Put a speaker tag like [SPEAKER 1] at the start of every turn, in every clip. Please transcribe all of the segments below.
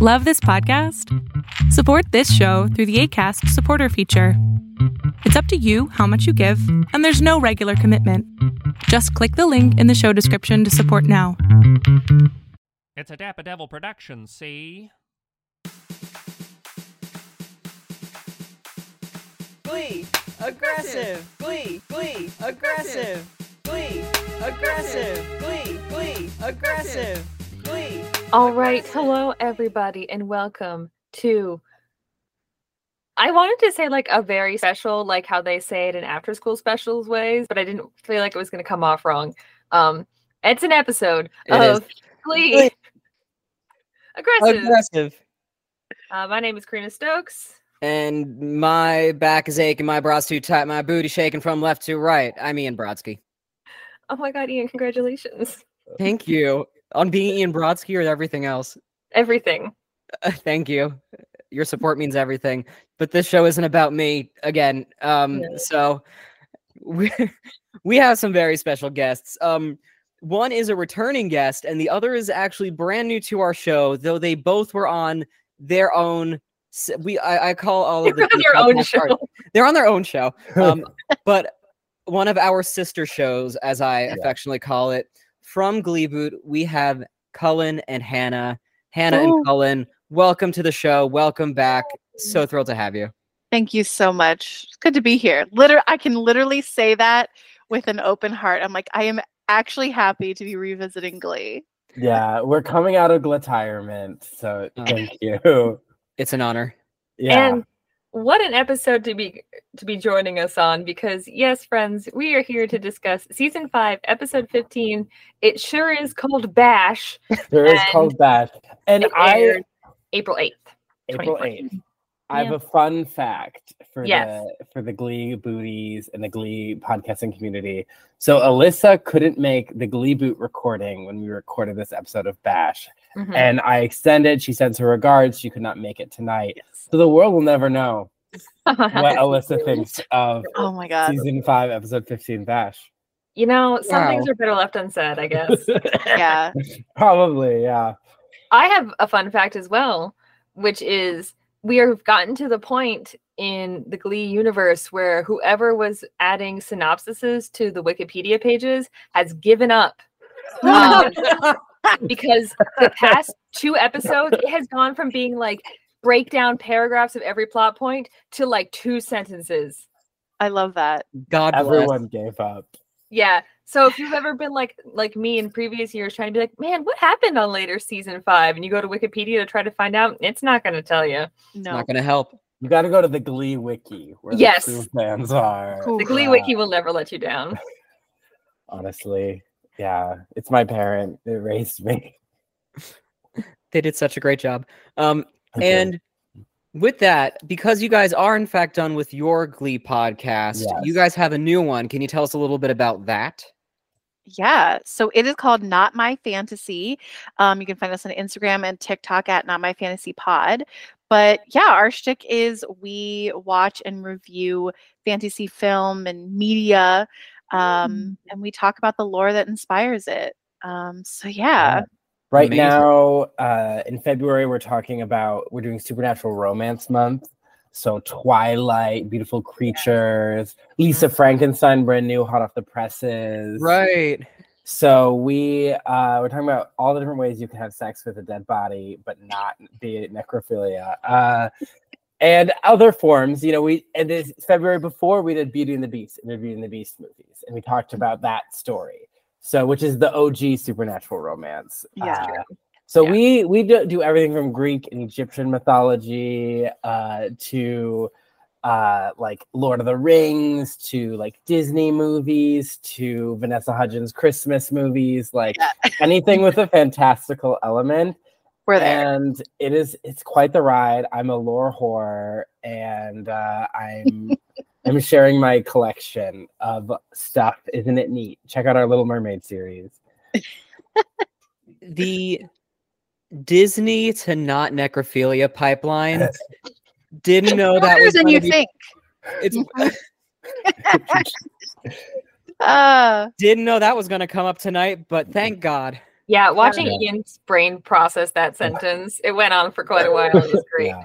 [SPEAKER 1] Love this podcast? Support this show through the ACAST supporter feature. It's up to you how much you give, and there's no regular commitment. Just click the link in the show description to support now.
[SPEAKER 2] It's a Dapper Devil production, see?
[SPEAKER 3] Glee, aggressive. Glee, glee, aggressive. Glee, aggressive. Glee, glee, aggressive. Glee.
[SPEAKER 4] All right. Hello, everybody, and welcome to. I wanted to say like a very special, like how they say it in after school specials ways, but I didn't feel like it was going to come off wrong. Um, it's an episode
[SPEAKER 3] It is.
[SPEAKER 4] of Glee.
[SPEAKER 3] Glee.
[SPEAKER 4] Aggressive.
[SPEAKER 3] Aggressive.
[SPEAKER 4] Uh, my name is Karina Stokes.
[SPEAKER 3] And my back is aching, my bra's too tight, my booty shaking from left to right. I'm Ian Brodsky.
[SPEAKER 4] Oh my God, Ian, congratulations.
[SPEAKER 3] Thank you. On being Ian Brodsky or everything else.
[SPEAKER 4] Everything.
[SPEAKER 3] Thank you. Your support means everything. But this show isn't about me again. Um,
[SPEAKER 4] No.
[SPEAKER 3] so we we have some very special guests. Um, one is a returning guest, and the other is actually brand new to our show, though they both were on their own. s- We I, I call all of the
[SPEAKER 4] You're
[SPEAKER 3] people
[SPEAKER 4] on your own
[SPEAKER 3] podcast part-
[SPEAKER 4] show.
[SPEAKER 3] They're on their own show. Um, but one of our sister shows, as I affectionately call it, from Glee Boot, we have Cullen and Hannah. Hannah
[SPEAKER 5] Ooh.
[SPEAKER 3] and Cullen, welcome to the show. Welcome back. So thrilled to have you.
[SPEAKER 5] Thank you so much. It's good to be here. Liter- I can literally say that with an open heart. I'm like, I am actually happy to be revisiting Glee.
[SPEAKER 6] Yeah, we're coming out of retirement, so
[SPEAKER 3] Oh.
[SPEAKER 6] thank you.
[SPEAKER 3] It's an honor.
[SPEAKER 6] Yeah,
[SPEAKER 4] And what an episode to be to be joining us on because yes, friends, we are here to discuss season five, episode fifteen. It sure is called Bash.
[SPEAKER 6] there is called Bash, and
[SPEAKER 4] It
[SPEAKER 6] I
[SPEAKER 4] aired April eighth.
[SPEAKER 6] April
[SPEAKER 4] 2014.
[SPEAKER 6] eighth. I have a fun fact for
[SPEAKER 4] Yes.
[SPEAKER 6] the for the Glee booties and the Glee podcasting community. So Alyssa couldn't make the Glee boot recording when we recorded this episode of Bash,
[SPEAKER 4] Mhm.
[SPEAKER 6] and I extended. She sends her regards. She could not make it tonight,
[SPEAKER 4] Yes.
[SPEAKER 6] so the world will never know what Alyssa thinks of
[SPEAKER 5] Oh my God.
[SPEAKER 6] season five, episode fifteen, Bash.
[SPEAKER 4] You know, some things
[SPEAKER 3] Wow.
[SPEAKER 4] are better left unsaid, I guess.
[SPEAKER 5] Yeah.
[SPEAKER 6] Probably, yeah.
[SPEAKER 4] I have a fun fact as well, which is we have gotten to the point in the Glee universe where whoever was adding synopsises to the Wikipedia pages has given up Um, because the past two episodes it has gone from being like breakdown paragraphs of every plot point to like two sentences.
[SPEAKER 5] I love that.
[SPEAKER 3] God bless.
[SPEAKER 6] Everyone gave up.
[SPEAKER 4] Yeah. So if you've ever been like like me in previous years trying to be like, man, what happened on later season five? And you go to Wikipedia to try to find out, it's not gonna tell you.
[SPEAKER 5] No.
[SPEAKER 3] Not going to help.
[SPEAKER 6] You got to go to the Glee Wiki where
[SPEAKER 4] Yes.
[SPEAKER 6] the true fans are.
[SPEAKER 5] Cool.
[SPEAKER 4] The Glee
[SPEAKER 6] Yeah,
[SPEAKER 4] Wiki will never let you down.
[SPEAKER 6] Honestly, yeah, it's my parent. It raised me.
[SPEAKER 3] They did such a great job. Um,
[SPEAKER 6] I did.
[SPEAKER 3] and with that, because you guys are in fact done with your Glee podcast, you
[SPEAKER 6] Yes.
[SPEAKER 3] guys have a new one. Can you tell us a little bit about that?
[SPEAKER 5] Yeah. So it is called Not My Fantasy. Um, you can find us on Instagram and TikTok at Not My Fantasy Pod. But yeah, our shtick is we watch and review fantasy film and media, um, and we talk about the lore that inspires it. Um, so yeah,
[SPEAKER 6] right
[SPEAKER 3] Amazing.
[SPEAKER 6] now, uh, in February, we're talking about we're doing Supernatural Romance Month. So Twilight, Beautiful Creatures, Lisa Frankenstein, brand new, hot off the
[SPEAKER 3] Mm-hmm.
[SPEAKER 6] presses.
[SPEAKER 3] Right.
[SPEAKER 6] So we uh, we're talking about all the different ways you can have sex with a dead body, but not be it necrophilia, uh, and other forms. You know, we and this February before we did Beauty and the Beast and the Beauty and the Beast movies, and we talked
[SPEAKER 5] Mm-hmm.
[SPEAKER 6] about that story. So, which is the OG supernatural romance. uh,
[SPEAKER 5] Yeah.
[SPEAKER 6] so
[SPEAKER 5] Yeah.
[SPEAKER 6] we we do, do everything from Greek and Egyptian mythology uh, to uh like Lord of the Rings to like Disney movies to Vanessa Hudgens Christmas movies, like
[SPEAKER 5] Yeah.
[SPEAKER 6] anything with a fantastical element.
[SPEAKER 5] we're there.
[SPEAKER 6] And it is it's quite the ride. I'm a lore whore and uh I'm I'm sharing my collection of stuff. Isn't it neat? Check out our Little Mermaid series.
[SPEAKER 3] the Disney to not necrophilia pipeline didn't know Oh, that
[SPEAKER 5] Harder
[SPEAKER 3] was
[SPEAKER 5] than
[SPEAKER 3] gonna
[SPEAKER 5] you
[SPEAKER 3] be-
[SPEAKER 5] think.
[SPEAKER 3] it's,
[SPEAKER 5] Uh,
[SPEAKER 3] didn't know that was going to come up tonight, but thank God.
[SPEAKER 4] Yeah, watching Ian's brain process that sentence, it went on for quite a while. It was great.
[SPEAKER 6] Yeah.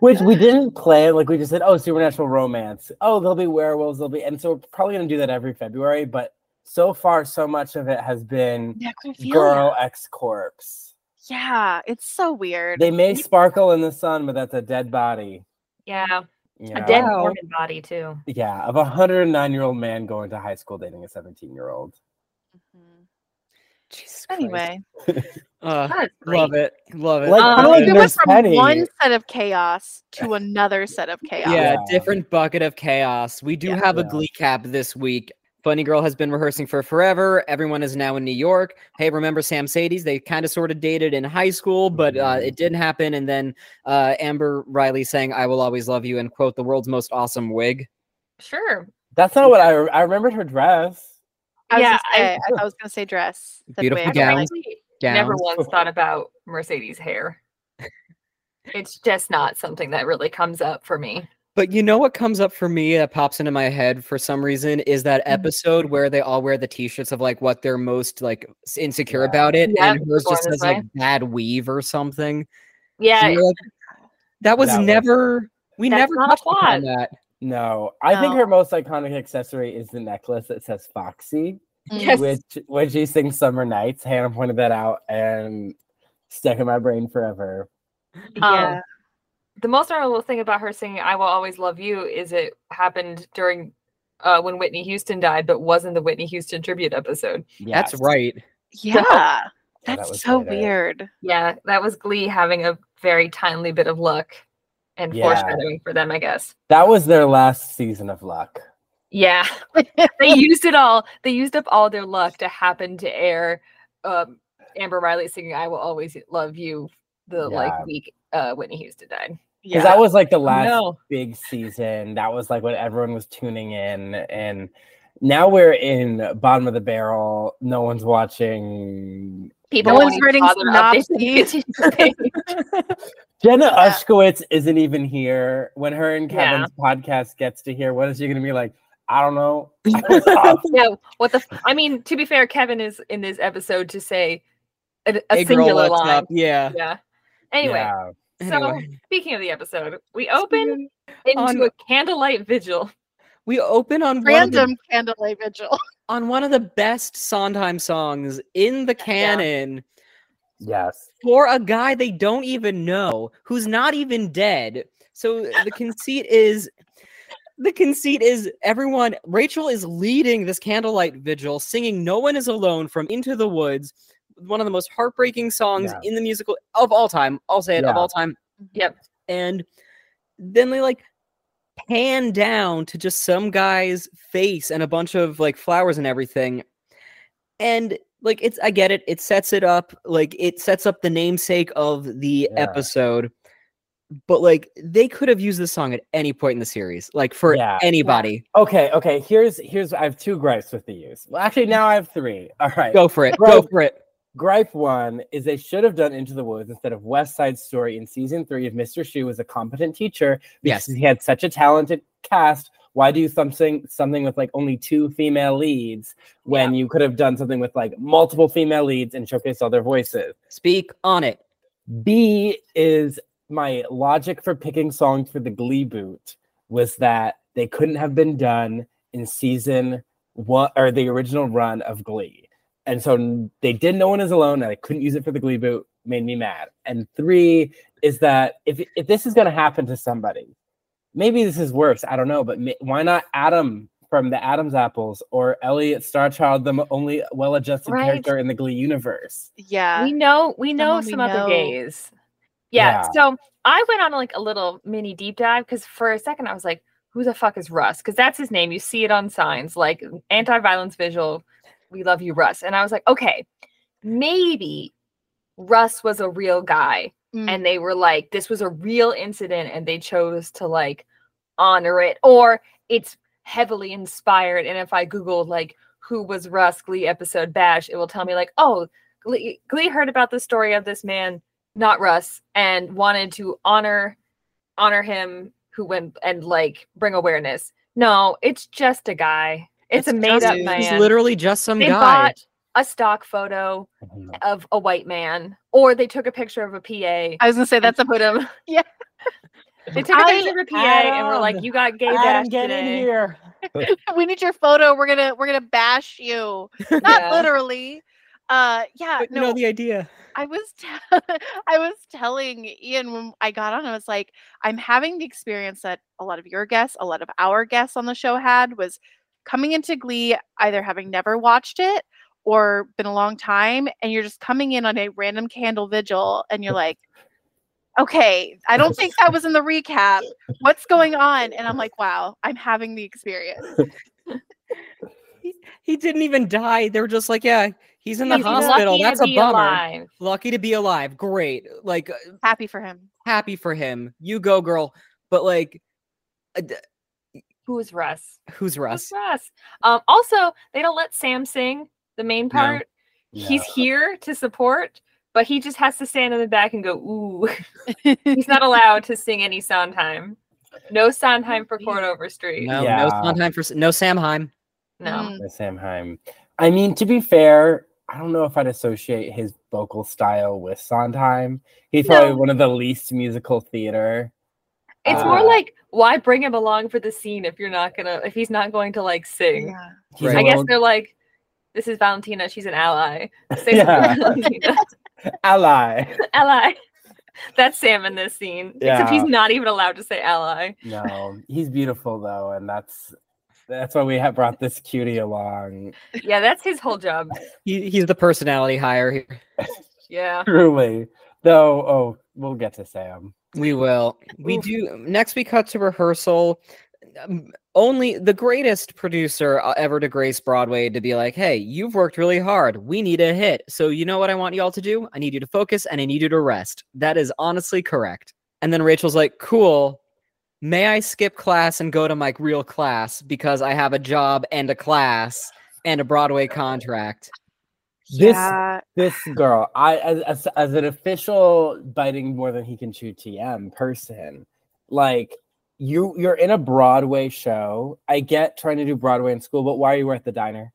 [SPEAKER 6] Which we didn't plan. Like we just said, oh, supernatural romance. Oh, there'll be werewolves. There'll be, and so we're probably gonna do that every February. But so far, so much of it has been
[SPEAKER 5] Yeah,
[SPEAKER 6] girl X corpse.
[SPEAKER 5] Yeah, it's so weird.
[SPEAKER 6] They may sparkle in the sun, but that's a dead body.
[SPEAKER 4] Yeah.
[SPEAKER 6] you
[SPEAKER 4] A
[SPEAKER 6] know?
[SPEAKER 4] dead
[SPEAKER 3] Wow.
[SPEAKER 4] Mormon body too.
[SPEAKER 6] Yeah, of a 109 year old man going to high school dating a 17 year old.
[SPEAKER 5] Mhm.
[SPEAKER 3] Jesus Christ.
[SPEAKER 5] Anyway,
[SPEAKER 3] Uh,
[SPEAKER 4] That's great.
[SPEAKER 3] love it, love it.
[SPEAKER 6] Like,
[SPEAKER 4] Um,
[SPEAKER 6] I don't
[SPEAKER 4] like,
[SPEAKER 5] Oh, it
[SPEAKER 6] even
[SPEAKER 5] went
[SPEAKER 6] there's
[SPEAKER 5] from
[SPEAKER 6] Penny.
[SPEAKER 5] one set of chaos to another set of chaos.
[SPEAKER 3] yeah,
[SPEAKER 6] Yeah.
[SPEAKER 3] different bucket of chaos. We do
[SPEAKER 5] Yeah.
[SPEAKER 3] have a
[SPEAKER 6] Yeah.
[SPEAKER 3] glee cap this week. Funny Girl has been rehearsing for forever. Everyone is now in New York. Hey, remember Sam Sadie's? They kind of sort of dated in high school, but uh,
[SPEAKER 6] Mhm.
[SPEAKER 3] it didn't happen. And then uh, Amber Riley saying, I will always love you, and quote, the world's most awesome wig.
[SPEAKER 4] Sure.
[SPEAKER 6] That's not what I, re- I remembered her dress.
[SPEAKER 5] I was,
[SPEAKER 4] Yeah,
[SPEAKER 5] gonna
[SPEAKER 4] I-
[SPEAKER 5] say, I, I was gonna say dress. then
[SPEAKER 3] Beautiful
[SPEAKER 5] wig,
[SPEAKER 4] I've
[SPEAKER 5] but, like,
[SPEAKER 3] gowns.
[SPEAKER 4] actually
[SPEAKER 3] Down.
[SPEAKER 4] Never once thought about Mercedes hair. It's just not something that really comes up for me.
[SPEAKER 3] But you know what comes up for me that pops into my head for some reason is that episode where they all wear the t-shirts of like what they're most like s- insecure
[SPEAKER 6] Yeah.
[SPEAKER 3] about it,
[SPEAKER 4] Yep,
[SPEAKER 3] and hers
[SPEAKER 4] Born
[SPEAKER 3] just
[SPEAKER 4] This
[SPEAKER 3] says like bad weave or something.
[SPEAKER 4] Yeah,
[SPEAKER 3] And you're like, that was
[SPEAKER 6] That was-
[SPEAKER 3] never. we
[SPEAKER 4] That's
[SPEAKER 3] never
[SPEAKER 4] not a
[SPEAKER 3] touched upon that.
[SPEAKER 6] No, I think
[SPEAKER 5] No.
[SPEAKER 6] her most iconic accessory is the necklace that says Foxy,
[SPEAKER 5] Mm.
[SPEAKER 4] Yes.
[SPEAKER 6] which when she sings Summer Nights, Hannah pointed that out and stuck in my brain forever.
[SPEAKER 4] uh,
[SPEAKER 6] Um,
[SPEAKER 5] Yeah.
[SPEAKER 4] the most memorable thing about her singing "I Will Always Love You" is it happened during uh, when Whitney Houston died, but wasn't the Whitney Houston tribute episode.
[SPEAKER 6] Yes.
[SPEAKER 3] That's right.
[SPEAKER 5] yeah.
[SPEAKER 6] that
[SPEAKER 5] That's
[SPEAKER 6] was
[SPEAKER 5] so
[SPEAKER 6] later.
[SPEAKER 5] weird.
[SPEAKER 4] Yeah, that was Glee having a very timely bit of luck and
[SPEAKER 6] Yeah.
[SPEAKER 4] foreshadowing for them, I guess.
[SPEAKER 6] That was their last season of luck.
[SPEAKER 4] Yeah, they used it all. They used up all their luck to happen to air um, Amber Riley singing "I Will Always Love You" the
[SPEAKER 6] Yeah.
[SPEAKER 4] like week uh, Whitney Houston died.
[SPEAKER 6] Because
[SPEAKER 5] Yeah.
[SPEAKER 6] that was like the last
[SPEAKER 4] No,
[SPEAKER 6] big season. That was like what everyone was tuning in. And now we're in bottom of the barrel. No one's watching.
[SPEAKER 4] people
[SPEAKER 6] No
[SPEAKER 4] won't
[SPEAKER 6] one's
[SPEAKER 4] even
[SPEAKER 5] writing
[SPEAKER 4] bother updating the
[SPEAKER 6] Jenna
[SPEAKER 5] Yeah.
[SPEAKER 6] Ushkowitz isn't even here. When her and
[SPEAKER 4] Yeah.
[SPEAKER 6] Kevin's podcast gets to here, what is she going to be like? I don't know. I was off.
[SPEAKER 4] Yeah, what the? F- I mean, to be fair, Kevin is in this episode to say a, a
[SPEAKER 3] Hey, girl,
[SPEAKER 4] singular
[SPEAKER 3] what's
[SPEAKER 4] line.
[SPEAKER 3] up? Yeah.
[SPEAKER 4] Yeah. Anyway,
[SPEAKER 6] Yeah.
[SPEAKER 4] so
[SPEAKER 3] Anyway.
[SPEAKER 4] speaking of the episode, we open into
[SPEAKER 3] on-
[SPEAKER 4] a candlelight vigil.
[SPEAKER 3] We open on One of
[SPEAKER 5] Random
[SPEAKER 3] the,
[SPEAKER 5] candlelight vigil.
[SPEAKER 3] on one of the best Sondheim songs in the canon
[SPEAKER 6] Yes.
[SPEAKER 3] for a guy they don't even know who's not even dead. So the conceit is the conceit is everyone Rachel is leading this candlelight vigil singing No One Is Alone from Into the Woods, one of the most heartbreaking songs
[SPEAKER 6] Yeah.
[SPEAKER 3] in the musical of all time. I'll say it of
[SPEAKER 6] Yeah.
[SPEAKER 3] all time.
[SPEAKER 4] Yep.
[SPEAKER 3] and then they like pan down to just some guy's face and a bunch of like flowers and everything and like it's i get it it sets it up like it sets up the namesake of the
[SPEAKER 6] Yeah.
[SPEAKER 3] episode but like they could have used this song at any point in the series like for
[SPEAKER 6] Yeah.
[SPEAKER 3] anybody
[SPEAKER 6] Okay. Okay. Here's, here's, I have two gripes with the use. Well, actually, now I have three. All right.
[SPEAKER 3] go for it
[SPEAKER 6] Bro.
[SPEAKER 3] go for it
[SPEAKER 6] gripe one is they should have done Into the Woods instead of West Side Story in season three. If Mr. Shu was a competent teacher, because
[SPEAKER 3] Yes.
[SPEAKER 6] he had such a talented cast, why do something something with like only two female leads when you could have done something with like multiple female leads and showcased all their voices?
[SPEAKER 3] speak on it
[SPEAKER 6] B is my logic for picking songs for the Glee boot was that they couldn't have been done in season one or the original run of Glee. And so n- they did No One Is Alone and I couldn't use it for the Glee boot, made me mad. And three is that if, if this is going to happen to somebody, maybe this is worse, I don't know, but ma- why not Adam from the Adam's Apples or Elliot Starchild, the mo- only well adjusted
[SPEAKER 4] Right.
[SPEAKER 6] character in the Glee universe?
[SPEAKER 5] Yeah.
[SPEAKER 4] We know we know
[SPEAKER 5] Someone we
[SPEAKER 4] some other
[SPEAKER 5] know.
[SPEAKER 4] gays. Yeah,
[SPEAKER 6] Yeah.
[SPEAKER 4] So I went on like a little mini deep dive because for a second I was like, who the fuck is Russ? Because that's his name. You see it on signs like anti violence visual, we love you, Russ. And I was like, okay, maybe Russ was a real guy
[SPEAKER 5] Mm.
[SPEAKER 4] and they were like, this was a real incident and they chose to like honor it or it's heavily inspired. And if I Google like who was Russ Glee episode bash, it will tell me like, oh, Glee, Glee heard about the story of this man, not Russ, and wanted to honor honor him who went and like bring awareness. No, it's just a guy. It's, a
[SPEAKER 5] It's
[SPEAKER 4] made
[SPEAKER 5] just-
[SPEAKER 4] up
[SPEAKER 5] it's
[SPEAKER 4] man.
[SPEAKER 3] he's literally just some
[SPEAKER 4] they
[SPEAKER 3] guy
[SPEAKER 4] bought a stock photo of a white man, or they took a picture of a PA.
[SPEAKER 5] I was gonna say that's a
[SPEAKER 4] put him.
[SPEAKER 5] Yeah.
[SPEAKER 4] They took a
[SPEAKER 5] I-
[SPEAKER 4] picture of a PA and we're like,
[SPEAKER 3] Adam,
[SPEAKER 4] "You got gay
[SPEAKER 3] Adam,
[SPEAKER 4] bash
[SPEAKER 3] get in
[SPEAKER 4] today."
[SPEAKER 3] here.
[SPEAKER 5] we need your photo. We're gonna we're gonna bash you. Not
[SPEAKER 4] Yeah.
[SPEAKER 5] literally. Uh yeah,
[SPEAKER 3] But you
[SPEAKER 5] no.
[SPEAKER 3] know the idea.
[SPEAKER 5] I was t- I was telling Ian when I got on, I was like, I'm having the experience that a lot of your guests, a lot of our guests on the show had was coming into Glee, either having never watched it or been a long time, and you're just coming in on a random candle vigil and you're like, Okay, I don't think that was in the recap. What's going on? And I'm like, wow, I'm having the experience.
[SPEAKER 3] He didn't even die. They were just like, yeah, he's in the
[SPEAKER 4] He's
[SPEAKER 3] hospital.
[SPEAKER 4] lucky to
[SPEAKER 3] That's a
[SPEAKER 4] be
[SPEAKER 3] bummer.
[SPEAKER 4] alive.
[SPEAKER 3] Lucky to be alive. Great. Like
[SPEAKER 5] Happy for him.
[SPEAKER 3] happy for him. You go, girl. But like, uh, d-
[SPEAKER 4] Who's Russ?
[SPEAKER 3] who's Russ?
[SPEAKER 4] Who's Russ? Um, also, they don't let Sam sing the main part. He's
[SPEAKER 6] No.
[SPEAKER 4] here to support, but he just has to stand in the back and go, "Ooh." He's not allowed to sing any Sondheim. No Sondheim for Cordover Street.
[SPEAKER 3] No, no
[SPEAKER 6] Yeah.
[SPEAKER 3] Sondheim for S- no Samheim.
[SPEAKER 4] No.
[SPEAKER 5] Mm.
[SPEAKER 6] The Samheim. I mean, to be fair, I don't know if I'd associate his vocal style with Sondheim. He's probably
[SPEAKER 4] No.
[SPEAKER 6] one of the least musical theater.
[SPEAKER 4] It's
[SPEAKER 6] Uh,
[SPEAKER 4] more like why bring him along for the scene if you're not gonna if he's not going to like sing.
[SPEAKER 5] Yeah.
[SPEAKER 6] He's
[SPEAKER 3] Right.
[SPEAKER 6] a
[SPEAKER 4] I guess
[SPEAKER 6] little
[SPEAKER 4] they're like, this is Valentina. She's an ally. Say
[SPEAKER 6] Yeah.
[SPEAKER 4] something, Valentina.
[SPEAKER 6] ally.
[SPEAKER 4] ally. That's Sam in this scene. Except he's
[SPEAKER 6] Yeah.
[SPEAKER 4] not even allowed to say ally.
[SPEAKER 6] No, he's beautiful though, and that's that's why we have brought this cutie along.
[SPEAKER 4] Yeah, that's his whole job.
[SPEAKER 3] He, he's the personality hire here.
[SPEAKER 4] Yeah.
[SPEAKER 6] Truly, though. Oh, we'll get to Sam.
[SPEAKER 3] We will. We do. Next, we cut to rehearsal. Um, Only the greatest producer uh, ever to grace Broadway to be like, hey, you've worked really hard. We need a hit. So, you know what I want y'all to do? I need you to focus and I need you to rest. That is honestly correct. And then Rachel's like, cool. May I skip class and go to my real class because I have a job and a class and a Broadway contract?
[SPEAKER 6] This
[SPEAKER 5] yeah.
[SPEAKER 6] this girl, I as, as as an official biting more than he can chew TM person, like you you're in a Broadway show. I get trying to do Broadway in school, but why are you at the diner?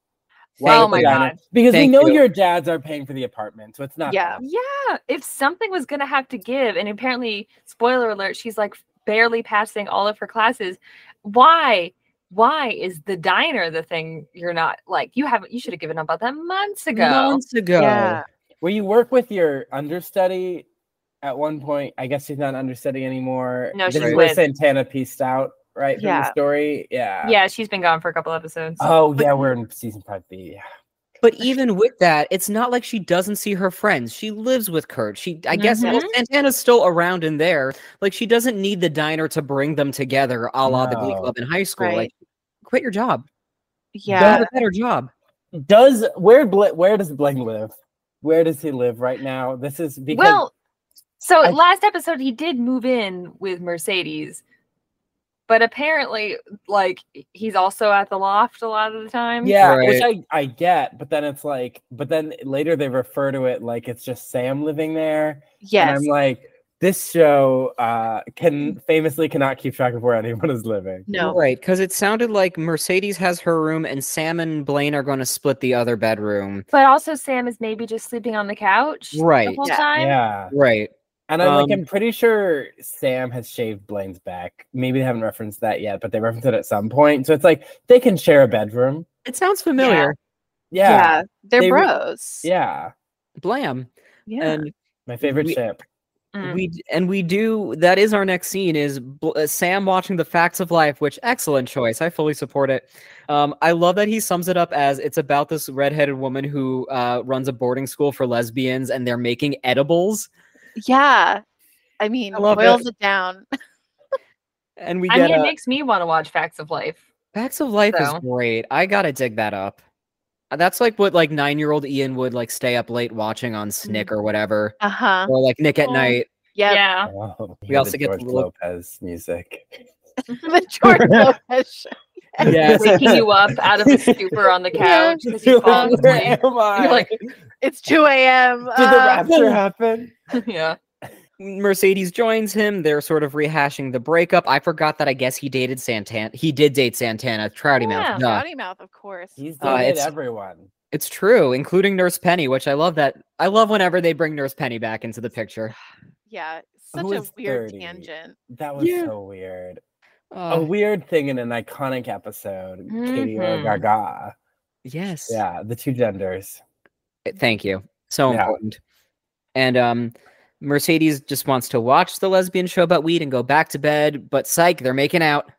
[SPEAKER 6] Why
[SPEAKER 4] Oh
[SPEAKER 6] at the
[SPEAKER 4] my
[SPEAKER 6] diner?
[SPEAKER 4] God.
[SPEAKER 6] Because
[SPEAKER 3] Thank
[SPEAKER 6] we know
[SPEAKER 3] you.
[SPEAKER 6] your dads are paying for the apartment, so it's not.
[SPEAKER 5] Yeah.
[SPEAKER 6] them.
[SPEAKER 4] Yeah. If something was gonna have to give, and apparently, spoiler alert, she's like barely passing all of her classes. Why? Why is the diner the thing you're not like? You haven't. You should have given up on that months ago.
[SPEAKER 3] Months ago.
[SPEAKER 5] Yeah.
[SPEAKER 6] Well, you work with your understudy at one point. I guess she's not an understudy anymore.
[SPEAKER 4] No,
[SPEAKER 6] This
[SPEAKER 4] she's
[SPEAKER 6] is where
[SPEAKER 4] with-
[SPEAKER 6] Santana pieced out, right? From the
[SPEAKER 5] Yeah.
[SPEAKER 6] story. Yeah.
[SPEAKER 4] Yeah, she's been gone for a couple episodes.
[SPEAKER 6] Oh yeah, we're in season five B.
[SPEAKER 3] But even with that, it's not like she doesn't see her friends. She lives with Kurt. She, I guess,
[SPEAKER 5] Mm-hmm.
[SPEAKER 3] well, Santana's still around in there. Like she doesn't need the diner to bring them together, a la the Glee
[SPEAKER 6] No.
[SPEAKER 3] Club in high school.
[SPEAKER 5] Right.
[SPEAKER 3] Like, quit your job. Go
[SPEAKER 5] Yeah.
[SPEAKER 3] have a better job.
[SPEAKER 6] Does where Bl- where does Blaine live? Where does he live right now? This is because
[SPEAKER 4] well, so
[SPEAKER 6] I-
[SPEAKER 4] last episode he did move in with Mercedes, but apparently, like he's also at the loft a lot of the time.
[SPEAKER 6] yeah, which
[SPEAKER 3] Right.
[SPEAKER 6] I I get, but then it's like, but then later they refer to it like it's just Sam living there, and
[SPEAKER 5] Yes.
[SPEAKER 6] I'm like, this show uh can famously cannot keep track of where anyone is living.
[SPEAKER 5] no.
[SPEAKER 3] Right. Because it sounded like Mercedes has her room and Sam and Blaine are going to split the other bedroom.
[SPEAKER 4] but also Sam is maybe just sleeping on the couch the
[SPEAKER 3] Right.
[SPEAKER 4] whole
[SPEAKER 5] Yeah.
[SPEAKER 4] time.
[SPEAKER 6] Yeah.
[SPEAKER 3] Right.
[SPEAKER 6] And I'm like,
[SPEAKER 3] Um,
[SPEAKER 6] I'm pretty sure Sam has shaved Blaine's back. Maybe they haven't referenced that yet, but they referenced it at some point. So it's like they can share a bedroom.
[SPEAKER 3] It sounds familiar.
[SPEAKER 5] Yeah.
[SPEAKER 6] Yeah.
[SPEAKER 5] They're
[SPEAKER 6] They re-
[SPEAKER 5] bros.
[SPEAKER 6] Yeah.
[SPEAKER 3] Blam.
[SPEAKER 5] Yeah.
[SPEAKER 3] And
[SPEAKER 6] My favorite
[SPEAKER 3] We-
[SPEAKER 6] ship.
[SPEAKER 4] Mm.
[SPEAKER 3] we d- and we do that is our next scene is Bl- uh, sam watching the facts of life which excellent choice i fully support it um, i love that he sums it up as it's about this redheaded woman who uh, runs a boarding school for lesbians and they're making edibles
[SPEAKER 5] yeah. I mean,
[SPEAKER 3] I love
[SPEAKER 5] boils it. down.
[SPEAKER 3] and we
[SPEAKER 4] I
[SPEAKER 3] get
[SPEAKER 4] mean, it
[SPEAKER 3] uh,
[SPEAKER 4] makes me want to watch Facts of Life.
[SPEAKER 3] facts of life
[SPEAKER 4] so.
[SPEAKER 3] is great i gotta dig that up Uh, that's like what like nine year old ian would like stay up late watching on snick
[SPEAKER 4] Mm.
[SPEAKER 3] or whatever
[SPEAKER 5] Uh huh.
[SPEAKER 3] or like nick at
[SPEAKER 4] Oh.
[SPEAKER 3] night
[SPEAKER 5] Yeah.
[SPEAKER 4] Yeah.
[SPEAKER 6] Oh,
[SPEAKER 3] We also get the
[SPEAKER 6] George
[SPEAKER 3] little-
[SPEAKER 6] Lopez music.
[SPEAKER 5] the George Lopez show.
[SPEAKER 3] Yeah.
[SPEAKER 4] Waking you up out of a stupor on the
[SPEAKER 5] Yeah.
[SPEAKER 4] couch because you fall
[SPEAKER 6] Where
[SPEAKER 4] asleep.
[SPEAKER 6] am I?
[SPEAKER 4] You're like,
[SPEAKER 5] It's 2 a.m.
[SPEAKER 6] Did the
[SPEAKER 5] uh,
[SPEAKER 6] rapture happen?
[SPEAKER 4] yeah.
[SPEAKER 3] Mercedes joins him. They're sort of rehashing the breakup. I forgot that I guess he dated Santana. He did date Santana, Trouty
[SPEAKER 4] Yeah,
[SPEAKER 3] Mouth. duh.
[SPEAKER 5] Rowdy Mouth, of course. Oh,
[SPEAKER 6] He's
[SPEAKER 3] Uh,
[SPEAKER 6] dated
[SPEAKER 3] it's-
[SPEAKER 6] everyone.
[SPEAKER 3] It's true, including Nurse Penny, which I love that. I love whenever they bring Nurse Penny back into the picture.
[SPEAKER 5] Yeah, such
[SPEAKER 6] Who
[SPEAKER 5] a
[SPEAKER 6] is
[SPEAKER 5] weird
[SPEAKER 6] 30?
[SPEAKER 5] tangent.
[SPEAKER 6] That was
[SPEAKER 3] Yeah.
[SPEAKER 6] so weird.
[SPEAKER 4] Oh,
[SPEAKER 3] Uh,
[SPEAKER 6] A weird thing in an iconic episode. Katie or
[SPEAKER 4] Mhm.
[SPEAKER 6] Gaga.
[SPEAKER 3] yes. Eh,
[SPEAKER 6] Yeah, the two genders.
[SPEAKER 3] Thank you. So
[SPEAKER 6] Yeah.
[SPEAKER 3] important. And um, Mercedes just wants to watch the lesbian show about weed and go back to bed, but psych, they're making out.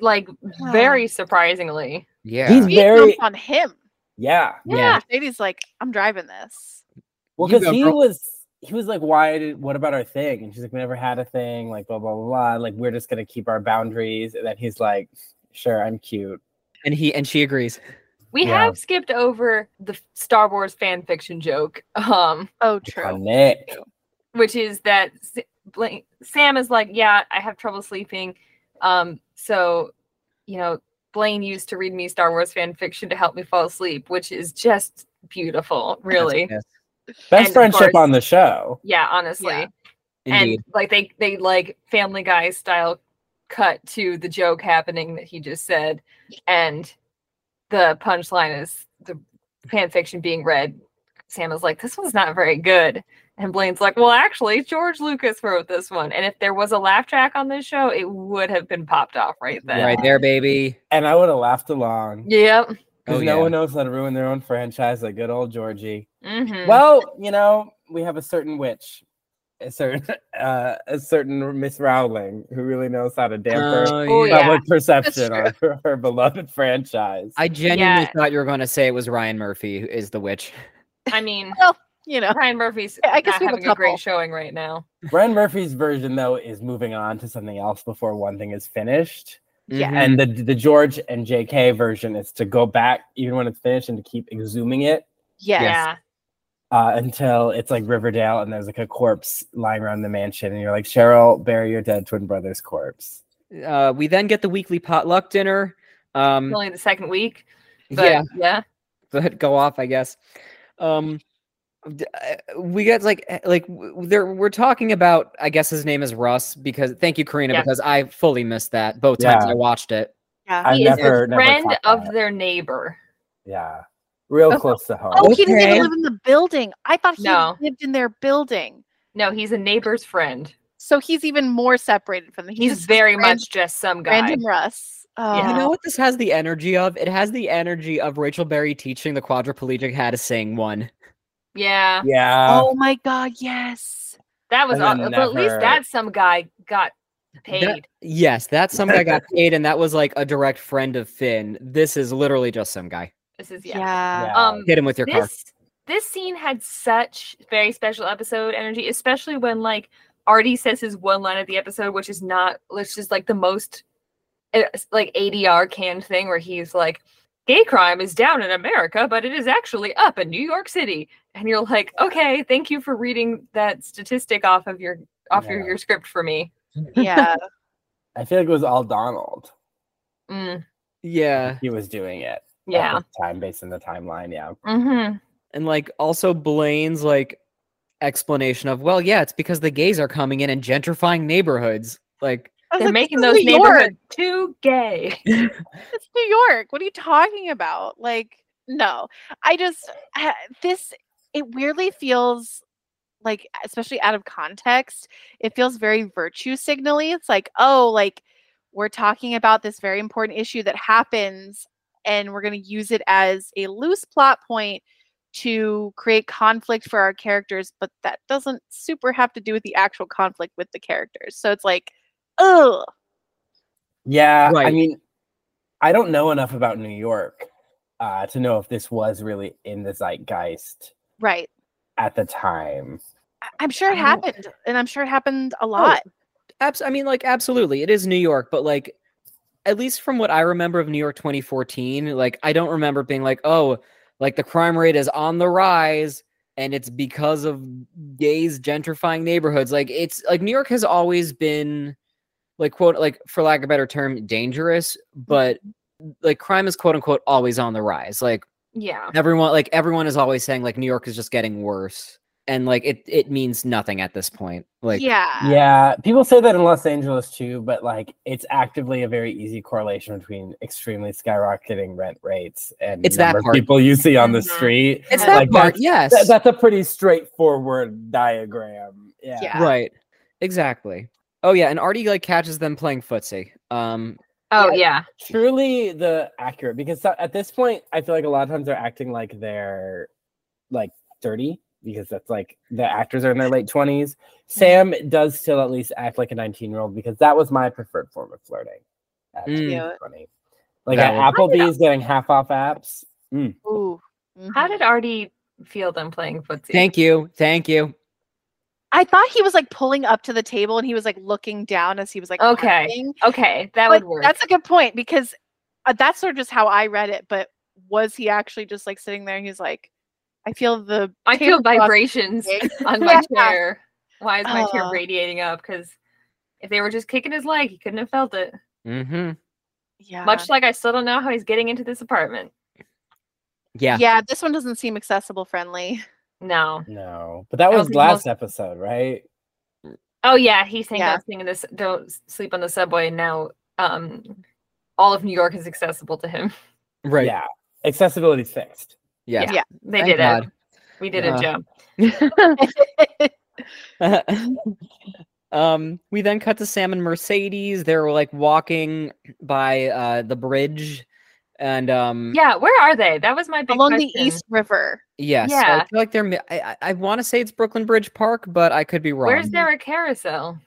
[SPEAKER 4] Like
[SPEAKER 5] Wow.
[SPEAKER 4] very surprisingly.
[SPEAKER 3] Yeah.
[SPEAKER 6] He's
[SPEAKER 5] He
[SPEAKER 6] very
[SPEAKER 5] jumped on him.
[SPEAKER 6] yeah.
[SPEAKER 3] Yeah.
[SPEAKER 5] Mercedes like, I'm driving this.
[SPEAKER 6] Well,
[SPEAKER 3] You
[SPEAKER 6] because
[SPEAKER 3] go,
[SPEAKER 6] he
[SPEAKER 3] girl.
[SPEAKER 6] was he was like, "Why? Did, what about our thing?" And she's like, "We never had a thing." Like blah blah blah. blah. Like we're just gonna keep our boundaries. And then he's like, "Sure, I'm cute."
[SPEAKER 3] and he and she agrees.
[SPEAKER 4] We
[SPEAKER 6] Yeah.
[SPEAKER 4] have skipped over the f- Star Wars fan fiction joke, um,
[SPEAKER 5] Oh,
[SPEAKER 6] On
[SPEAKER 5] true.
[SPEAKER 6] Nick.
[SPEAKER 4] which is that S- Blank- Sam is like, "Yeah, I have trouble sleeping, um, so you know, Blaine used to read me Star Wars fan fiction to help me fall asleep," which is just beautiful,
[SPEAKER 3] That's
[SPEAKER 4] really.
[SPEAKER 3] yes,
[SPEAKER 4] And
[SPEAKER 6] Best
[SPEAKER 4] of
[SPEAKER 6] friendship
[SPEAKER 4] course-
[SPEAKER 6] on the show.
[SPEAKER 4] Yeah, honestly,
[SPEAKER 5] Yeah.
[SPEAKER 3] Indeed.
[SPEAKER 4] and like they they like Family Guy style cut to the joke happening that he just said, and the punchline is the fan fiction being read. Sam is like, "This one's not very good," and Blaine's like, "Well, actually, George Lucas wrote this one, and if there was a laugh track on this show, it would have been popped off right then."
[SPEAKER 3] right there, baby.
[SPEAKER 6] And I would have laughed along.
[SPEAKER 4] Yep.
[SPEAKER 3] Oh,
[SPEAKER 6] Because no
[SPEAKER 3] yeah.
[SPEAKER 6] one knows how to ruin their own franchise like good old Georgie.
[SPEAKER 4] Mhm.
[SPEAKER 6] Well, you know, we have a certain witch, a certain uh, a certain Miss Rowling who really knows how to
[SPEAKER 3] Uh,
[SPEAKER 6] damper
[SPEAKER 4] Oh, yeah.
[SPEAKER 6] public perception
[SPEAKER 5] true.
[SPEAKER 6] on her, her beloved franchise.
[SPEAKER 3] I genuinely
[SPEAKER 4] Yeah.
[SPEAKER 3] thought you were going to say it was Ryan Murphy who is the witch.
[SPEAKER 4] I mean,
[SPEAKER 5] You know,
[SPEAKER 4] Ryan Murphy's
[SPEAKER 5] I- I guess
[SPEAKER 4] not
[SPEAKER 5] we have a
[SPEAKER 4] having a
[SPEAKER 5] couple.
[SPEAKER 4] great showing right now.
[SPEAKER 6] Brian Murphy's version though is moving on to something else before one thing is finished.
[SPEAKER 5] Yeah.
[SPEAKER 3] Mhm.
[SPEAKER 6] And the the George and JK version is to go back even when it's finished and to keep exhuming it
[SPEAKER 5] yes.
[SPEAKER 4] Yeah.
[SPEAKER 6] uh, until it's like Riverdale and there's like a corpse lying around the mansion and you're like Cheryl, bury your dead twin brother's corpse.
[SPEAKER 3] uh, we then get the weekly potluck dinner. Um,
[SPEAKER 4] Only the second week, but
[SPEAKER 3] yeah,
[SPEAKER 4] yeah.
[SPEAKER 3] but go off, I guess. Um, d- uh, we got like eh, like w- w- there we're talking about. I guess his name is Russ because thank you, Karina,
[SPEAKER 4] Yeah.
[SPEAKER 3] because I fully missed that both times
[SPEAKER 6] Yeah.
[SPEAKER 3] I watched it.
[SPEAKER 5] Yeah.
[SPEAKER 6] I
[SPEAKER 4] He is
[SPEAKER 6] never,
[SPEAKER 4] a
[SPEAKER 6] never
[SPEAKER 4] friend
[SPEAKER 6] caught
[SPEAKER 4] of
[SPEAKER 6] that.
[SPEAKER 4] their neighbor.
[SPEAKER 6] yeah, real
[SPEAKER 5] Oh,
[SPEAKER 6] close to home.
[SPEAKER 5] Oh, he didn't
[SPEAKER 3] Okay.
[SPEAKER 5] even live in the building. I thought he
[SPEAKER 4] No.
[SPEAKER 5] lived in their building.
[SPEAKER 4] No, he's a neighbor's friend.
[SPEAKER 5] So he's even more separated from them.
[SPEAKER 4] He's
[SPEAKER 5] just
[SPEAKER 4] very
[SPEAKER 5] ran-
[SPEAKER 4] much just some guy.
[SPEAKER 5] random Russ. Oh,
[SPEAKER 4] Yeah.
[SPEAKER 3] You know what this has the energy of? It has the energy of Rachel Berry teaching the quadriplegic how to sing one.
[SPEAKER 4] Yeah,
[SPEAKER 6] yeah,
[SPEAKER 5] oh my god, yes.
[SPEAKER 4] that was.
[SPEAKER 6] And
[SPEAKER 4] Awesome.
[SPEAKER 6] then
[SPEAKER 4] But at least
[SPEAKER 6] never-
[SPEAKER 4] that some guy got paid.
[SPEAKER 3] Yes, that some guy got paid, and that was like a direct friend of Finn. This is literally just some guy.
[SPEAKER 4] This is yeah.
[SPEAKER 5] Yeah.
[SPEAKER 4] Um,
[SPEAKER 3] Hit him with your car.
[SPEAKER 4] this this scene had such very special episode energy, especially when like Artie says his one line of the episode, which is not, which is like the most uh, s- like ADR canned thing where he's like, "Gay crime is down in America, but it is actually up in New York City," and you're like, "Okay, thank you for reading that statistic off of your off
[SPEAKER 6] Yeah.
[SPEAKER 4] of your script for me."
[SPEAKER 5] Yeah.
[SPEAKER 6] I feel like it was all Donald.
[SPEAKER 4] Mm,
[SPEAKER 3] Yeah.
[SPEAKER 6] He was doing it. at
[SPEAKER 4] yeah.
[SPEAKER 6] the time based on the timeline. Yeah,
[SPEAKER 4] Mm-hmm.
[SPEAKER 3] And like also Blaine's like explanation of, well, yeah, it's because the gays are coming in and gentrifying neighborhoods. Like
[SPEAKER 5] I was
[SPEAKER 4] They're
[SPEAKER 5] like, this
[SPEAKER 4] making
[SPEAKER 5] is
[SPEAKER 4] those
[SPEAKER 5] New
[SPEAKER 4] neighborhoods too gay.
[SPEAKER 5] York. It's New York. What are you talking about? Like, no. I just I- this it weirdly feels like especially out of context, it feels very virtue signally. It's like, oh, like we're talking about this very important issue that happens and we're going to use it as a loose plot point to create conflict for our characters, but that doesn't super have to do with the actual conflict with the characters. So it's like, oh,
[SPEAKER 6] yeah. I
[SPEAKER 3] Right.
[SPEAKER 6] mean, I don't know enough about New York uh, to know if this was really in the zeitgeist
[SPEAKER 5] right.
[SPEAKER 6] at the time.
[SPEAKER 5] I- I'm sure it
[SPEAKER 3] I don't-
[SPEAKER 5] happened, and I'm sure it happened a lot.
[SPEAKER 3] abs- I mean, like absolutely, it is New York, but like at least from what I remember of New York 2014, like I don't remember being like, oh, like the crime rate is on the rise and it's because of gays gentrifying neighborhoods. Like it's like New York has always been like quote like for lack of a better term dangerous, but like crime is quote unquote always on the rise. Like
[SPEAKER 4] Yeah.
[SPEAKER 3] everyone like everyone is always saying like New York is just getting worse. and like it it means nothing at this point. Like
[SPEAKER 5] yeah.
[SPEAKER 6] yeah, people say that in Los Angeles too, but like it's actively a very easy correlation between extremely skyrocketing rent rates and
[SPEAKER 3] It's
[SPEAKER 6] the
[SPEAKER 3] that
[SPEAKER 6] number of
[SPEAKER 3] part.
[SPEAKER 6] people you see on the
[SPEAKER 4] Mhm.
[SPEAKER 6] street.
[SPEAKER 3] it's that
[SPEAKER 6] Like,
[SPEAKER 3] part,
[SPEAKER 6] that's-
[SPEAKER 3] yes.
[SPEAKER 6] That- that's a pretty straightforward diagram. Yeah.
[SPEAKER 5] Yeah.
[SPEAKER 3] Right. Exactly. Oh yeah, and Artie like catches them playing footsie. Um
[SPEAKER 4] Oh yeah.
[SPEAKER 6] Yeah. truly the accurate because so- at this point i feel like a lot of times they're acting like they're like 30 because that's like the actors are in their late 20s sam does still at least act like a 19 year old because that was my preferred form of flirting at
[SPEAKER 3] Mm.
[SPEAKER 5] Yeah.
[SPEAKER 6] 20. like
[SPEAKER 3] That
[SPEAKER 6] at
[SPEAKER 4] was-
[SPEAKER 6] applebee's getting half off apps
[SPEAKER 5] Ooh.
[SPEAKER 4] How
[SPEAKER 5] Mhm.
[SPEAKER 4] did Artie feel them playing footsie?
[SPEAKER 3] thank you. Thank you.
[SPEAKER 5] I thought he was like pulling up to the table and he was like looking down as he was like
[SPEAKER 4] Okay.
[SPEAKER 5] laughing.
[SPEAKER 4] okay, that
[SPEAKER 5] But
[SPEAKER 4] would work.
[SPEAKER 5] That's a good point because uh, that's sort of just how I read it. But was he actually just like sitting there? and He's like, I feel the
[SPEAKER 4] I feel
[SPEAKER 5] tablecloth
[SPEAKER 4] vibrations
[SPEAKER 5] moving."
[SPEAKER 4] on my
[SPEAKER 5] Yeah.
[SPEAKER 4] chair. Why is my chair
[SPEAKER 5] Oh.
[SPEAKER 4] radiating up? Because if they were just kicking his leg, he couldn't have felt it.
[SPEAKER 3] Mm-hmm.
[SPEAKER 5] Yeah.
[SPEAKER 4] Much like I still don't know how he's getting into this apartment.
[SPEAKER 5] yeah.
[SPEAKER 3] Yeah.
[SPEAKER 5] This one doesn't seem accessible friendly.
[SPEAKER 4] No.
[SPEAKER 6] no but that
[SPEAKER 4] That
[SPEAKER 6] was
[SPEAKER 4] was the
[SPEAKER 6] last
[SPEAKER 4] most-
[SPEAKER 6] episode right
[SPEAKER 4] Oh yeah, he's saying
[SPEAKER 5] Yeah.
[SPEAKER 4] about singing this don't s- sleep on the subway and now um all of New York is accessible to him.
[SPEAKER 3] Right. Yeah.
[SPEAKER 6] yeah accessibility fixed
[SPEAKER 3] Yeah.
[SPEAKER 4] They
[SPEAKER 3] Thank
[SPEAKER 4] did
[SPEAKER 3] God.
[SPEAKER 4] it. We did it,
[SPEAKER 3] Yeah.
[SPEAKER 4] Joe.
[SPEAKER 3] um, we then cut to Sam and Mercedes. They're like walking by uh, the bridge, and um,
[SPEAKER 4] Yeah, where are they? That was my big
[SPEAKER 5] Along the
[SPEAKER 4] question.
[SPEAKER 5] East River.
[SPEAKER 3] yes, I
[SPEAKER 4] Yeah.
[SPEAKER 3] feel like they're. mi- I, I, want to say it's Brooklyn Bridge Park, but I could be wrong.
[SPEAKER 4] Where's there a carousel?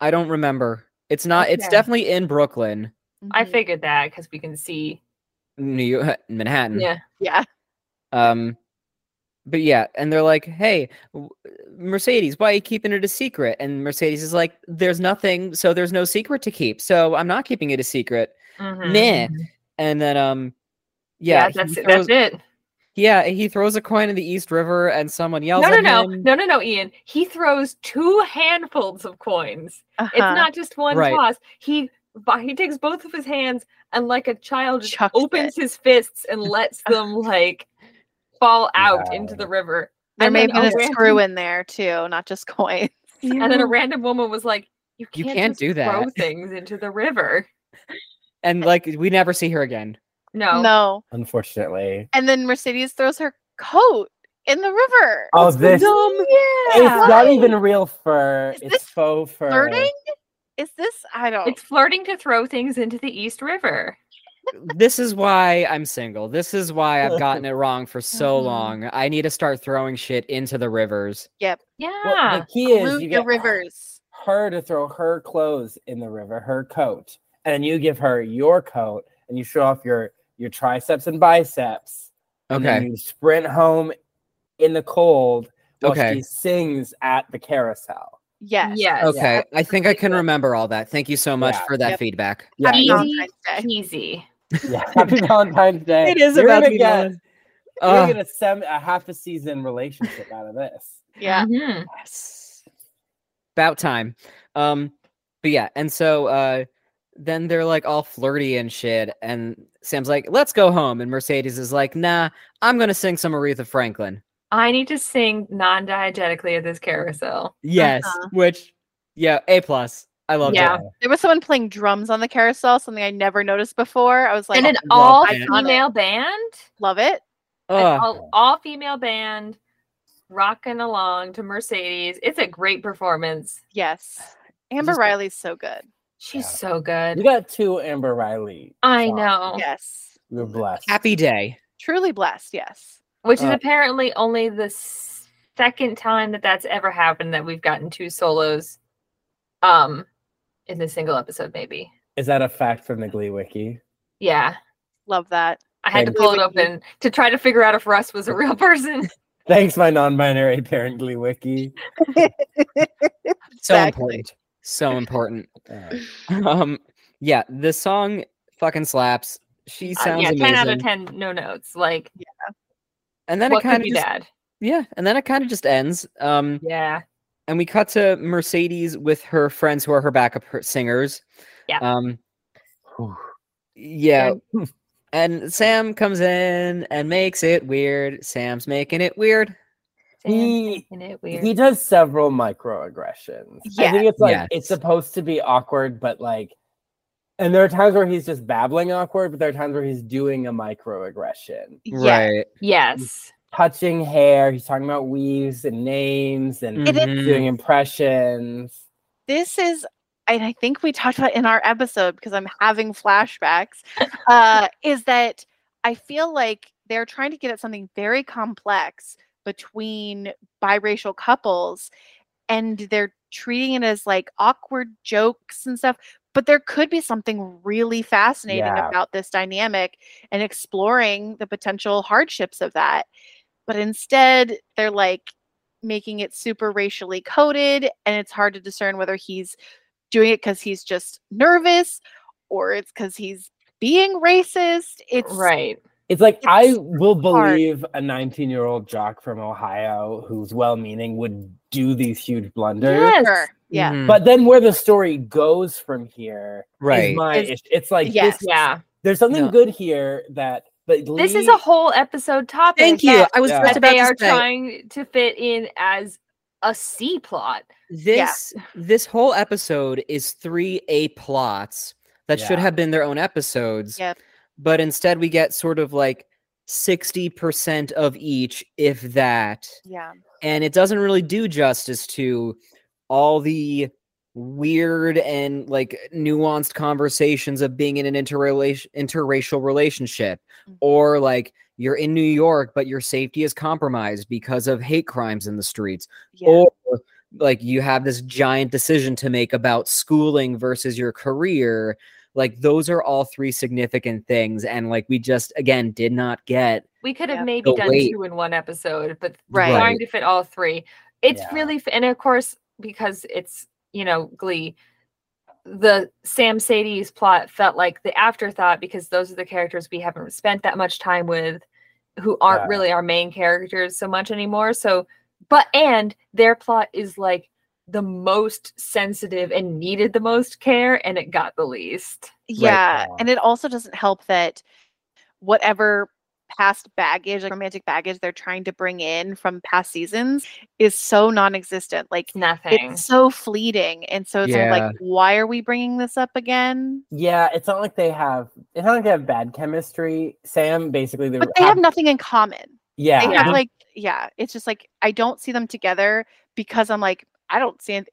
[SPEAKER 3] I don't remember. It's not. It's
[SPEAKER 4] Okay.
[SPEAKER 3] definitely in Brooklyn,
[SPEAKER 4] I
[SPEAKER 5] Mhm.
[SPEAKER 4] figured that because we can see.
[SPEAKER 3] New York, Manhattan.
[SPEAKER 4] Yeah.
[SPEAKER 5] Yeah.
[SPEAKER 3] Um, but yeah, and they're like, "Hey, w- Mercedes, why are you keeping it a secret?" And Mercedes is like, "There's nothing, so there's no secret to keep. So I'm not keeping it a secret."
[SPEAKER 4] Mhm.
[SPEAKER 3] Meh. And then, um, yeah,
[SPEAKER 4] Yeah, that's
[SPEAKER 3] he
[SPEAKER 4] it-
[SPEAKER 3] throws,
[SPEAKER 4] that's it.
[SPEAKER 3] yeah, he throws a coin in the East River, and someone yells
[SPEAKER 4] No, no,
[SPEAKER 3] at
[SPEAKER 4] no,
[SPEAKER 3] him.
[SPEAKER 4] no, no, no, Ian. He throws two handfuls of coins. It's
[SPEAKER 5] Uh-huh.
[SPEAKER 4] not just one
[SPEAKER 3] Right.
[SPEAKER 4] toss. He bu- he takes both of his hands and, like a child, just
[SPEAKER 5] Chucks
[SPEAKER 4] opens his fists and lets them like fall out into
[SPEAKER 6] Wow.
[SPEAKER 4] the river.
[SPEAKER 5] There
[SPEAKER 4] and
[SPEAKER 5] may
[SPEAKER 4] then
[SPEAKER 5] have been
[SPEAKER 4] a
[SPEAKER 5] a screw in there too, not just coin.
[SPEAKER 4] And then a random woman was like, "You
[SPEAKER 3] You
[SPEAKER 4] can't,
[SPEAKER 3] can't
[SPEAKER 4] just
[SPEAKER 3] do
[SPEAKER 4] Throw
[SPEAKER 3] that."
[SPEAKER 4] things into the river.
[SPEAKER 3] And like, we never see her again.
[SPEAKER 4] No,
[SPEAKER 5] No.
[SPEAKER 6] unfortunately
[SPEAKER 5] And then Mercedes throws her coat in the river.
[SPEAKER 6] oh this
[SPEAKER 4] Yeah.
[SPEAKER 6] it's not even real fur
[SPEAKER 5] Is
[SPEAKER 6] it's
[SPEAKER 5] this
[SPEAKER 6] faux fur
[SPEAKER 5] flirting? Is this? I don't.
[SPEAKER 4] It's flirting to throw things into the East River.
[SPEAKER 3] this is why I'm single. This is why I've gotten it wrong for so
[SPEAKER 5] Mhm.
[SPEAKER 4] Mm-hmm.
[SPEAKER 3] long. I need to start throwing shit into the rivers.
[SPEAKER 4] Yeah.
[SPEAKER 6] Well, the key is
[SPEAKER 5] pollute
[SPEAKER 6] you
[SPEAKER 5] the
[SPEAKER 6] get
[SPEAKER 5] rivers.
[SPEAKER 6] her to throw her clothes in the river, her coat, and then you give her your coat and you show off your your triceps and biceps. And then
[SPEAKER 4] Mm-hmm.
[SPEAKER 3] Okay.
[SPEAKER 6] you sprint home in the cold while
[SPEAKER 3] Okay.
[SPEAKER 6] she sings at the carousel.
[SPEAKER 5] Yes.
[SPEAKER 4] Yes.
[SPEAKER 3] Okay. I think I
[SPEAKER 5] really
[SPEAKER 3] can
[SPEAKER 5] good.
[SPEAKER 3] remember all that. Thank you so much
[SPEAKER 6] Yeah.
[SPEAKER 3] for that
[SPEAKER 5] Yep.
[SPEAKER 3] feedback.
[SPEAKER 6] Yeah,
[SPEAKER 5] Happy
[SPEAKER 4] Easy
[SPEAKER 5] Valentine's Day.
[SPEAKER 4] peasy.
[SPEAKER 6] yeah. Happy Valentine's Day.
[SPEAKER 3] is
[SPEAKER 6] You're
[SPEAKER 3] about
[SPEAKER 6] gonna
[SPEAKER 3] to be
[SPEAKER 6] get,
[SPEAKER 3] done.
[SPEAKER 6] you're
[SPEAKER 3] Ugh.
[SPEAKER 6] gonna sem- a half a season relationship out of this.
[SPEAKER 5] Yeah.
[SPEAKER 4] Mhm.
[SPEAKER 3] about time. Um, but yeah, and so uh, then they're like all flirty and shit, and Sam's like, "Let's go home," and Mercedes is like, "Nah, I'm gonna sing some Aretha Franklin."
[SPEAKER 4] I need to sing non-diegetically at this carousel.
[SPEAKER 3] Yes,
[SPEAKER 5] Uh-huh.
[SPEAKER 3] which yeah, a plus. I love
[SPEAKER 4] Yeah.
[SPEAKER 3] that.
[SPEAKER 5] There was someone playing drums on the carousel, something I never noticed before. I was like,
[SPEAKER 4] in an
[SPEAKER 6] a rock
[SPEAKER 4] all
[SPEAKER 5] band.
[SPEAKER 4] female band,
[SPEAKER 5] love it.
[SPEAKER 4] an
[SPEAKER 3] Ugh.
[SPEAKER 4] all, all female band, rocking along to Mercedes. It's a great performance.
[SPEAKER 5] Yes. Amber
[SPEAKER 3] just-
[SPEAKER 5] Riley's so good.
[SPEAKER 4] She's
[SPEAKER 6] Yeah.
[SPEAKER 4] so
[SPEAKER 6] You
[SPEAKER 4] good.
[SPEAKER 6] got two Amber Riley.
[SPEAKER 4] I
[SPEAKER 6] songs.
[SPEAKER 4] know,
[SPEAKER 5] Yes.
[SPEAKER 6] You're blessed.
[SPEAKER 3] Happy day.
[SPEAKER 5] Truly blessed. Yes.
[SPEAKER 4] which is
[SPEAKER 3] Uh,
[SPEAKER 4] apparently only the s- second time that that's ever happened that we've gotten two solos, um, in a single episode. Maybe,
[SPEAKER 6] Is that a fact from the Glee Wiki?
[SPEAKER 4] yeah.
[SPEAKER 5] Love that.
[SPEAKER 4] I had to
[SPEAKER 6] Thank
[SPEAKER 4] pull it
[SPEAKER 5] you.
[SPEAKER 4] open to try to figure out if Russ was a real person.
[SPEAKER 6] Thanks, my non-binary parent Glee Wiki.
[SPEAKER 3] So
[SPEAKER 5] Exactly.
[SPEAKER 3] important. So important.
[SPEAKER 6] Uh,
[SPEAKER 3] um, yeah, this song fucking slaps. She
[SPEAKER 4] Uh,
[SPEAKER 3] sounds
[SPEAKER 4] yeah,
[SPEAKER 3] amazing.
[SPEAKER 4] ten out of ten, no notes. Like,
[SPEAKER 3] And then
[SPEAKER 4] what
[SPEAKER 3] it
[SPEAKER 4] could
[SPEAKER 3] kind of
[SPEAKER 4] be
[SPEAKER 3] just,
[SPEAKER 4] bad?
[SPEAKER 3] yeah, and then it kind of just ends. Um,
[SPEAKER 4] Yeah.
[SPEAKER 3] and we cut to Mercedes with her friends who are her backup her- singers.
[SPEAKER 4] Yeah.
[SPEAKER 3] Um,
[SPEAKER 6] Whew.
[SPEAKER 3] yeah. And Sam comes in and makes it weird. Sam's making it weird.
[SPEAKER 4] dancing
[SPEAKER 6] He-
[SPEAKER 4] in it weird.
[SPEAKER 6] He does several microaggressions. I think it's like
[SPEAKER 3] Yes.
[SPEAKER 6] it's supposed to be awkward, but like, and there are times where he's just babbling awkward, but there are times where he's doing a microaggression,
[SPEAKER 5] Yeah.
[SPEAKER 3] Right.
[SPEAKER 4] yes.
[SPEAKER 6] touching hair. He's talking about weaves and names and
[SPEAKER 5] It is-
[SPEAKER 3] Mhm.
[SPEAKER 6] doing impressions.
[SPEAKER 5] This is, and I think we talked about in our episode because I'm having flashbacks, uh, is that I feel like they're trying to get at something very complex between biracial couples and they're treating it as like awkward jokes and stuff. But there could be something really fascinating
[SPEAKER 6] Yeah.
[SPEAKER 5] about this dynamic and exploring the potential hardships of that. But instead, they're like making it super racially coded, and it's hard to discern whether he's doing it because he's just nervous or it's because he's being racist. It's
[SPEAKER 4] Right.
[SPEAKER 6] It's like I
[SPEAKER 5] It's
[SPEAKER 6] will
[SPEAKER 5] hard.
[SPEAKER 6] believe a 19 year old jock from Ohio who's well meaning would do these huge blunders.
[SPEAKER 4] Yes.
[SPEAKER 5] Sure. Yeah.
[SPEAKER 3] Mhm.
[SPEAKER 6] But then where the story goes from here is
[SPEAKER 3] right.
[SPEAKER 6] my
[SPEAKER 5] Is-
[SPEAKER 6] ish- It's like
[SPEAKER 5] Yes.
[SPEAKER 6] this,
[SPEAKER 4] Yeah.
[SPEAKER 6] there's something
[SPEAKER 3] No.
[SPEAKER 6] good here that but
[SPEAKER 4] This is
[SPEAKER 6] Lee-
[SPEAKER 4] a whole episode topic.
[SPEAKER 3] Thank you.
[SPEAKER 4] That,
[SPEAKER 3] I was
[SPEAKER 6] Yeah.
[SPEAKER 3] just
[SPEAKER 4] that they are
[SPEAKER 3] about to say
[SPEAKER 4] trying to fit in as a C plot.
[SPEAKER 3] this this whole episode is three A plots that should
[SPEAKER 6] Yeah.
[SPEAKER 3] have been their own episodes.
[SPEAKER 5] Yep.
[SPEAKER 3] But instead we get sort of like 60% of each if that.
[SPEAKER 5] Yeah.
[SPEAKER 3] and it doesn't really do justice to all the weird and like nuanced conversations of being in an interrelation interracial relationship
[SPEAKER 5] Mhm.
[SPEAKER 3] or like you're in New York but your safety is compromised because of hate crimes in the streets
[SPEAKER 5] Yeah.
[SPEAKER 3] or like you have this giant decision to make about schooling versus your career like those are all three significant things and like we just again did not get
[SPEAKER 4] We could have
[SPEAKER 5] Yep.
[SPEAKER 4] maybe
[SPEAKER 3] The
[SPEAKER 4] done
[SPEAKER 3] weight.
[SPEAKER 4] two in one episode, but
[SPEAKER 5] Right.
[SPEAKER 4] trying to fit all three. It's
[SPEAKER 6] Yeah.
[SPEAKER 4] really, f- and of course, because it's, you know, Glee, the Sam Sadie's plot felt like the afterthought because those are the characters we haven't spent that much time with who aren't
[SPEAKER 6] Yeah.
[SPEAKER 4] really our main characters so much anymore. So, but, and their plot is like the most sensitive and needed the most care, and it got the least.
[SPEAKER 5] Yeah.
[SPEAKER 6] now.
[SPEAKER 5] And it also doesn't help that whatever past baggage, like romantic baggage they're trying to bring in from past seasons is so non existent. Like,
[SPEAKER 4] Nothing.
[SPEAKER 5] it's so fleeting. And so it's sort of
[SPEAKER 3] Yeah.
[SPEAKER 5] like, why are we bringing this up again?
[SPEAKER 6] yeah it's not like they have it's not like they have bad chemistry sam basically the
[SPEAKER 5] But they have nothing in common.
[SPEAKER 6] yeah
[SPEAKER 5] They
[SPEAKER 4] Yeah.
[SPEAKER 5] have, like, yeah, it's just like, I don't see them together because I'm like, I don't see, anyth-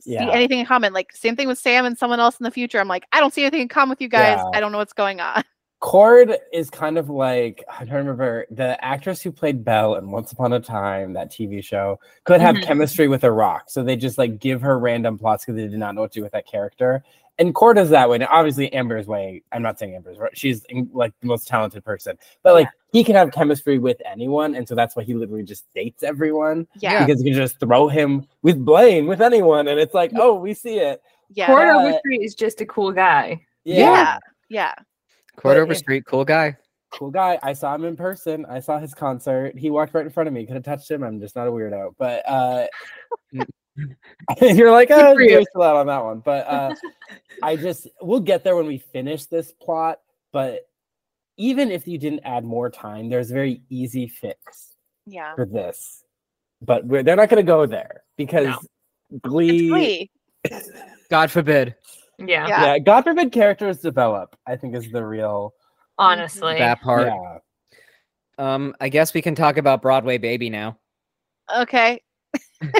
[SPEAKER 5] see
[SPEAKER 6] Yeah.
[SPEAKER 5] anything in common. Like, same thing with Sam and someone else in the future. I'm like, I don't see anything in common with you guys.
[SPEAKER 6] Yeah.
[SPEAKER 5] I don't know what's going on.
[SPEAKER 6] cord is kind of like i don't remember the actress who played belle in once upon a time that tv show could have
[SPEAKER 4] Mhm.
[SPEAKER 6] chemistry with a rock so they just like give her random plots because they did not know what to do with that character and cord is that way and obviously amber's way i'm not saying amber's right she's in- like the most talented person but like he can have chemistry with anyone and so that's why he literally just dates everyone
[SPEAKER 5] Yeah.
[SPEAKER 6] because you can just throw him with Blaine with anyone, and it's like, oh, we see it.
[SPEAKER 5] Yeah.
[SPEAKER 4] Porter
[SPEAKER 6] but-
[SPEAKER 4] Winfrey is just a cool guy.
[SPEAKER 6] Yeah,
[SPEAKER 5] yeah. Yeah.
[SPEAKER 3] Quarter
[SPEAKER 6] But
[SPEAKER 3] over
[SPEAKER 6] if-
[SPEAKER 3] street cool guy
[SPEAKER 6] cool guy. I saw him in person. I saw his concert. He walked right in front of me. Could have touched him. I'm just not a weirdo. But uh, you're like,
[SPEAKER 3] Good
[SPEAKER 6] oh,
[SPEAKER 3] for you."
[SPEAKER 6] you're still out on that one. But uh, I just we'll get there when we finish this plot. But even if you didn't add more time, there's a very easy fix
[SPEAKER 5] Yeah.
[SPEAKER 6] for this. But we're, they're not going to go there because
[SPEAKER 5] It's
[SPEAKER 6] Glee.
[SPEAKER 5] Glee.
[SPEAKER 3] god forbid
[SPEAKER 4] Yeah,
[SPEAKER 5] Yeah.
[SPEAKER 6] yeah god forbid characters develop i think is the real
[SPEAKER 4] honestly.
[SPEAKER 3] that part
[SPEAKER 6] yeah
[SPEAKER 3] Um, I guess we can talk about Broadway Baby now.
[SPEAKER 5] Okay.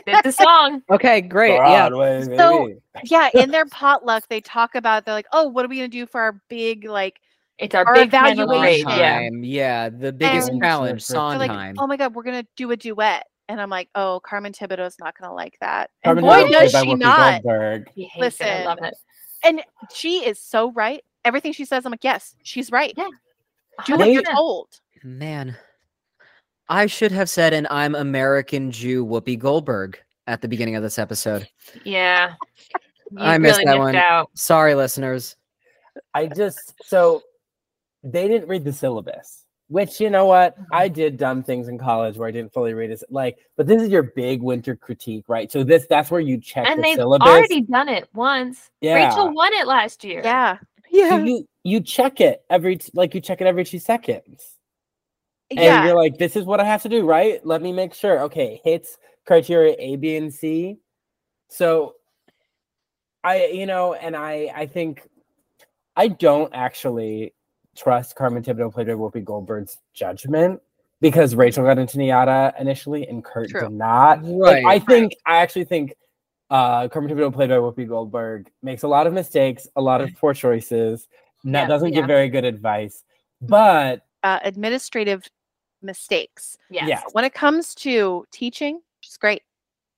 [SPEAKER 4] It's a song.
[SPEAKER 3] Okay, great.
[SPEAKER 6] Broadway,
[SPEAKER 5] So-
[SPEAKER 6] baby.
[SPEAKER 5] Yeah. In their potluck, they talk about, they're like, oh, what are we going to do for our big, like,
[SPEAKER 4] It's our,
[SPEAKER 5] Our
[SPEAKER 4] big final
[SPEAKER 5] evaluation.
[SPEAKER 4] grade, Yeah.
[SPEAKER 3] Sondheim, yeah. the biggest
[SPEAKER 5] And-
[SPEAKER 3] challenge,
[SPEAKER 5] they're like,
[SPEAKER 3] Sondheim.
[SPEAKER 5] oh my God, we're going to do a duet. And I'm like, oh, Carmen Thibodeau's not going to like that. And
[SPEAKER 6] Carmen
[SPEAKER 5] boy,
[SPEAKER 6] Electra
[SPEAKER 5] does
[SPEAKER 6] by
[SPEAKER 5] she
[SPEAKER 6] Whoopi
[SPEAKER 5] not.
[SPEAKER 6] Goldberg.
[SPEAKER 4] He hates it. I
[SPEAKER 5] Listen.
[SPEAKER 4] love it.
[SPEAKER 5] She is so right. Everything she says, I'm like, yes, she's right.
[SPEAKER 4] Yeah.
[SPEAKER 5] Do what you're
[SPEAKER 4] 100%.
[SPEAKER 5] told.
[SPEAKER 3] Man, I should have said an I'm American Jew Whoopi Goldberg at the beginning of this episode.
[SPEAKER 4] Yeah. You
[SPEAKER 3] I missed that
[SPEAKER 4] missed
[SPEAKER 3] one.
[SPEAKER 4] Out.
[SPEAKER 3] Sorry, listeners.
[SPEAKER 6] i just so they didn't read the syllabus which you know what
[SPEAKER 5] Mm-hmm.
[SPEAKER 6] i did dumb things in college where i didn't fully read it like but this is your big winter critique right so this that's where you check
[SPEAKER 4] And
[SPEAKER 6] the
[SPEAKER 4] they've
[SPEAKER 6] syllabus
[SPEAKER 4] already done it once.
[SPEAKER 6] Yeah.
[SPEAKER 4] Rachel won it last year.
[SPEAKER 5] Yeah.
[SPEAKER 6] So you you check it every t- like you check it every two seconds
[SPEAKER 5] yeah.
[SPEAKER 6] And you're like, this is what I have to do, right? Let me make sure. Okay, hits criteria A, B, and C. So I, you know, and I I think I don't actually trust Carmen Thibodeau played by Whoopi Goldberg's judgment because Rachel got into Niata initially and Kurt
[SPEAKER 5] True.
[SPEAKER 6] did not.
[SPEAKER 3] Right.
[SPEAKER 6] Like, I think I actually think uh Carmen Thibodeau played by Whoopi Goldberg makes a lot of mistakes, a lot of poor choices, not,
[SPEAKER 4] Yeah,
[SPEAKER 6] doesn't
[SPEAKER 5] Mm. yeah.
[SPEAKER 6] give very good advice. But
[SPEAKER 5] uh, administrative mistakes.
[SPEAKER 4] Yes.
[SPEAKER 6] Yeah.
[SPEAKER 5] When it comes to teaching, she's great.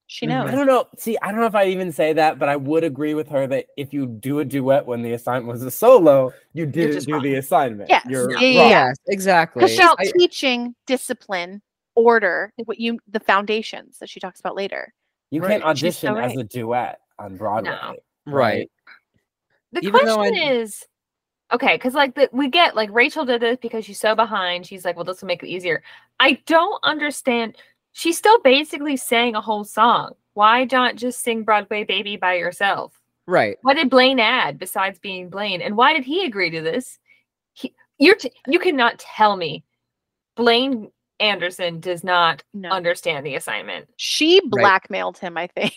[SPEAKER 5] She
[SPEAKER 3] Mhm.
[SPEAKER 5] knows.
[SPEAKER 6] I don't know. See, I don't know if I even say that, but I would agree with her that if you do a duet when the assignment was a solo, you didn't
[SPEAKER 5] just
[SPEAKER 6] do
[SPEAKER 5] wrong.
[SPEAKER 6] the assignment.
[SPEAKER 5] Yes.
[SPEAKER 6] You're
[SPEAKER 5] Yeah,
[SPEAKER 6] wrong.
[SPEAKER 5] yeah, yeah.
[SPEAKER 3] Yes, exactly.
[SPEAKER 5] Because she's
[SPEAKER 3] I-
[SPEAKER 5] teaching discipline, order, what you the foundations that she talks about later.
[SPEAKER 6] You
[SPEAKER 3] Right.
[SPEAKER 6] can't
[SPEAKER 5] She's so
[SPEAKER 6] audition as
[SPEAKER 5] right.
[SPEAKER 6] a duet on Broadway.
[SPEAKER 3] right.
[SPEAKER 4] The
[SPEAKER 3] Even though
[SPEAKER 4] question
[SPEAKER 3] I-
[SPEAKER 4] is, okay, because like the, we get like Rachel did this because she's so behind. She's like, well, this will make it easier. I don't understand. She's still basically sang a whole song. Why not just sing Broadway Baby by yourself?
[SPEAKER 3] Right.
[SPEAKER 4] What did Blaine add besides being Blaine? And why did he agree to this? He, you're t- you cannot tell me Blaine Anderson does not
[SPEAKER 5] No.
[SPEAKER 4] understand the assignment
[SPEAKER 5] she blackmailed him, I think.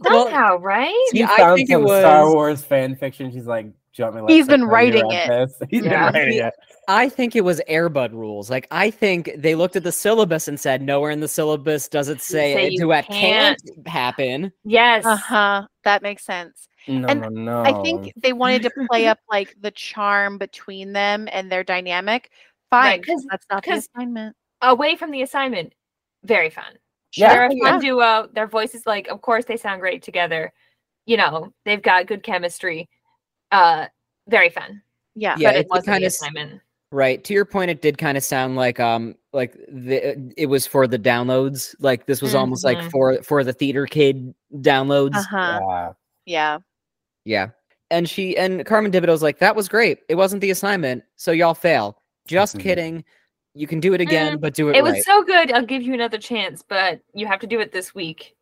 [SPEAKER 3] Well,
[SPEAKER 4] somehow, right?
[SPEAKER 6] She
[SPEAKER 3] Yeah, I
[SPEAKER 6] found
[SPEAKER 3] think it
[SPEAKER 6] some Star
[SPEAKER 3] was-
[SPEAKER 6] Wars fan fiction. She's like, do you want me to let
[SPEAKER 5] He's been
[SPEAKER 6] September
[SPEAKER 5] writing
[SPEAKER 6] write
[SPEAKER 5] it.
[SPEAKER 6] this?" He's
[SPEAKER 4] Yeah.
[SPEAKER 6] been writing it.
[SPEAKER 3] I think it was Airbud rules. Like I think they looked at the syllabus and said, nowhere in the syllabus does it say,
[SPEAKER 4] say
[SPEAKER 3] a
[SPEAKER 4] you
[SPEAKER 3] duet can't, happen.
[SPEAKER 4] Yes.
[SPEAKER 5] Uh
[SPEAKER 3] uh-huh.
[SPEAKER 5] huh. That makes sense.
[SPEAKER 6] No,
[SPEAKER 5] And
[SPEAKER 6] no, no.
[SPEAKER 5] I think they wanted to play up like the charm between them and their dynamic. Fine,
[SPEAKER 4] 'cause-
[SPEAKER 5] that's not the
[SPEAKER 4] 'cause-
[SPEAKER 5] assignment.
[SPEAKER 4] Away from the assignment, very fun.
[SPEAKER 6] Yeah.
[SPEAKER 4] they're a
[SPEAKER 5] yeah.
[SPEAKER 4] fun duo. Their voices, like, of course, they sound great together. You know, they've got good chemistry. Uh, very fun.
[SPEAKER 5] Yeah.
[SPEAKER 4] but
[SPEAKER 3] it-
[SPEAKER 4] it
[SPEAKER 3] it
[SPEAKER 4] wasn't
[SPEAKER 3] kinda
[SPEAKER 4] the
[SPEAKER 3] s-
[SPEAKER 4] assignment.
[SPEAKER 3] Right. To your point, it did kind of sound like um like the it was for the downloads. Like this was almost like
[SPEAKER 4] Mhm.
[SPEAKER 3] for for the theater kid downloads.
[SPEAKER 4] Uh-huh.
[SPEAKER 5] Uh huh.
[SPEAKER 6] Yeah.
[SPEAKER 5] Yeah.
[SPEAKER 3] Yeah. And she and Carmen Thibodeau's like, that was great. It wasn't the assignment, so y'all fail. Just
[SPEAKER 6] Mhm.
[SPEAKER 3] kidding. You can do it again, but do it,
[SPEAKER 4] Mm. It
[SPEAKER 3] right.
[SPEAKER 4] was so good. I'll give you another chance, but you have to do it this week.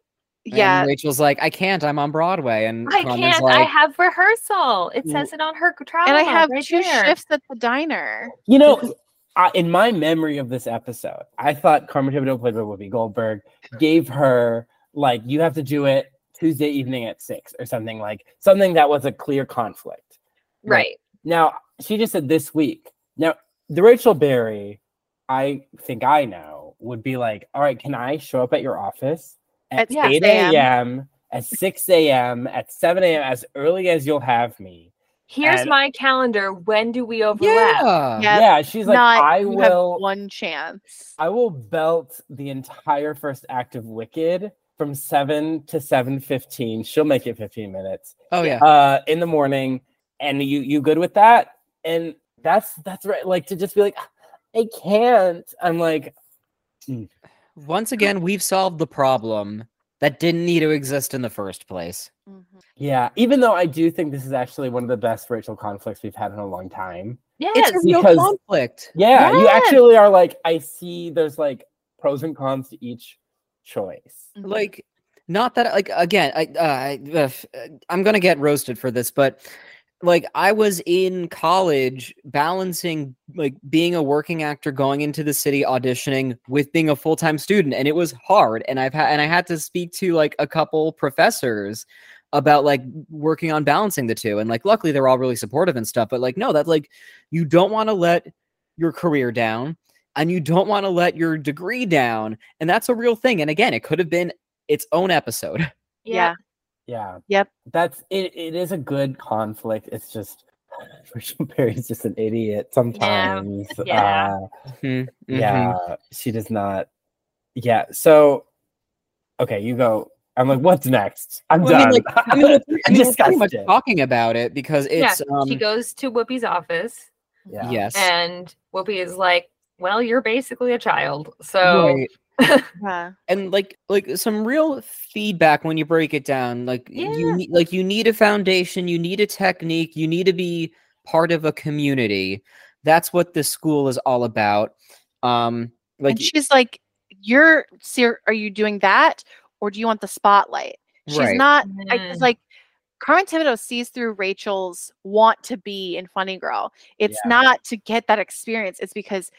[SPEAKER 5] Yeah.
[SPEAKER 3] And Rachel's like, I can't. I'm on Broadway. And
[SPEAKER 4] I
[SPEAKER 3] Carmen's
[SPEAKER 4] can't. I
[SPEAKER 3] like,
[SPEAKER 4] have rehearsal. It
[SPEAKER 3] Mm.
[SPEAKER 4] says it on her trial.
[SPEAKER 5] And I have
[SPEAKER 4] right
[SPEAKER 5] two
[SPEAKER 4] there.
[SPEAKER 5] shifts at the diner.
[SPEAKER 6] You know, I, in my memory of this episode, I thought Carmen Thibodeau played by Whoopi Goldberg gave her like you have to do it Tuesday evening at six or something like something that was a clear conflict.
[SPEAKER 4] Right.
[SPEAKER 6] Now she just said this week. Now the Rachel Berry, I think I know, would be like, all right, can I show up at your office
[SPEAKER 5] At
[SPEAKER 6] at,
[SPEAKER 5] 6
[SPEAKER 6] eight
[SPEAKER 5] a.m.?
[SPEAKER 6] a.m. at six a.m. at seven a.m. as early as you'll have me?
[SPEAKER 4] Here's
[SPEAKER 6] And-
[SPEAKER 4] my calendar. When do we overlap?
[SPEAKER 3] yeah.
[SPEAKER 5] Yeah,
[SPEAKER 6] yeah, she's like,
[SPEAKER 5] not
[SPEAKER 6] I
[SPEAKER 5] you have
[SPEAKER 6] will.
[SPEAKER 5] one chance.
[SPEAKER 6] I will belt the entire first act of Wicked from seven to seven fifteen. She'll make it fifteen minutes
[SPEAKER 3] Oh, yeah.
[SPEAKER 6] uh, in the morning. And you you good with that? And that's that's right. Like to just be like, I can't. I'm like,
[SPEAKER 3] Once again, we've solved the problem that didn't need to exist in the first place.
[SPEAKER 4] Mm-hmm.
[SPEAKER 5] Mhm.
[SPEAKER 6] yeah. Even though I do think this is actually one of the best Rachel conflicts we've had in a long time.
[SPEAKER 4] Yes.
[SPEAKER 3] it's a real
[SPEAKER 6] because-
[SPEAKER 3] conflict.
[SPEAKER 6] Yeah, you
[SPEAKER 5] Yes.
[SPEAKER 6] actually are like, I see. There's like pros and cons to each choice.
[SPEAKER 5] Mhm.
[SPEAKER 3] Like, not that, like, again, I, uh, I, uh, f- uh, I'm going to get roasted for this, but like, I was in college balancing, like, being a working actor, going into the city, auditioning with being a full time student. And it was hard. And I've had, and I had to speak to like a couple professors about like working on balancing the two and like luckily they're all really supportive and stuff but like no that like you don't want to let your career down and you don't want to let your degree down and that's a real thing and again it could have been its own episode
[SPEAKER 5] yeah.
[SPEAKER 6] Yeah.
[SPEAKER 5] Yep.
[SPEAKER 6] That's it. It is a good conflict. It's just Rachel Berry's just an idiot sometimes.
[SPEAKER 4] yeah.
[SPEAKER 6] Uh,
[SPEAKER 3] Mm-hmm.
[SPEAKER 6] Yeah. She does not. Yeah. So, okay, you go. I'm like, what's next? I'm
[SPEAKER 3] Well, I
[SPEAKER 6] done.
[SPEAKER 3] mean, I mean, we're- I mean, we're pretty much
[SPEAKER 6] Disgusted.
[SPEAKER 3] talking about it because
[SPEAKER 4] Yeah,
[SPEAKER 3] it's um,
[SPEAKER 4] she goes to Whoopi's office,
[SPEAKER 6] yeah.
[SPEAKER 3] yes
[SPEAKER 4] and Whoopi is like, "Well, you're basically a child, so
[SPEAKER 3] Right.
[SPEAKER 5] Yeah.
[SPEAKER 3] and like like some real feedback when you break it down like you
[SPEAKER 4] Yeah.
[SPEAKER 3] need like you need a foundation you need a technique you need to be part of a community that's what this school is all about um like
[SPEAKER 5] and she's like, "You're ser- are you doing that, or do you want the spotlight?" She's
[SPEAKER 3] Right.
[SPEAKER 5] not. I, it's
[SPEAKER 4] Mm.
[SPEAKER 5] like Carmen Thibodeau sees through Rachel's want to be in Funny Girl. It's
[SPEAKER 6] Yeah.
[SPEAKER 5] not to get that experience. It's because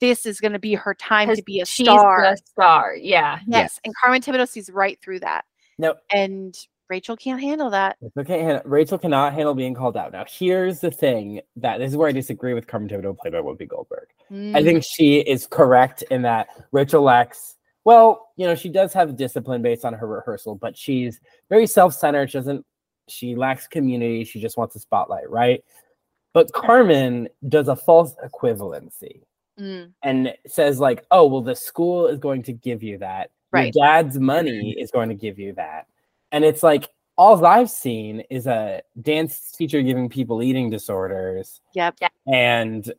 [SPEAKER 5] this is going to be her time
[SPEAKER 4] Because
[SPEAKER 5] to be a
[SPEAKER 4] she's
[SPEAKER 5] star.
[SPEAKER 4] the star. Yeah.
[SPEAKER 5] yes. And Carmen Thibodeau sees right through that.
[SPEAKER 6] No,
[SPEAKER 5] And Rachel can't handle that.
[SPEAKER 6] Rachel, can't handle, Rachel cannot handle being called out. Now, here's the thing that this is where I disagree with Carmen Thibodeau, played by Whoopi Goldberg. I think she is correct in that Rachel lacks. Well, you know, she does have discipline based on her rehearsal, but she's very self-centered. She doesn't. She lacks community. She just wants a spotlight, right? But Carmen does a false equivalency
[SPEAKER 5] Mm,
[SPEAKER 6] and says like, "Oh, well, the school is going to give you that.
[SPEAKER 5] Right.
[SPEAKER 6] Your dad's money is going to give you that." And it's like all I've seen is a dance teacher giving people eating disorders,
[SPEAKER 5] yep.
[SPEAKER 6] and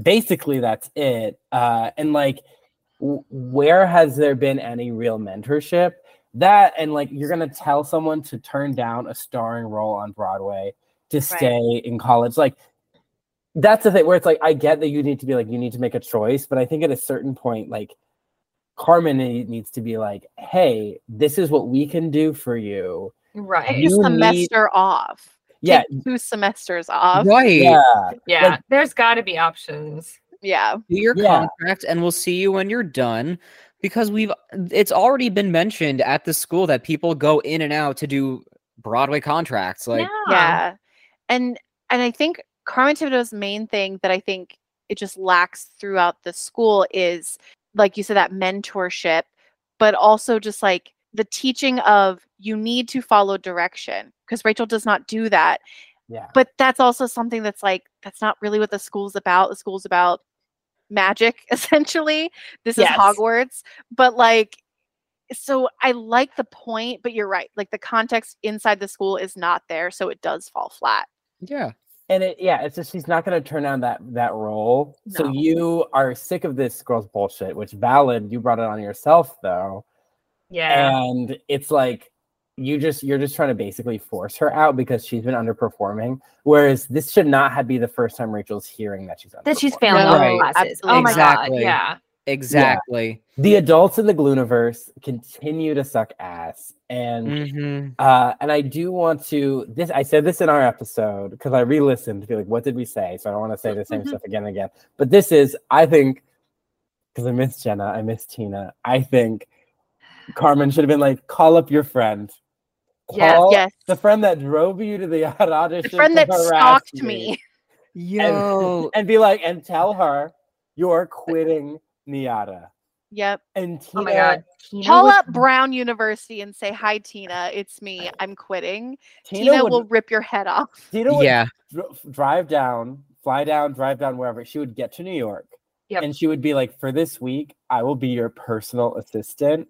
[SPEAKER 6] basically that's it. Uh, and like, w- where has there been any real mentorship? That and like, you're gonna tell someone to turn down a starring role on Broadway to stay in college, like that's the thing where it's like I get that you need to be like you need to make a choice, but I think at a certain point, like Carmen ne- needs to be like, "Hey, this is what we can do for you."
[SPEAKER 4] Right.
[SPEAKER 5] Take a
[SPEAKER 6] You need-
[SPEAKER 5] semester off.
[SPEAKER 6] Yeah,
[SPEAKER 5] Take two semesters off.
[SPEAKER 3] right.
[SPEAKER 6] yeah,
[SPEAKER 4] Yeah. There's got to be options.
[SPEAKER 5] Yeah.
[SPEAKER 3] do your
[SPEAKER 6] Yeah.
[SPEAKER 3] contract and we'll see you when you're done because we've it's already been mentioned at the school that people go in and out to do broadway contracts like
[SPEAKER 5] yeah and and i think carmen thibodeau's main thing that i think it just lacks throughout the school is like you said that mentorship but also just like the teaching of you need to follow direction because rachel does not do that
[SPEAKER 6] yeah.
[SPEAKER 5] but that's also something that's like that's not really what the school's about the school's about magic essentially this is
[SPEAKER 4] Yes.
[SPEAKER 5] hogwarts but like so i like the point but you're right like the context inside the school is not there so it does fall flat
[SPEAKER 3] yeah
[SPEAKER 6] And it, yeah, it's just she's not going to turn down that that role. So
[SPEAKER 5] No.
[SPEAKER 6] you are sick of this girl's bullshit, which valid. You brought it on yourself though,
[SPEAKER 4] Yeah.
[SPEAKER 6] and it's like you just you're just trying to basically force her out because she's been underperforming. Whereas this should not have be the first time Rachel's hearing that she's
[SPEAKER 4] That she's
[SPEAKER 6] underperforming.
[SPEAKER 4] failing
[SPEAKER 3] Right.
[SPEAKER 4] all the classes.
[SPEAKER 5] Absolutely.
[SPEAKER 4] Oh my
[SPEAKER 3] Exactly.
[SPEAKER 4] god. Yeah.
[SPEAKER 3] exactly
[SPEAKER 6] the adults in the Glooniverse continue to suck ass, and
[SPEAKER 4] Mm-hmm.
[SPEAKER 3] Mhm.
[SPEAKER 6] uh, and I do want to this. I said this in our episode because I re-listened to be like, what did we say? So I don't want to say the same
[SPEAKER 5] Mhm.
[SPEAKER 6] stuff again and again. But this is, I think, because I miss Jenna, I miss Tina. I think Carmen should have been like, call up your friend.
[SPEAKER 4] Yeah,
[SPEAKER 6] Call
[SPEAKER 5] yes
[SPEAKER 6] The friend that drove you to the audition.
[SPEAKER 5] the friend
[SPEAKER 6] to
[SPEAKER 5] that
[SPEAKER 6] harass
[SPEAKER 5] stalked
[SPEAKER 6] you
[SPEAKER 5] me
[SPEAKER 6] and,
[SPEAKER 3] yo
[SPEAKER 6] and be like, and tell her you're quitting Miata.
[SPEAKER 5] yep
[SPEAKER 6] And Tina,
[SPEAKER 4] Oh my god. Tina
[SPEAKER 5] call
[SPEAKER 4] was-
[SPEAKER 5] up brown university and say hi tina it's me i'm quitting
[SPEAKER 6] Tina,
[SPEAKER 5] tina,
[SPEAKER 6] would,
[SPEAKER 5] will rip your head off
[SPEAKER 6] Tina would
[SPEAKER 3] yeah
[SPEAKER 6] dr- drive down, fly down, drive down wherever. She would get to New York,
[SPEAKER 4] Yep.
[SPEAKER 6] and she would be like, "For this week, I will be your personal assistant,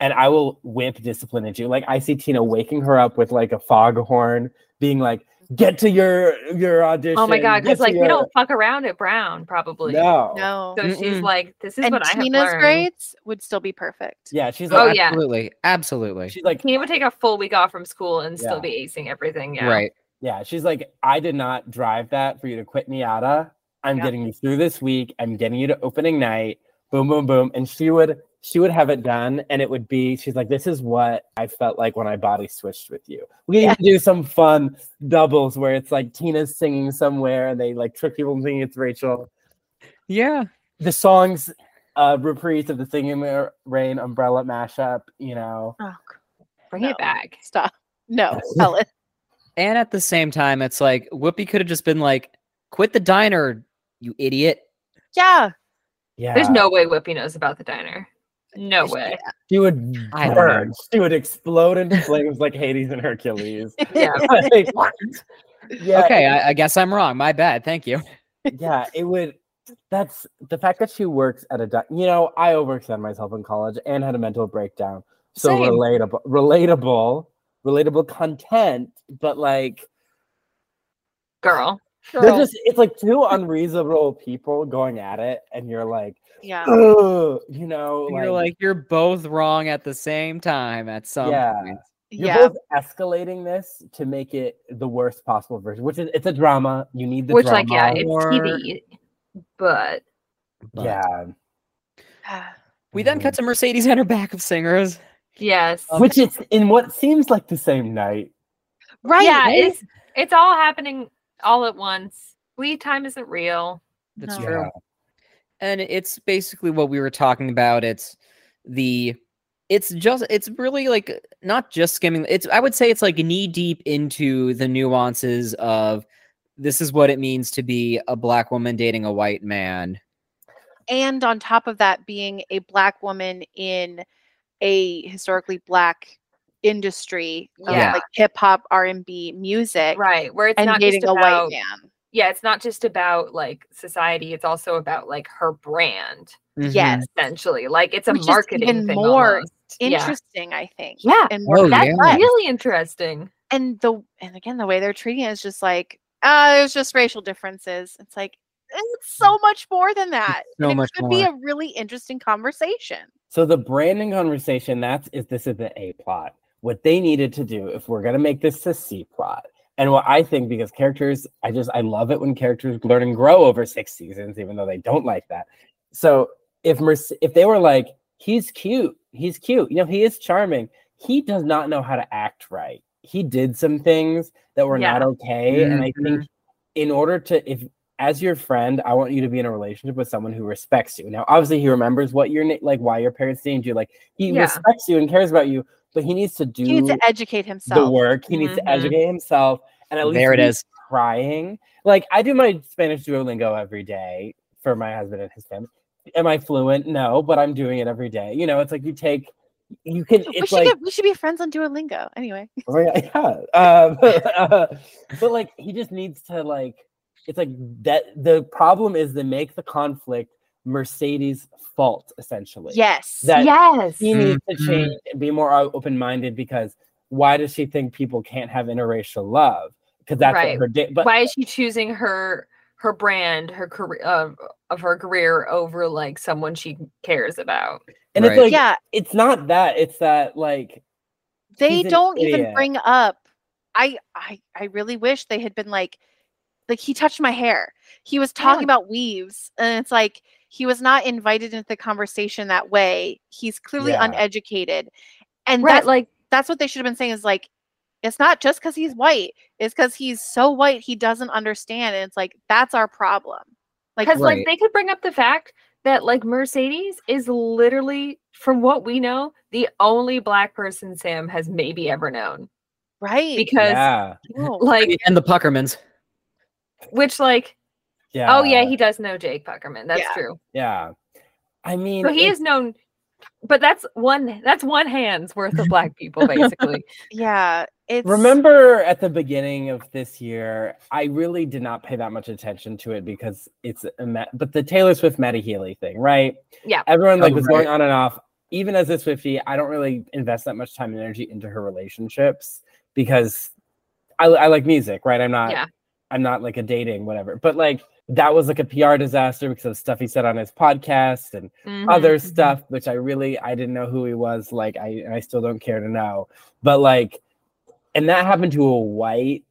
[SPEAKER 6] and I will whip discipline into you." Like I see Tina waking her up with like a foghorn, being like, "Get to your your audition."
[SPEAKER 4] Oh my god,
[SPEAKER 6] get
[SPEAKER 4] because
[SPEAKER 6] to
[SPEAKER 4] like we
[SPEAKER 6] your-"
[SPEAKER 4] don't fuck around at Brown, probably.
[SPEAKER 6] no.
[SPEAKER 5] no
[SPEAKER 4] So she's
[SPEAKER 3] Mm-mm.
[SPEAKER 4] like, "This is
[SPEAKER 5] and
[SPEAKER 4] what I have
[SPEAKER 5] tina's
[SPEAKER 4] learned."
[SPEAKER 5] grades would still be perfect
[SPEAKER 6] Yeah, she's
[SPEAKER 4] Oh,
[SPEAKER 6] like,
[SPEAKER 4] yeah.
[SPEAKER 3] absolutely absolutely
[SPEAKER 6] she's like,
[SPEAKER 4] Tina would take a full week off from school and
[SPEAKER 6] Yeah.
[SPEAKER 4] still be acing everything. Yeah.
[SPEAKER 3] right
[SPEAKER 6] yeah, she's like, I did not drive that for you to quit Miata. I'm
[SPEAKER 5] Yeah.
[SPEAKER 6] getting you through this week. I'm getting you to opening night. Boom, boom, boom. And she would she would have it done, and it would be she's like, this is what I felt like when I body switched with you. We need
[SPEAKER 5] Yeah.
[SPEAKER 6] to do some fun doubles where it's like Tina's singing somewhere, and they like trick people into thinking it's Rachel.
[SPEAKER 3] yeah
[SPEAKER 6] The songs, uh, reprise of the Singing in the Rain umbrella mashup. You know,
[SPEAKER 5] oh God.
[SPEAKER 4] Bring
[SPEAKER 5] No.
[SPEAKER 4] it back.
[SPEAKER 5] Stop. No, Ellen.
[SPEAKER 3] and at the same time it's like whoopi could have just been like quit the diner you idiot
[SPEAKER 5] Yeah.
[SPEAKER 6] yeah,
[SPEAKER 4] There's no way Whippy knows about the diner. No
[SPEAKER 5] Yeah.
[SPEAKER 4] way.
[SPEAKER 6] She would
[SPEAKER 3] I don't
[SPEAKER 6] burn.
[SPEAKER 3] know.
[SPEAKER 6] She would explode into flames like Hades and Hercules.
[SPEAKER 4] Yeah.
[SPEAKER 6] Like, yeah,
[SPEAKER 3] okay I, I guess i'm wrong my bad thank you
[SPEAKER 6] yeah, it would. That's the fact that she works at a. di- You know, I overextended myself in college and had a mental breakdown. So
[SPEAKER 3] Same.
[SPEAKER 6] relatable, relatable, relatable content, but like
[SPEAKER 4] Girl.
[SPEAKER 6] they're just it's like two unreasonable people going at it, and you're like,
[SPEAKER 5] Yeah.
[SPEAKER 6] oh, you know,
[SPEAKER 3] And you're like you're both wrong at the same time at some
[SPEAKER 6] Yeah.
[SPEAKER 3] point.
[SPEAKER 6] You're
[SPEAKER 5] Yeah.
[SPEAKER 6] both escalating this to make it the worst possible version, which is it's a drama. You need the
[SPEAKER 4] Which,
[SPEAKER 6] drama.
[SPEAKER 4] like, yeah, it's
[SPEAKER 3] or-
[SPEAKER 4] TV. But
[SPEAKER 3] But-
[SPEAKER 6] yeah.
[SPEAKER 3] We then cut to Mercedes and her back of singers.
[SPEAKER 4] yes.
[SPEAKER 6] Which is in what seems like the same night.
[SPEAKER 5] Right.
[SPEAKER 4] Yeah, it's it's all happening all at once. Lead time isn't real.
[SPEAKER 3] That's
[SPEAKER 5] No.
[SPEAKER 3] true. and it's basically what we were talking about. It's the it's just it's really like not just skimming it's i would say it's like knee deep into the nuances of this is what it means to be a black woman dating a white man
[SPEAKER 5] and on top of that being a black woman in a historically black industry of,
[SPEAKER 4] Yeah.
[SPEAKER 5] like hip hop r&b music
[SPEAKER 4] right where it's
[SPEAKER 5] and
[SPEAKER 4] not
[SPEAKER 5] dating
[SPEAKER 4] just
[SPEAKER 5] a
[SPEAKER 4] about
[SPEAKER 5] white man
[SPEAKER 4] yeah it's not just about like society it's also about like her brand
[SPEAKER 5] yes
[SPEAKER 4] essentially like it's a
[SPEAKER 5] Which is
[SPEAKER 4] marketing
[SPEAKER 5] even
[SPEAKER 4] thing
[SPEAKER 5] more
[SPEAKER 4] almost. yeah,
[SPEAKER 5] interesting i think
[SPEAKER 4] yeah.
[SPEAKER 5] and more
[SPEAKER 3] Oh,
[SPEAKER 5] that
[SPEAKER 3] yeah.
[SPEAKER 5] but-
[SPEAKER 4] really interesting
[SPEAKER 5] and the and again the way they're treating it is just like ah it's just racial differences it's like it's so much more than that
[SPEAKER 3] so
[SPEAKER 5] and it
[SPEAKER 3] much
[SPEAKER 5] could be
[SPEAKER 3] more.
[SPEAKER 5] a really interesting conversation
[SPEAKER 6] So the branding conversation that's is this is the A plot. What they needed to do if we're gonna make this a C plot. And what I think because characters, I just I love it when characters learn and grow over six seasons, even though they don't like that. So if Merce- if they were like, he's cute, he's cute, you know, he is charming. He does not know how to act right. He did some things that were
[SPEAKER 4] Yeah.
[SPEAKER 6] not okay, and I think in order to if as your friend, I want you to be in a relationship with someone who respects you. Now, obviously, he remembers what your na- like why your parents named you. Like he
[SPEAKER 4] Yeah.
[SPEAKER 6] respects you and cares about you, but he needs to do
[SPEAKER 5] he needs to educate
[SPEAKER 6] the
[SPEAKER 5] himself
[SPEAKER 6] work. He needs
[SPEAKER 4] Mhm.
[SPEAKER 6] to educate himself. And at least
[SPEAKER 3] there it
[SPEAKER 6] when he's
[SPEAKER 3] is
[SPEAKER 6] Crying, like I do my Spanish Duolingo every day for my husband and his family. Am I fluent? No, but I'm doing it every day. You know, it's like you take. You can.
[SPEAKER 5] we
[SPEAKER 6] It's
[SPEAKER 5] should
[SPEAKER 6] like
[SPEAKER 5] get, we should be friends on duolingo anyway
[SPEAKER 6] Oh my God, yeah. Um, uh, but like he just needs to like it's like that the problem is to make the conflict Mercedes' fault essentially.
[SPEAKER 5] yes
[SPEAKER 6] That
[SPEAKER 4] yes
[SPEAKER 6] he needs to
[SPEAKER 3] Mhm.
[SPEAKER 6] change and be more open minded because why does she think people can't have interracial love? Because that's
[SPEAKER 4] Right.
[SPEAKER 6] what her di- but
[SPEAKER 4] why is she choosing her her brand her career uh, of her career over like someone she cares about
[SPEAKER 6] and
[SPEAKER 3] Right.
[SPEAKER 6] it's like
[SPEAKER 5] yeah
[SPEAKER 6] it's not that, it's that like
[SPEAKER 5] they
[SPEAKER 6] he's an
[SPEAKER 5] don't even
[SPEAKER 6] idiot.
[SPEAKER 5] bring up i i i really wish they had been like like he touched my hair he was talking about weaves and it's like he was not invited into the conversation that way he's clearly
[SPEAKER 6] Yeah.
[SPEAKER 5] uneducated and
[SPEAKER 4] right
[SPEAKER 5] that's
[SPEAKER 4] like
[SPEAKER 5] that's what they should have been saying is like it's not just because he's white it's because he's so white he doesn't understand and it's like that's our problem like
[SPEAKER 4] because
[SPEAKER 3] Right.
[SPEAKER 4] like they could bring up the fact that like mercedes is literally from what we know the only black person sam has maybe ever known
[SPEAKER 5] right Oh,
[SPEAKER 4] because
[SPEAKER 6] yeah,
[SPEAKER 5] No.
[SPEAKER 4] like
[SPEAKER 3] and the puckermans
[SPEAKER 4] which like
[SPEAKER 6] yeah.
[SPEAKER 4] oh yeah he does know jake puckerman that's
[SPEAKER 5] Yeah.
[SPEAKER 4] true
[SPEAKER 6] yeah. I mean
[SPEAKER 4] so he
[SPEAKER 6] it's-
[SPEAKER 4] is known but that's one that's one hand's worth of black people basically
[SPEAKER 5] yeah it's
[SPEAKER 6] Remember at the beginning of this year, I really did not pay that much attention to it because it's a ma- but the Taylor Swift Meta Healy thing, right?
[SPEAKER 4] Yeah.
[SPEAKER 6] Everyone like
[SPEAKER 3] Oh,
[SPEAKER 6] was
[SPEAKER 3] right.
[SPEAKER 6] going on and off. Even as a Swifty, I don't really invest that much time and energy into her relationships because I, I like music, right? I'm not
[SPEAKER 4] Yeah.
[SPEAKER 6] I'm not like a dating whatever. But like that was like a PR disaster because of stuff he said on his podcast and
[SPEAKER 4] Mhm.
[SPEAKER 6] other stuff which i really i didn't know who he was like i and i still don't care to know but like and that happened to a white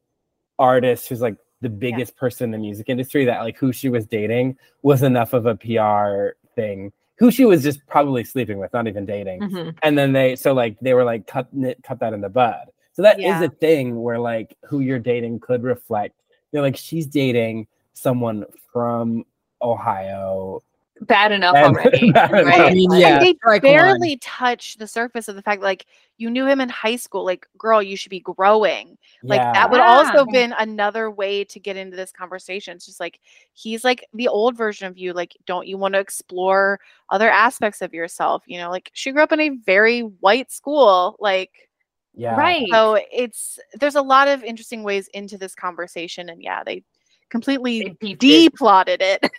[SPEAKER 6] artist who's like the biggest person in the music industry that like who she was dating was enough of a pr thing who she was just probably sleeping with not even dating
[SPEAKER 4] Mhm.
[SPEAKER 6] and then they so like they were like cut nit, cut that in the bud so that is
[SPEAKER 5] Yeah.
[SPEAKER 6] a thing where like who you're dating could reflect you're like she's dating someone from ohio
[SPEAKER 4] bad enough
[SPEAKER 6] And-
[SPEAKER 4] already.
[SPEAKER 6] bad enough.
[SPEAKER 4] Oh, right?
[SPEAKER 3] I mean,
[SPEAKER 4] Like,
[SPEAKER 3] yeah.
[SPEAKER 5] they
[SPEAKER 3] strike one.
[SPEAKER 5] barely touch the surface of the fact like you knew him in high school like girl you should be growing like
[SPEAKER 6] Yeah.
[SPEAKER 5] that would
[SPEAKER 4] Yeah.
[SPEAKER 5] also have been another way to get into this conversation it's just like he's like the old version of you like don't you want to explore other aspects of yourself you know like she grew up in a very white school like
[SPEAKER 6] yeah
[SPEAKER 4] Right.
[SPEAKER 5] so it's there's a lot of interesting ways into this conversation and yeah they
[SPEAKER 4] They
[SPEAKER 5] completely
[SPEAKER 4] beefed it.
[SPEAKER 5] de-plotted it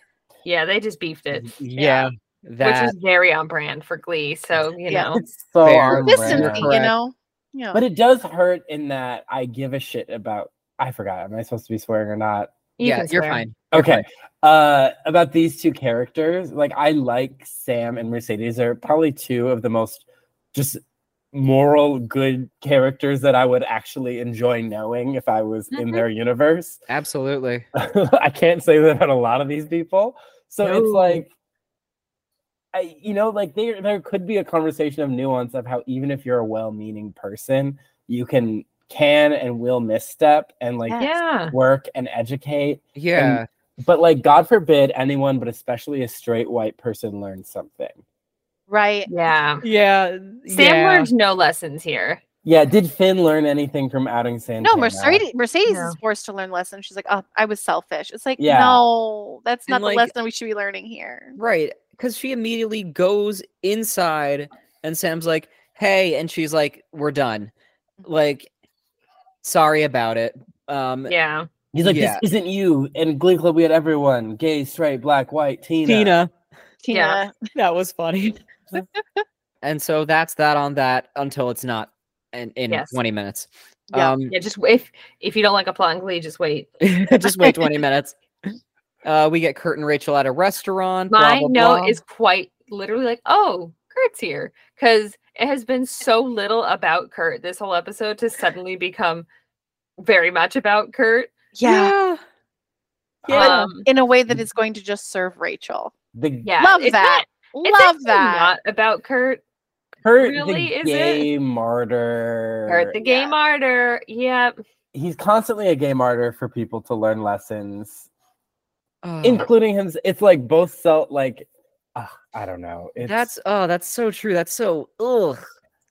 [SPEAKER 4] Yeah, they just beefed it.
[SPEAKER 3] yeah, that
[SPEAKER 4] Which is very on brand for Glee. So, you
[SPEAKER 5] Yeah.
[SPEAKER 4] know,
[SPEAKER 6] It's so
[SPEAKER 3] Fair.
[SPEAKER 6] on
[SPEAKER 5] distancing
[SPEAKER 6] brand.
[SPEAKER 5] you
[SPEAKER 3] Correct.
[SPEAKER 5] know yeah
[SPEAKER 6] But it does hurt in that I give a shit about. I forgot. Am I supposed to be swearing or not?
[SPEAKER 4] you
[SPEAKER 3] yeah
[SPEAKER 4] can
[SPEAKER 3] you're
[SPEAKER 4] swear.
[SPEAKER 3] fine
[SPEAKER 6] Okay. Uh, about these two characters, like I like Sam and Mercedes are probably two of the most just moral good characters that I would actually enjoy knowing if I was in
[SPEAKER 5] Mm-hmm.
[SPEAKER 4] Mhm.
[SPEAKER 6] their universe.
[SPEAKER 3] absolutely
[SPEAKER 6] I can't say that about a lot of these people. So
[SPEAKER 4] No.
[SPEAKER 6] it's like, I, you know, like there there could be a conversation of nuance of how even if you're a well-meaning person, you can can and will misstep and like
[SPEAKER 5] Yeah.
[SPEAKER 4] Yeah.
[SPEAKER 6] work and educate.
[SPEAKER 3] yeah
[SPEAKER 6] But like, God forbid anyone, but especially a straight white person, learns something.
[SPEAKER 5] right?
[SPEAKER 4] Yeah.
[SPEAKER 3] Yeah.
[SPEAKER 4] Sam learned no lessons here.
[SPEAKER 6] Yeah, did Finn learn anything from outing Santana?
[SPEAKER 5] No, Mercedes, Mercedes
[SPEAKER 4] Yeah.
[SPEAKER 5] is forced to learn lessons. She's like, oh, I was selfish. It's like,
[SPEAKER 6] Yeah.
[SPEAKER 5] no, that's
[SPEAKER 3] And,
[SPEAKER 5] not
[SPEAKER 3] like-
[SPEAKER 5] the lesson we should be learning here.
[SPEAKER 3] Right. Because she immediately goes inside and Sam's like, hey. And she's like, we're done.
[SPEAKER 4] Mm-hmm.
[SPEAKER 3] Like, sorry about it. Um,
[SPEAKER 4] Yeah.
[SPEAKER 6] He's like,
[SPEAKER 3] Yeah.
[SPEAKER 6] this isn't you. And Glee Club, we had everyone: gay, straight, black, white, Tina.
[SPEAKER 3] Tina.
[SPEAKER 5] Tina,
[SPEAKER 4] Yeah.
[SPEAKER 3] That was funny. and so that's that on that until it's not in, in
[SPEAKER 4] Yes.
[SPEAKER 3] 20 minutes.
[SPEAKER 5] Yeah.
[SPEAKER 3] Um,
[SPEAKER 4] Yeah. Just if if you don't like a plot in Glee, just wait.
[SPEAKER 3] just wait 20 minutes. Uh, we get Kurt and Rachel at a restaurant. blah,
[SPEAKER 4] My
[SPEAKER 3] blah,
[SPEAKER 4] note
[SPEAKER 3] blah.
[SPEAKER 4] is quite literally like, oh, Kurt's here. Because it has been so little about Kurt this whole episode to suddenly become very much about Kurt.
[SPEAKER 5] yeah.
[SPEAKER 3] Yeah.
[SPEAKER 4] Um,
[SPEAKER 5] In a way
[SPEAKER 6] Mm-hmm.
[SPEAKER 5] that is going to just serve Rachel.
[SPEAKER 6] The
[SPEAKER 4] yeah.
[SPEAKER 5] Love
[SPEAKER 4] it's
[SPEAKER 5] that.
[SPEAKER 4] not- it's
[SPEAKER 5] Love
[SPEAKER 4] actually
[SPEAKER 5] that.
[SPEAKER 4] Not about Kurt.
[SPEAKER 6] Kurt,
[SPEAKER 4] Really,
[SPEAKER 6] the
[SPEAKER 4] is it?
[SPEAKER 6] gay martyr.
[SPEAKER 4] Kurt the gay martyr. Yep.
[SPEAKER 6] He's constantly a gay martyr for people to learn lessons,
[SPEAKER 3] Oh,
[SPEAKER 6] including him. It's like both self, like ah, I don't know. It's,
[SPEAKER 3] that's oh, that's so true. That's so ugh.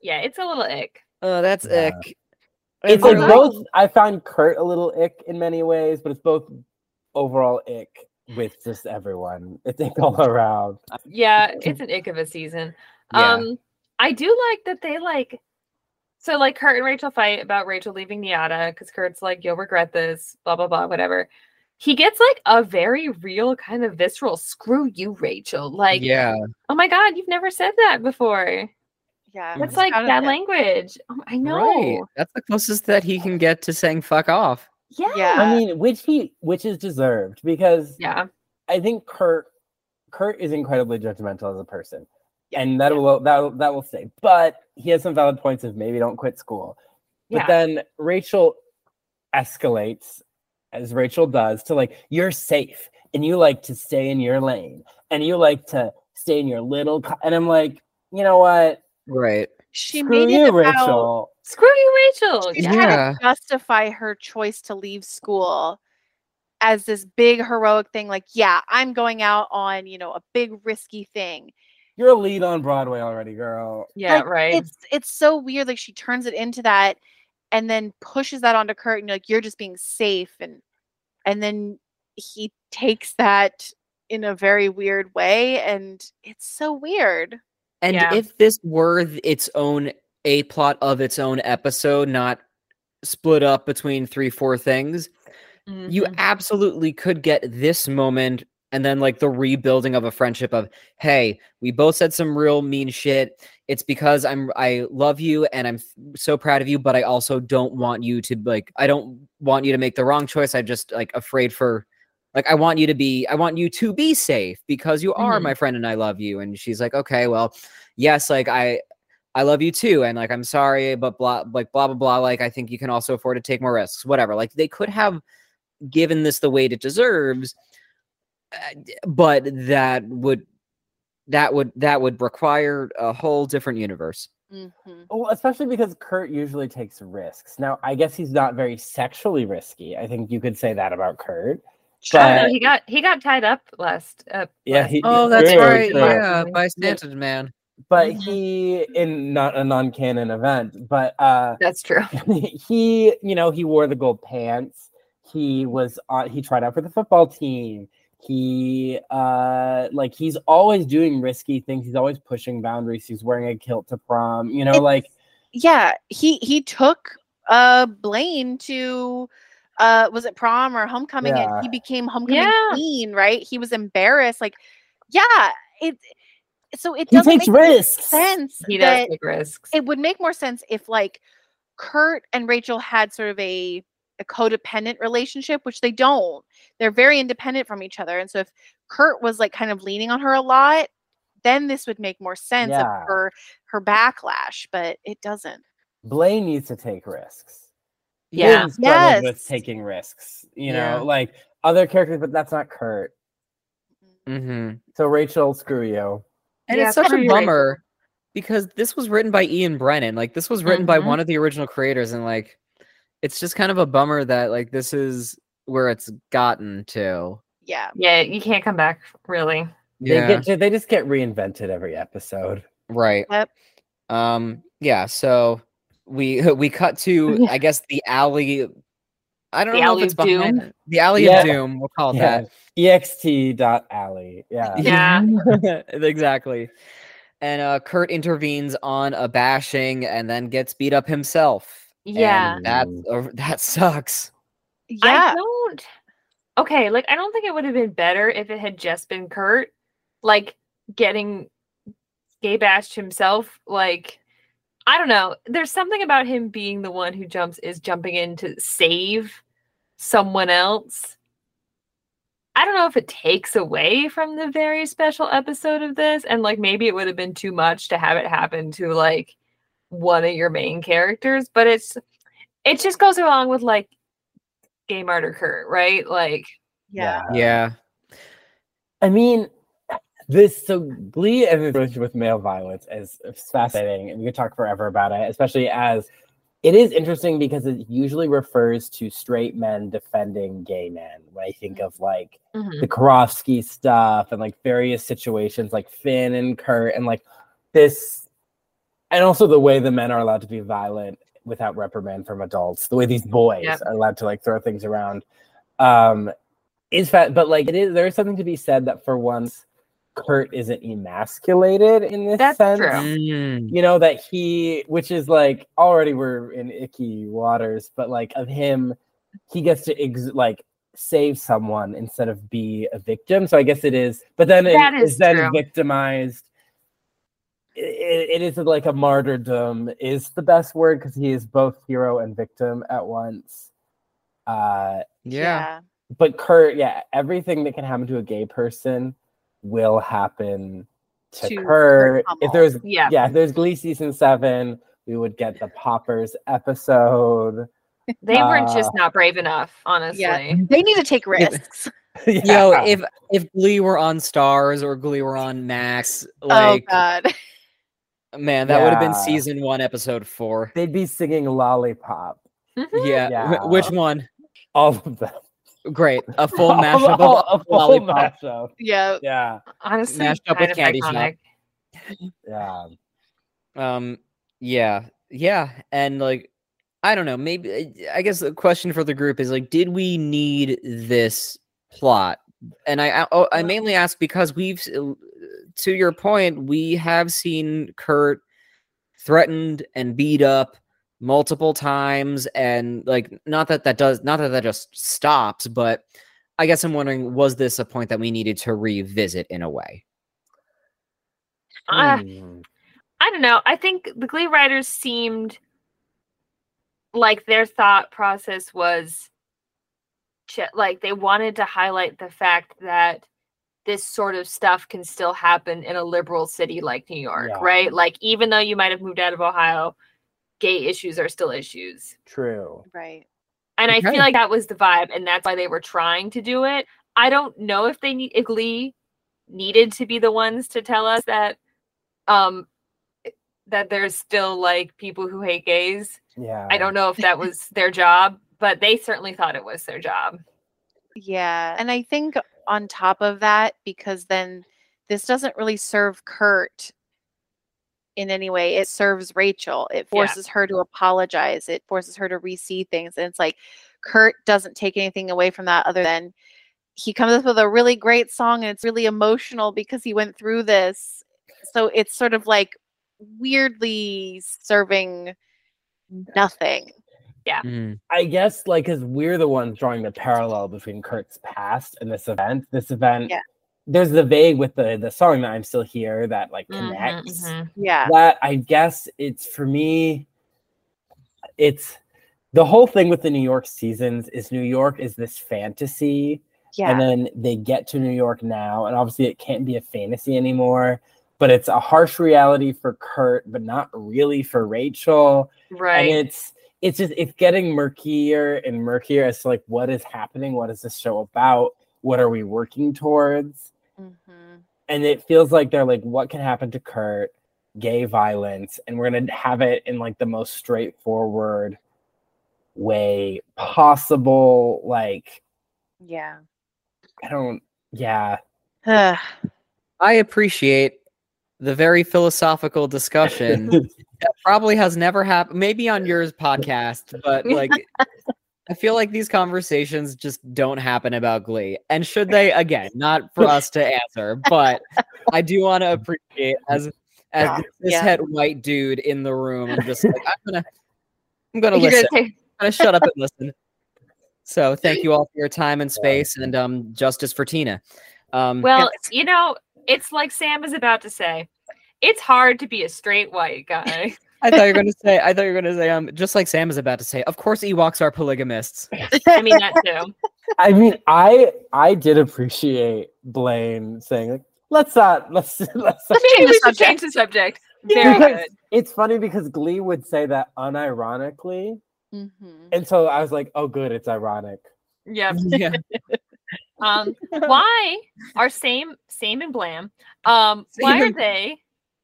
[SPEAKER 4] Yeah. It's a little ick.
[SPEAKER 3] Oh, that's
[SPEAKER 6] Yeah.
[SPEAKER 3] ick. And
[SPEAKER 6] it's like
[SPEAKER 3] we're
[SPEAKER 6] both. I find Kurt a little ick in many ways, but it's both overall ick with just everyone. It's ick all around.
[SPEAKER 4] Yeah. It's an ick of a season.
[SPEAKER 6] Yeah.
[SPEAKER 4] Um, I do like that they like. So like Kurt and Rachel fight about Rachel leaving Niata because Kurt's like, "You'll regret this," blah blah blah, whatever. He gets like a very real kind of visceral "screw you, Rachel." Like,
[SPEAKER 3] yeah.
[SPEAKER 4] oh my god, you've never said that before. That's
[SPEAKER 5] Yeah.
[SPEAKER 6] Mm-hmm.
[SPEAKER 5] just
[SPEAKER 4] like
[SPEAKER 5] proud of
[SPEAKER 4] that
[SPEAKER 5] him.
[SPEAKER 4] language. Oh, I know.
[SPEAKER 3] Right. That's the closest that he can get to saying fuck off.
[SPEAKER 4] Yeah.
[SPEAKER 5] Yeah.
[SPEAKER 6] I mean, which he which is deserved because
[SPEAKER 4] Yeah.
[SPEAKER 6] I think Kurt Kurt is incredibly judgmental as a person, and that will that will that will stay. But he has some valid points of maybe don't quit school. But
[SPEAKER 4] Yeah.
[SPEAKER 6] then Rachel escalates, as Rachel does, to like you're safe and you like to stay in your lane and you like to stay in your little. Co-. And I'm like, you know what?
[SPEAKER 3] Right.
[SPEAKER 5] she
[SPEAKER 6] Screw
[SPEAKER 5] made
[SPEAKER 6] you,
[SPEAKER 5] it about,
[SPEAKER 6] Rachel.
[SPEAKER 4] Screw you, Rachel.
[SPEAKER 5] She's
[SPEAKER 4] Yeah.
[SPEAKER 5] trying
[SPEAKER 3] Yeah.
[SPEAKER 5] to justify her choice to leave school as this big heroic thing. Like, yeah, I'm going out on, you know, a big risky thing.
[SPEAKER 6] You're a lead on Broadway already, girl.
[SPEAKER 4] Yeah.
[SPEAKER 5] Like,
[SPEAKER 4] right.
[SPEAKER 5] It's it's so weird. Like she turns it into that and then pushes that onto Kurt and like you're just being safe and and then he takes that in a very weird way and it's so weird.
[SPEAKER 3] And
[SPEAKER 4] Yeah.
[SPEAKER 3] if this were th- its own a plot of its own episode, not split up between three, four things, you
[SPEAKER 4] Mhm.
[SPEAKER 3] absolutely could get this moment and then like the rebuilding of a friendship of hey we both said some real mean shit it's because i'm i love you and i'm f- so proud of you but i also don't want you to like i don't want you to make the wrong choice i'm just like afraid for like i want you to be i want you to be safe because you are
[SPEAKER 4] Mhm.
[SPEAKER 3] my friend and i love you and she's like okay well yes like i I love you too, and like I'm sorry, but blah, like blah blah blah. Like I think you can also afford to take more risks, whatever. Like they could have given this the weight it deserves, uh, d- but that would that would that would require a whole different universe.
[SPEAKER 5] Mhm.
[SPEAKER 6] Well, especially because Kurt usually takes risks. Now, I guess he's not very sexually risky. I think you could say that about Kurt.
[SPEAKER 4] I don't
[SPEAKER 6] But
[SPEAKER 4] know. He got he got tied up last. Uh,
[SPEAKER 6] yeah,
[SPEAKER 4] last
[SPEAKER 6] he,
[SPEAKER 3] Oh,
[SPEAKER 6] true, true.
[SPEAKER 4] yeah, by
[SPEAKER 3] Stanton man.
[SPEAKER 6] But
[SPEAKER 4] Mhm.
[SPEAKER 6] he in not a non-canon event, but uh
[SPEAKER 4] That's true.
[SPEAKER 6] he, you know, he wore the gold pants. He was on he tried out for the football team. He uh like he's always doing risky things. He's always pushing boundaries. He's wearing a kilt to prom, you know,
[SPEAKER 5] It's-
[SPEAKER 6] like
[SPEAKER 5] yeah he he took uh blaine to uh was it prom or homecoming
[SPEAKER 6] Yeah.
[SPEAKER 5] and he became homecoming
[SPEAKER 4] Yeah.
[SPEAKER 5] queen right he was embarrassed like yeah it so it
[SPEAKER 6] he
[SPEAKER 5] doesn't
[SPEAKER 6] takes
[SPEAKER 5] make any
[SPEAKER 6] risks.
[SPEAKER 5] sense
[SPEAKER 4] He does
[SPEAKER 5] that
[SPEAKER 4] take risks.
[SPEAKER 5] it would make more sense if like kurt and rachel had sort of a a codependent relationship which they don't they're very independent from each other and so if kurt was like kind of leaning on her a lot then this would make more sense
[SPEAKER 6] Yeah.
[SPEAKER 5] of her her backlash but it doesn't
[SPEAKER 6] Blaine needs to take risks.
[SPEAKER 4] Yeah.
[SPEAKER 6] Lynn struggled with
[SPEAKER 5] Yes.
[SPEAKER 6] taking risks. You know,
[SPEAKER 3] Yeah.
[SPEAKER 6] like other characters, but that's not Kurt.
[SPEAKER 3] Mm-hmm.
[SPEAKER 6] So Rachel, screw you.
[SPEAKER 3] And
[SPEAKER 4] Yeah,
[SPEAKER 3] it's such a
[SPEAKER 4] sorry, Rachel.
[SPEAKER 3] bummer because this was written by Ian Brennan. Like this was written by
[SPEAKER 6] Mm-hmm.
[SPEAKER 4] Mhm.
[SPEAKER 3] one of the original creators, and like it's just kind of a bummer that like this is where it's gotten to.
[SPEAKER 5] Yeah.
[SPEAKER 4] Yeah, you can't come back, really.
[SPEAKER 3] Yeah.
[SPEAKER 6] They get to, they just get reinvented every episode.
[SPEAKER 3] Right.
[SPEAKER 5] Yep.
[SPEAKER 3] Um. Yeah. So we we cut to I guess the alley. I don't
[SPEAKER 4] The
[SPEAKER 3] know
[SPEAKER 4] alley
[SPEAKER 3] if it's
[SPEAKER 4] of
[SPEAKER 3] behind
[SPEAKER 4] doom.
[SPEAKER 3] it. the alley
[SPEAKER 6] Yeah.
[SPEAKER 3] of doom. We'll call it
[SPEAKER 6] Yeah. Ext dot alley. Yeah.
[SPEAKER 4] Yeah.
[SPEAKER 3] that. exactly. And uh, Kurt intervenes on a bashing and then gets beat up himself.
[SPEAKER 4] Yeah.
[SPEAKER 3] And that uh, that sucks.
[SPEAKER 5] Yeah.
[SPEAKER 4] I don't. Okay, like I don't think it would have been better if it had just been Kurt, like getting gay bashed himself. Like I don't know. There's something about him being the one who jumps is jumping in to save someone else. I don't know if it takes away from the very special episode of this, and like maybe it would have been too much to have it happen to like one of your main characters, but it's it just goes along with like gay martyr Kurt, right? Like,
[SPEAKER 5] Yeah.
[SPEAKER 3] Yeah.
[SPEAKER 6] I mean, this so Glee and its relationship with male violence is is fascinating, and we could talk forever about it. Especially as it is interesting because it usually refers to straight men defending gay men. When I think of like the
[SPEAKER 4] Mm-hmm.
[SPEAKER 6] Karofsky stuff and like various situations like Finn and Kurt and like this, and also the way the men are allowed to be violent without reprimand from adults, the way these boys
[SPEAKER 4] Yep.
[SPEAKER 6] are allowed to like throw things around. Um, is fat, but like it is, there is something to be said that for once, Kurt isn't emasculated in this
[SPEAKER 4] That's
[SPEAKER 6] sense
[SPEAKER 4] true.
[SPEAKER 3] Mm,
[SPEAKER 6] you know that he which is like already we're in icky waters but like of him he gets to ex- like save someone instead of be a victim so i guess it is but then it
[SPEAKER 4] That
[SPEAKER 6] is
[SPEAKER 4] is
[SPEAKER 6] then
[SPEAKER 4] true.
[SPEAKER 6] victimized I- I- it is like a martyrdom is the best word because he is both hero and victim at once uh
[SPEAKER 3] yeah.
[SPEAKER 6] but Kurt, yeah, everything that can happen to a gay person will happen to,
[SPEAKER 5] To
[SPEAKER 6] Kurt.
[SPEAKER 5] Kurt
[SPEAKER 6] If
[SPEAKER 5] Hummel.
[SPEAKER 6] there's
[SPEAKER 4] yeah.
[SPEAKER 6] yeah, if there's Glee season seven, we would get the Poppers episode.
[SPEAKER 4] They weren't
[SPEAKER 6] Uh,
[SPEAKER 4] just not brave enough, honestly.
[SPEAKER 5] They need to take risks.
[SPEAKER 6] yeah.
[SPEAKER 3] Yo, if if Glee were on Stars or Glee were on Max, like
[SPEAKER 5] oh God.
[SPEAKER 3] man, that would have been
[SPEAKER 6] Yeah.
[SPEAKER 3] season one, episode four.
[SPEAKER 6] they'd be singing Lollipop,
[SPEAKER 4] Mhm.
[SPEAKER 3] Yeah. wh- which
[SPEAKER 6] Yeah.
[SPEAKER 3] one?
[SPEAKER 6] all of them,
[SPEAKER 3] Great. A full
[SPEAKER 6] All-
[SPEAKER 3] mashup of
[SPEAKER 6] all-
[SPEAKER 3] all-
[SPEAKER 6] Oh, a full
[SPEAKER 3] lollipop.
[SPEAKER 6] mashup.
[SPEAKER 5] Yeah.
[SPEAKER 6] Yeah,
[SPEAKER 4] Honestly,
[SPEAKER 3] Mashed up
[SPEAKER 4] kind
[SPEAKER 3] with
[SPEAKER 4] of
[SPEAKER 3] Candy Shop.
[SPEAKER 4] iconic.
[SPEAKER 6] yeah.
[SPEAKER 3] Um yeah. Yeah. And like I don't know, maybe I guess the question for the group is like, did we need this plot? And I I, oh, I mainly ask because we've s- l- to your point, we have seen Kurt threatened and beat up multiple times and like not that that does not that that just stops but i guess i'm wondering was this a point that we needed to revisit in a way Hmm.
[SPEAKER 4] Ah,
[SPEAKER 6] Mm.
[SPEAKER 4] I don't know. I think the Glee writers seemed like their thought process was ch- like they wanted to highlight the fact that this sort of stuff can still happen in a liberal city like New York,
[SPEAKER 6] Yeah.
[SPEAKER 4] right? Like, even though you might have moved out of Ohio, gay issues are still issues.
[SPEAKER 6] True.
[SPEAKER 5] Right.
[SPEAKER 4] And I
[SPEAKER 3] Okay.
[SPEAKER 4] feel like that was the vibe, and that's why they were trying to do it. I don't know if they need if Glee needed to be the ones to tell us that um that there's still like people who hate gays.
[SPEAKER 6] Yeah,
[SPEAKER 4] I don't know if that was their job, but they certainly thought it was their job.
[SPEAKER 5] Yeah. And I think on top of that, because then this doesn't really serve Kurt in any way, it serves Rachel. It forces her to apologize, it forces her to re see things. And it's like Kurt doesn't take anything away from that other than he comes up with a really great song and it's really emotional because he went through this. So it's sort of like weirdly serving nothing.
[SPEAKER 6] I guess like because we're the ones drawing the parallel between Kurt's past and this event. This event,
[SPEAKER 5] Yeah.
[SPEAKER 6] there's the vague with the the song that I'm still here that like
[SPEAKER 3] Mm-hmm,
[SPEAKER 4] Mhm,
[SPEAKER 6] connects.
[SPEAKER 4] mhm.
[SPEAKER 5] Yeah.
[SPEAKER 6] That I guess it's for me. It's the whole thing with the New York seasons is New York is this fantasy
[SPEAKER 5] Yeah.
[SPEAKER 6] and then they get to New York now, and obviously it can't be a fantasy anymore. But it's a harsh reality for Kurt, but not really for Rachel
[SPEAKER 4] Right.
[SPEAKER 6] and it's it's just it's getting murkier and murkier as to like what is happening what is this show about what are we working towards
[SPEAKER 5] Mhm.
[SPEAKER 6] and it feels like they're like what can happen to kurt gay violence and we're gonna have it in like the most straightforward way possible like
[SPEAKER 5] Yeah.
[SPEAKER 6] I don't. Yeah.
[SPEAKER 5] Ugh.
[SPEAKER 3] I appreciate the very philosophical discussion that probably has never happened. Maybe on yours podcast, but like, I feel like these conversations just don't happen about Glee. And should they? Again, not for us to answer, but I do want to appreciate as as
[SPEAKER 6] Yeah.
[SPEAKER 3] this
[SPEAKER 5] Yeah.
[SPEAKER 3] head white dude in the room. I'm just like, I'm gonna, I'm gonna
[SPEAKER 4] You're
[SPEAKER 3] listen.
[SPEAKER 4] gonna take
[SPEAKER 3] I'm gonna shut up and listen. So thank you all for your time and space, and um, justice for Tina.
[SPEAKER 5] Mm,
[SPEAKER 3] Um,
[SPEAKER 4] Well, you know, it's like Sam is about to say. It's hard to be a straight white guy.
[SPEAKER 3] I thought you were gonna say. I thought you were gonna say. Um, just like Sam is about to say. Of course, Ewoks are polygamists.
[SPEAKER 4] I mean that too.
[SPEAKER 6] I mean, I I did appreciate Blaine saying like, let's not let's let's not.
[SPEAKER 5] Change
[SPEAKER 4] Maybe
[SPEAKER 5] the
[SPEAKER 4] we should
[SPEAKER 5] subject.
[SPEAKER 4] change the subject. Very
[SPEAKER 6] Because
[SPEAKER 4] good.
[SPEAKER 6] It's funny because Glee would say that unironically,
[SPEAKER 5] Mhm.
[SPEAKER 6] and so I was like, oh, good, it's ironic.
[SPEAKER 4] Yeah.
[SPEAKER 3] yeah.
[SPEAKER 4] Um, why are same same and blam? Um, why
[SPEAKER 3] Same
[SPEAKER 4] are
[SPEAKER 3] and-
[SPEAKER 4] they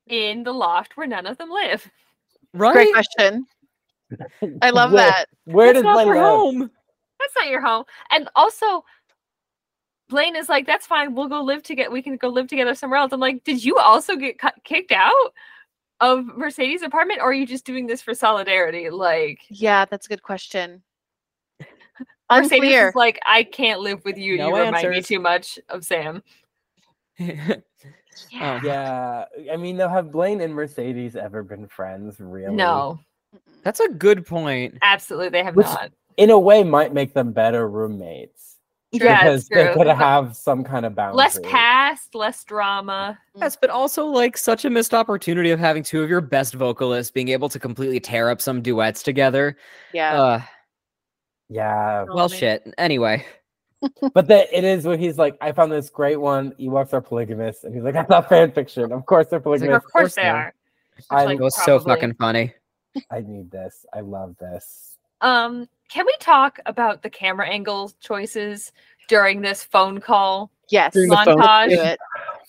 [SPEAKER 4] in the loft where none of them live?
[SPEAKER 3] Right.
[SPEAKER 5] Great question. I love
[SPEAKER 6] Where-
[SPEAKER 5] that.
[SPEAKER 6] Where
[SPEAKER 3] That's
[SPEAKER 6] does
[SPEAKER 3] not
[SPEAKER 6] Blaine
[SPEAKER 3] their
[SPEAKER 6] live?
[SPEAKER 3] home.
[SPEAKER 4] That's not your home. And also, Blaine is like, "That's fine. We'll go live together. We can go live together somewhere else." I'm like, "Did you also get cut- kicked out of Mercedes' apartment, or are you just doing this for solidarity?" Like,
[SPEAKER 5] Yeah, that's a good question.
[SPEAKER 4] Mercedes
[SPEAKER 5] Unclear.
[SPEAKER 4] is like, I can't live with you.
[SPEAKER 3] No
[SPEAKER 4] you remind me
[SPEAKER 3] answers.
[SPEAKER 4] too much of Sam.
[SPEAKER 3] yeah.
[SPEAKER 6] Yeah, I mean, though, have Blaine and Mercedes ever been friends? Really?
[SPEAKER 4] No,
[SPEAKER 5] Mm-mm.
[SPEAKER 3] That's a good
[SPEAKER 4] Mm.
[SPEAKER 3] point.
[SPEAKER 4] absolutely, they have
[SPEAKER 6] Which-
[SPEAKER 4] not.
[SPEAKER 6] In a way, might make them better roommates
[SPEAKER 4] Yeah,
[SPEAKER 6] because
[SPEAKER 4] it's
[SPEAKER 6] they're
[SPEAKER 4] true.
[SPEAKER 6] gonna have some kind of boundary.
[SPEAKER 4] Less cast, less drama.
[SPEAKER 3] Yes, but also like such a missed opportunity of having two of your best vocalists being able to completely tear up some duets together.
[SPEAKER 5] Yeah.
[SPEAKER 3] Uh,
[SPEAKER 6] Yeah,
[SPEAKER 3] well,
[SPEAKER 5] Totally.
[SPEAKER 3] shit. Anyway,
[SPEAKER 6] but that it is when he's like, I found this great one. Ewoks are polygamists, and he's like, that's not fan fiction. Of course they're
[SPEAKER 3] like,
[SPEAKER 6] polygamists.
[SPEAKER 4] of course they
[SPEAKER 6] they're-
[SPEAKER 4] are. Which,
[SPEAKER 6] I-
[SPEAKER 4] like,
[SPEAKER 6] It
[SPEAKER 3] it was so
[SPEAKER 4] probably-
[SPEAKER 3] fucking funny.
[SPEAKER 6] I need this. I love this.
[SPEAKER 4] Um, can we talk about the camera angle choices during this phone call?
[SPEAKER 5] Yes.
[SPEAKER 3] During the
[SPEAKER 5] Let's
[SPEAKER 3] phone
[SPEAKER 5] do
[SPEAKER 4] montage?
[SPEAKER 5] it.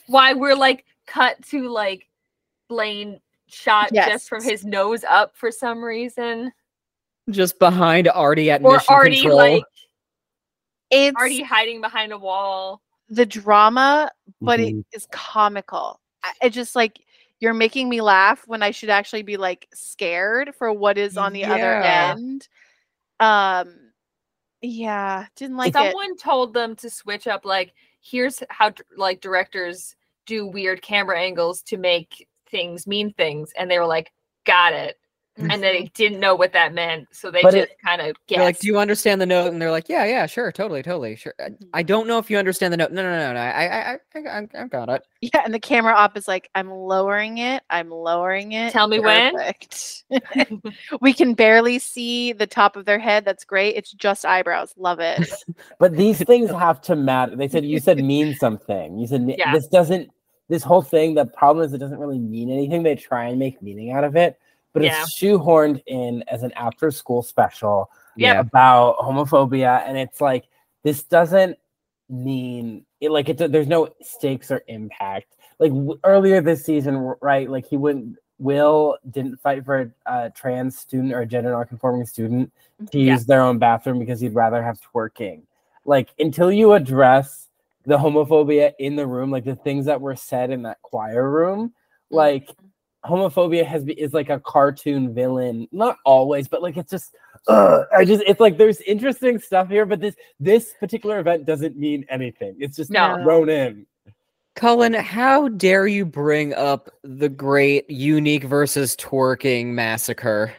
[SPEAKER 4] Why we're like cut to like Blaine shot just from
[SPEAKER 5] Yes.
[SPEAKER 4] his nose up for some reason,
[SPEAKER 3] Just behind Artie at
[SPEAKER 4] or
[SPEAKER 3] mission
[SPEAKER 4] Artie
[SPEAKER 3] control.
[SPEAKER 4] like
[SPEAKER 5] It's
[SPEAKER 4] Artie hiding behind a wall.
[SPEAKER 5] the drama, but it
[SPEAKER 6] Mhm.
[SPEAKER 3] Mm-hmm.
[SPEAKER 5] is comical. I- It just like you're making me laugh when I should actually be like scared for what is on the other
[SPEAKER 3] Yeah.
[SPEAKER 5] end. Um, yeah, didn't like it.
[SPEAKER 4] someone told them to switch up like here's how d- like directors do weird camera angles to make things mean things and they were like got it and they didn't know what that meant so they
[SPEAKER 6] But
[SPEAKER 4] just
[SPEAKER 6] it-
[SPEAKER 4] kind of
[SPEAKER 3] They're like,
[SPEAKER 4] guessed
[SPEAKER 3] do you understand the note? And they're like, yeah, yeah, sure, totally, totally, sure. I-
[SPEAKER 5] Mhm.
[SPEAKER 4] Mm.
[SPEAKER 3] I don't know if you understand the note. No, no, no, no. I, I, I, I, I- I got it.
[SPEAKER 5] Yeah, and the camera op is like, I'm lowering it. I'm lowering it.
[SPEAKER 4] Tell me when."
[SPEAKER 5] Perfect. we can barely see the top of their head. That's great. It's just eyebrows. Love it.
[SPEAKER 6] But these things have to matter. They said you said mean something. You said me-
[SPEAKER 4] Yeah.
[SPEAKER 6] this doesn't. This whole thing. The problem is it doesn't really mean anything. They try and make meaning out of it, but
[SPEAKER 4] Yeah.
[SPEAKER 6] it's shoehorned in as an after-school special
[SPEAKER 4] Yep.
[SPEAKER 6] about homophobia, and it's like this doesn't mean it. Like it. do- There's no stakes or impact. Like w- earlier this season, r- right? Like he wouldn't. Will didn't fight for a uh, trans student or a gender non-conforming student to
[SPEAKER 4] Yeah.
[SPEAKER 6] use their own bathroom because he'd rather have twerking like until you address the homophobia in the room like the things that were said in that choir room like homophobia has be, is like a cartoon villain not always but like it's just ugh, i just it's like there's interesting stuff here but this this particular event doesn't mean anything it's just
[SPEAKER 4] No.
[SPEAKER 6] thrown in
[SPEAKER 3] Cullen, how dare you bring up the great unique versus twerking massacre?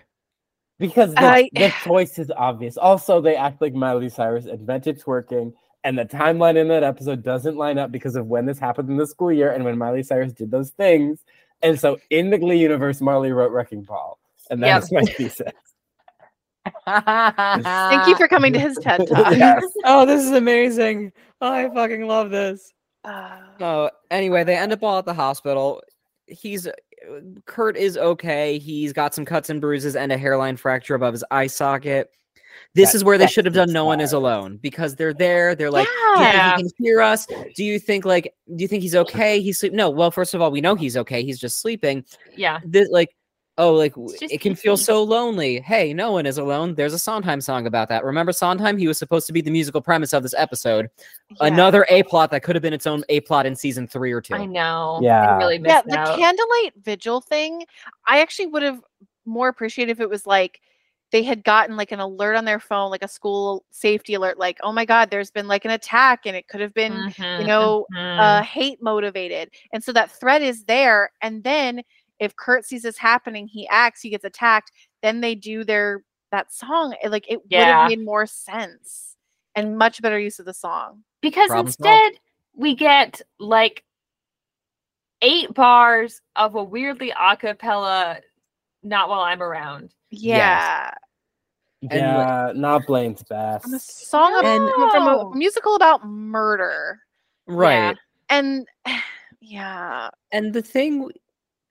[SPEAKER 6] because the,
[SPEAKER 5] I-
[SPEAKER 6] the choice is obvious also they act like miley cyrus invented twerking and the timeline in that episode doesn't line up because of when this happened in the school year and when miley cyrus did those things and so in the glee universe marley wrote wrecking ball and
[SPEAKER 4] Yep.
[SPEAKER 6] that's my thesis
[SPEAKER 5] Thank
[SPEAKER 4] Uh,
[SPEAKER 5] you for coming to his TED talk.
[SPEAKER 6] Yes.
[SPEAKER 3] Oh, this is amazing. I fucking love this.
[SPEAKER 5] Uh,
[SPEAKER 3] Oh, anyway, they end up all at the hospital. He's Kurt is okay. He's got some cuts and bruises and a hairline fracture above his eye socket. This
[SPEAKER 6] That-
[SPEAKER 3] is where they
[SPEAKER 6] that
[SPEAKER 3] should have done No One Is
[SPEAKER 6] sucks.
[SPEAKER 3] Alone because they're there. They're like, do you think
[SPEAKER 4] Yeah.
[SPEAKER 3] he can hear us? Do you think like do you think he's okay? He's sleep. No, well, first of all, we know he's okay. He's just sleeping.
[SPEAKER 4] yeah
[SPEAKER 3] This like Oh, like w-
[SPEAKER 4] It's just
[SPEAKER 3] it can feel
[SPEAKER 4] icky.
[SPEAKER 3] so lonely. Hey, no one is alone. There's a Sondheim song about that. Remember Sondheim? He was supposed to be the musical premise of this episode.
[SPEAKER 5] Yeah.
[SPEAKER 3] Another A plot that could have been its own A plot in season three or two.
[SPEAKER 4] I know.
[SPEAKER 6] Yeah.
[SPEAKER 4] I really
[SPEAKER 5] yeah
[SPEAKER 4] missed
[SPEAKER 5] the
[SPEAKER 4] out.
[SPEAKER 5] candlelight vigil thing i actually would have more appreciated if it was like they had gotten like an alert on their phone like a school safety alert like oh my god there's been like an attack and it could have been
[SPEAKER 4] Mhm,
[SPEAKER 5] you know,
[SPEAKER 4] mhm.
[SPEAKER 5] uh, hate motivated and so that threat is there and then if kurt sees this happening he acts he gets attacked then they do their that song it- like it would
[SPEAKER 4] Yeah.
[SPEAKER 5] have made more sense and much better use of the song
[SPEAKER 4] because
[SPEAKER 3] Problem solved.
[SPEAKER 4] instead we get like eight bars of a weirdly a cappella not while i'm around
[SPEAKER 5] yeah
[SPEAKER 3] And, like-
[SPEAKER 6] yeah, not Blaine's best.
[SPEAKER 5] I'm a song about,
[SPEAKER 4] And-
[SPEAKER 5] from
[SPEAKER 4] No.
[SPEAKER 5] a musical about murder.
[SPEAKER 3] Right.
[SPEAKER 4] Yeah.
[SPEAKER 5] And yeah,
[SPEAKER 3] And the thing, w-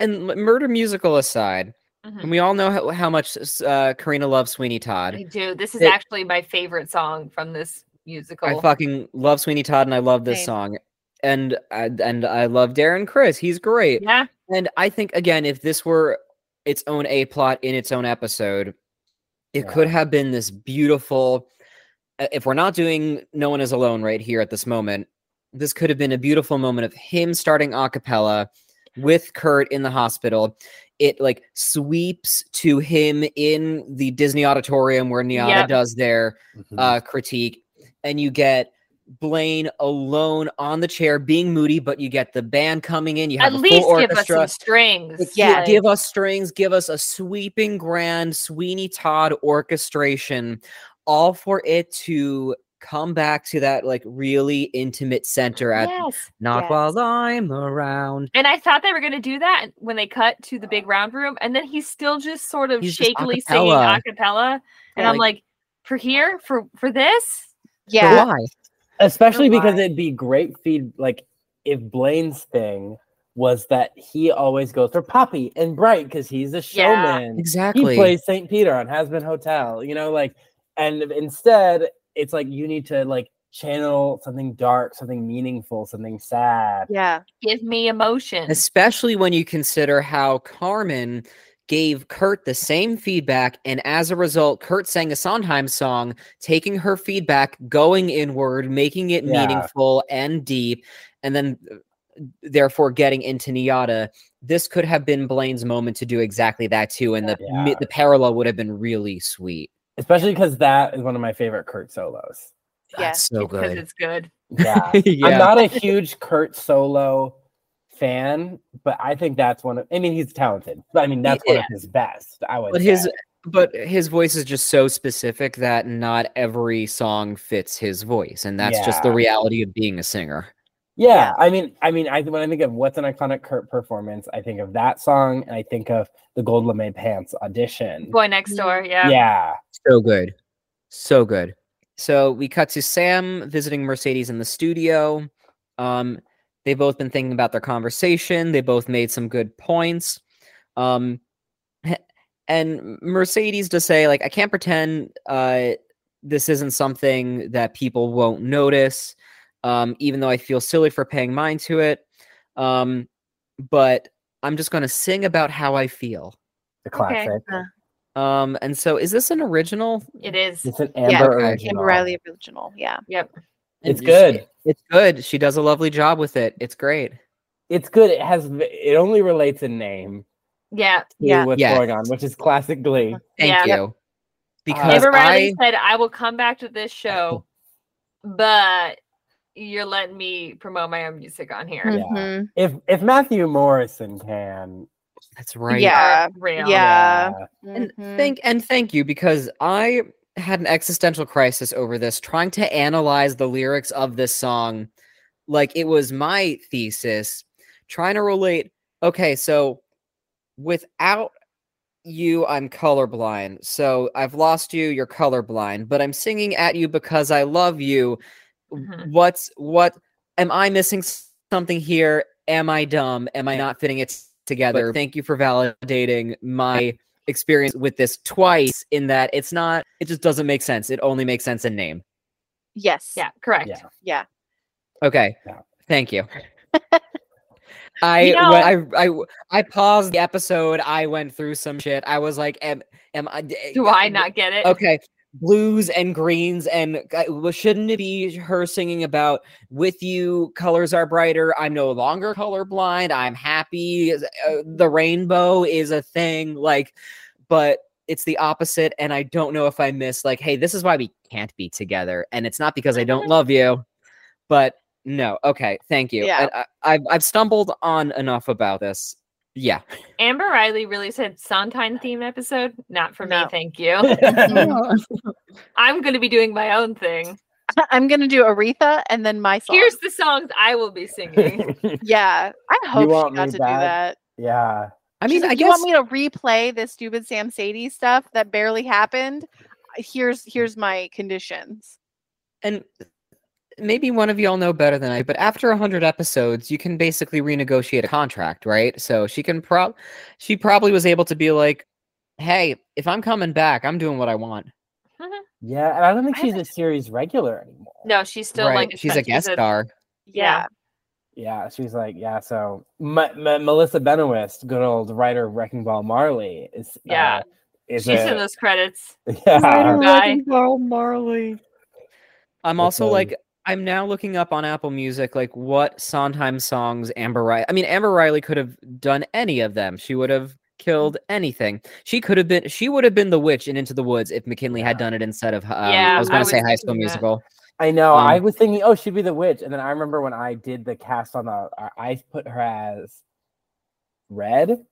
[SPEAKER 3] and m- murder musical aside, and
[SPEAKER 4] Mhm.
[SPEAKER 3] we all know how, how much s- uh, Karina loves Sweeney
[SPEAKER 4] i
[SPEAKER 3] Todd.
[SPEAKER 4] do this is
[SPEAKER 3] It-
[SPEAKER 4] actually my favorite song from this musical
[SPEAKER 3] I fucking love Sweeney Todd, and I love this
[SPEAKER 5] Same.
[SPEAKER 3] song. And I, and I love Darren Chris. He's great.
[SPEAKER 4] yeah
[SPEAKER 3] And I think again, if this were its own A plot in its own episode, it could
[SPEAKER 6] Yeah.
[SPEAKER 3] have been this beautiful. uh, If we're not doing No One Is Alone right here at this moment, this could have been a beautiful moment of him starting a cappella with Kurt in the hospital. It like sweeps to him in the Disney auditorium where Niata
[SPEAKER 4] Yep.
[SPEAKER 3] does their
[SPEAKER 6] Mhm.
[SPEAKER 4] Mm-hmm.
[SPEAKER 3] uh, critique, and you get Blaine alone on the chair being moody, but you get the band coming in. You have
[SPEAKER 4] at
[SPEAKER 3] a
[SPEAKER 4] least
[SPEAKER 3] full
[SPEAKER 4] give us
[SPEAKER 3] orchestra.
[SPEAKER 4] some strings
[SPEAKER 3] Gi-
[SPEAKER 5] Yeah.
[SPEAKER 3] give us strings. Give us a sweeping grand Sweeney Todd orchestration, all for it to come back to that like really intimate center at
[SPEAKER 4] yes
[SPEAKER 3] not
[SPEAKER 5] yes.
[SPEAKER 3] while I'm around.
[SPEAKER 4] and i thought they were going to do that when they cut to the big round room and then he's still just sort of
[SPEAKER 3] He's just
[SPEAKER 4] shakily singing a
[SPEAKER 3] acapella.
[SPEAKER 4] cappella and
[SPEAKER 3] Yeah,
[SPEAKER 4] i'm like for here for for this
[SPEAKER 3] But
[SPEAKER 5] yeah,
[SPEAKER 3] why?
[SPEAKER 6] especially because
[SPEAKER 4] why.
[SPEAKER 6] it'd be great feed like if blaine's thing was that he always goes for poppy and bright because he's a showman
[SPEAKER 3] Exactly.
[SPEAKER 6] he plays saint peter on has been hotel you know like and instead it's like you need to like channel something dark something meaningful something sad
[SPEAKER 5] yeah,
[SPEAKER 4] give me emotion
[SPEAKER 3] Especially when you consider how Carmen gave Kurt the same feedback, and as a result, Kurt sang a Sondheim song, taking her feedback, going inward, making it
[SPEAKER 6] Yeah.
[SPEAKER 3] meaningful and deep, and then uh, therefore getting into Niata. This could have been Blaine's moment to do exactly that too, and the mi-
[SPEAKER 6] Yeah.
[SPEAKER 3] the parallel would have been really sweet.
[SPEAKER 6] especially because that is one of my favorite kurt solos
[SPEAKER 5] yes.
[SPEAKER 3] That's so
[SPEAKER 4] because
[SPEAKER 3] good.
[SPEAKER 4] it's good
[SPEAKER 6] yeah
[SPEAKER 3] yeah.
[SPEAKER 6] i'm not a huge kurt solo fan but i think that's one of i mean he's talented but i mean that's one of his best i would
[SPEAKER 3] but his
[SPEAKER 6] say.
[SPEAKER 3] but his voice is just so specific that not every song fits his voice and that's just the
[SPEAKER 6] Yeah.
[SPEAKER 3] reality of being a singer
[SPEAKER 6] Yeah, I mean, I mean, I when I think of what's an iconic Kurt performance, I think of that song, and I think of the Gold Lame Pants audition.
[SPEAKER 4] boy next door yeah
[SPEAKER 6] Yeah,
[SPEAKER 3] so good so good so we cut to sam visiting mercedes in the studio um they've both been thinking about their conversation they both made some good points um and mercedes to say like i can't pretend uh this isn't something that people won't notice um even though i feel silly for paying mind to it um but i'm just going to sing about how i feel
[SPEAKER 6] the
[SPEAKER 4] Okay.
[SPEAKER 6] classic.
[SPEAKER 3] um and so is this an original
[SPEAKER 4] it is
[SPEAKER 6] It's an
[SPEAKER 5] Yeah,
[SPEAKER 6] Amber
[SPEAKER 3] okay.
[SPEAKER 6] original.
[SPEAKER 5] Amber Riley original. Yeah,
[SPEAKER 3] And
[SPEAKER 6] It's
[SPEAKER 3] she-
[SPEAKER 6] good.
[SPEAKER 3] It's good. She does a lovely job with it. It's great.
[SPEAKER 6] It's good. It has. v- It only relates in name
[SPEAKER 4] yeah
[SPEAKER 6] to
[SPEAKER 5] Yeah.
[SPEAKER 6] what's
[SPEAKER 3] Yes.
[SPEAKER 6] going on, which is classic Glee.
[SPEAKER 3] Thank
[SPEAKER 4] Yeah.
[SPEAKER 3] you. Because
[SPEAKER 4] Amber
[SPEAKER 3] I
[SPEAKER 4] Riley said, I will come back to this show, but you're letting me promote my own music on here.
[SPEAKER 6] Yeah.
[SPEAKER 4] Mm-hmm.
[SPEAKER 5] Mhm.
[SPEAKER 6] If if Matthew Morrison can,
[SPEAKER 3] that's right.
[SPEAKER 5] Yeah.
[SPEAKER 4] Are real.
[SPEAKER 5] Yeah.
[SPEAKER 3] And
[SPEAKER 4] Mm-hmm.
[SPEAKER 5] Mhm.
[SPEAKER 3] thank and thank you because I had an existential crisis over this trying to analyze the lyrics of this song like it was my thesis trying to relate okay so without you I'm colorblind so I've lost you you're colorblind but I'm singing at you because I love you
[SPEAKER 4] Mhm.
[SPEAKER 3] what's what am i missing s- something here am i dumb am i not fitting it s- together thank you for validating my experience with this twice in that it's not it just doesn't make sense it only makes sense in name
[SPEAKER 5] yes, yeah,
[SPEAKER 4] Yeah, correct.
[SPEAKER 6] Yeah.
[SPEAKER 5] yeah.
[SPEAKER 3] okay
[SPEAKER 6] Yeah.
[SPEAKER 3] thank you I,
[SPEAKER 4] You know-
[SPEAKER 3] went- I I I paused the episode. I went through some shit. I was like, am am I? d-
[SPEAKER 4] Do I not get it?
[SPEAKER 3] Okay, blues and greens and g- well, shouldn't it be her singing about with you? Colors are brighter. I'm no longer colorblind. I'm happy. is- uh, The rainbow is a thing. Like, but it's the opposite. And I don't know if I miss like, hey, this is why we can't be together. And it's not because I
[SPEAKER 5] Mm-hmm.
[SPEAKER 3] don't love you, but no. Okay, thank you.
[SPEAKER 5] Yeah.
[SPEAKER 3] And I, I've I've stumbled on enough about this. Yeah.
[SPEAKER 4] Amber Riley really said Sondheim theme episode. Not for
[SPEAKER 5] No.
[SPEAKER 4] me, thank you. I'm going to be doing my own thing.
[SPEAKER 5] I'm gonna do Aretha and then my song.
[SPEAKER 4] Here's the songs I will be singing.
[SPEAKER 5] yeah, I hope
[SPEAKER 6] want
[SPEAKER 5] she
[SPEAKER 6] me
[SPEAKER 5] got to do
[SPEAKER 6] back?
[SPEAKER 5] that.
[SPEAKER 6] yeah.
[SPEAKER 3] I mean, I
[SPEAKER 5] you
[SPEAKER 3] guess
[SPEAKER 5] want me to replay this stupid Sam Sadie stuff that barely happened? Here's here's my conditions.
[SPEAKER 3] and maybe one of y'all know better than I, but after 100 episodes, you can basically renegotiate a contract, right? So she can prob she probably was able to be like, "Hey, if I'm coming back, I'm doing what I want."
[SPEAKER 4] Mm-hmm.
[SPEAKER 6] Yeah. And I don't think
[SPEAKER 5] I
[SPEAKER 6] she's a series regular anymore.
[SPEAKER 4] No, she's still
[SPEAKER 3] right?
[SPEAKER 4] like
[SPEAKER 3] She's a guest star.
[SPEAKER 4] Yeah.
[SPEAKER 6] Yeah. She's like, yeah. So Ma- Ma- Melissa Benoist, good old writer of Wrecking Ball Marley, is. uh,
[SPEAKER 4] Yeah.
[SPEAKER 6] is
[SPEAKER 4] She's
[SPEAKER 6] a-
[SPEAKER 4] in those credits.
[SPEAKER 6] Yeah.
[SPEAKER 4] Guy.
[SPEAKER 3] Marley. I'm
[SPEAKER 6] That's
[SPEAKER 3] also
[SPEAKER 6] funny.
[SPEAKER 3] like I'm now looking up on Apple Music like what Sondheim songs Amber Riley. I mean Amber Riley could have done any of them. She would have killed anything. She could have been she would have been the witch in Into the Woods if McKinley had
[SPEAKER 6] Yeah.
[SPEAKER 3] done it instead of um, I
[SPEAKER 4] Yeah,
[SPEAKER 3] was
[SPEAKER 4] I
[SPEAKER 3] going
[SPEAKER 4] was
[SPEAKER 3] to say High School
[SPEAKER 4] thinking that.
[SPEAKER 3] Musical.
[SPEAKER 6] I know. I
[SPEAKER 3] Um,
[SPEAKER 6] was thinking, oh, she'd be the witch, and then I remember when I did the cast on the, I- I put her as red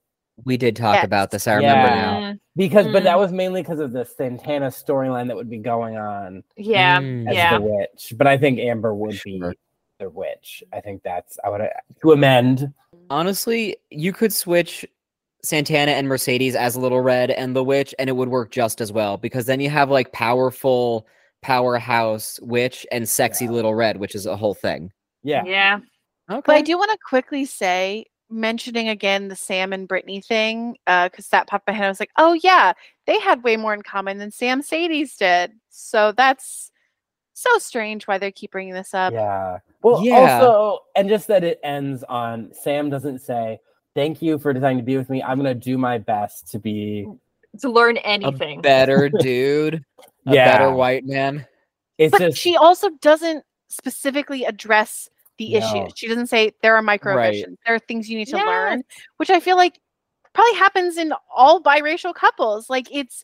[SPEAKER 3] We did talk about
[SPEAKER 5] Yes.
[SPEAKER 3] this. I remember
[SPEAKER 6] Yeah.
[SPEAKER 3] now.
[SPEAKER 4] Mm,
[SPEAKER 6] because, but
[SPEAKER 5] Hmm.
[SPEAKER 6] that
[SPEAKER 4] Mm.
[SPEAKER 6] was mainly because of the Santana storyline that would be going on
[SPEAKER 4] yeah.
[SPEAKER 3] Mm.
[SPEAKER 6] as
[SPEAKER 4] Yeah.
[SPEAKER 6] the witch. But I think Amber would be
[SPEAKER 3] Sure.
[SPEAKER 6] the witch. I think that's I would uh, to amend.
[SPEAKER 3] Honestly, you could switch Santana and Mercedes as Little Red and the Witch, and it would work just as well because then you have like powerful powerhouse witch and sexy
[SPEAKER 6] Yeah.
[SPEAKER 3] Little Red, which is a whole thing.
[SPEAKER 6] Yeah,
[SPEAKER 4] Yeah.
[SPEAKER 3] Okay.
[SPEAKER 5] But I do want to quickly say, mentioning again the Sam and Brittany thing, because that popped my head. I was like, oh yeah, they had way more in common than Sam Sadie's did. So that's so strange why they keep bringing this up.
[SPEAKER 6] yeah. Well,
[SPEAKER 3] Yeah.
[SPEAKER 6] also, and just that it ends on Sam doesn't say thank you for deciding to be with me. I'm gonna do my best to be.
[SPEAKER 4] To learn
[SPEAKER 3] a
[SPEAKER 4] anything.
[SPEAKER 3] better dude, a better
[SPEAKER 6] Yeah.
[SPEAKER 3] white man.
[SPEAKER 6] It's
[SPEAKER 5] but
[SPEAKER 6] just
[SPEAKER 5] she also doesn't specifically address the
[SPEAKER 6] No.
[SPEAKER 5] issue. She doesn't say there are microaggressions. There are things you need to learn, which I feel like probably happens in all biracial couples. Like it's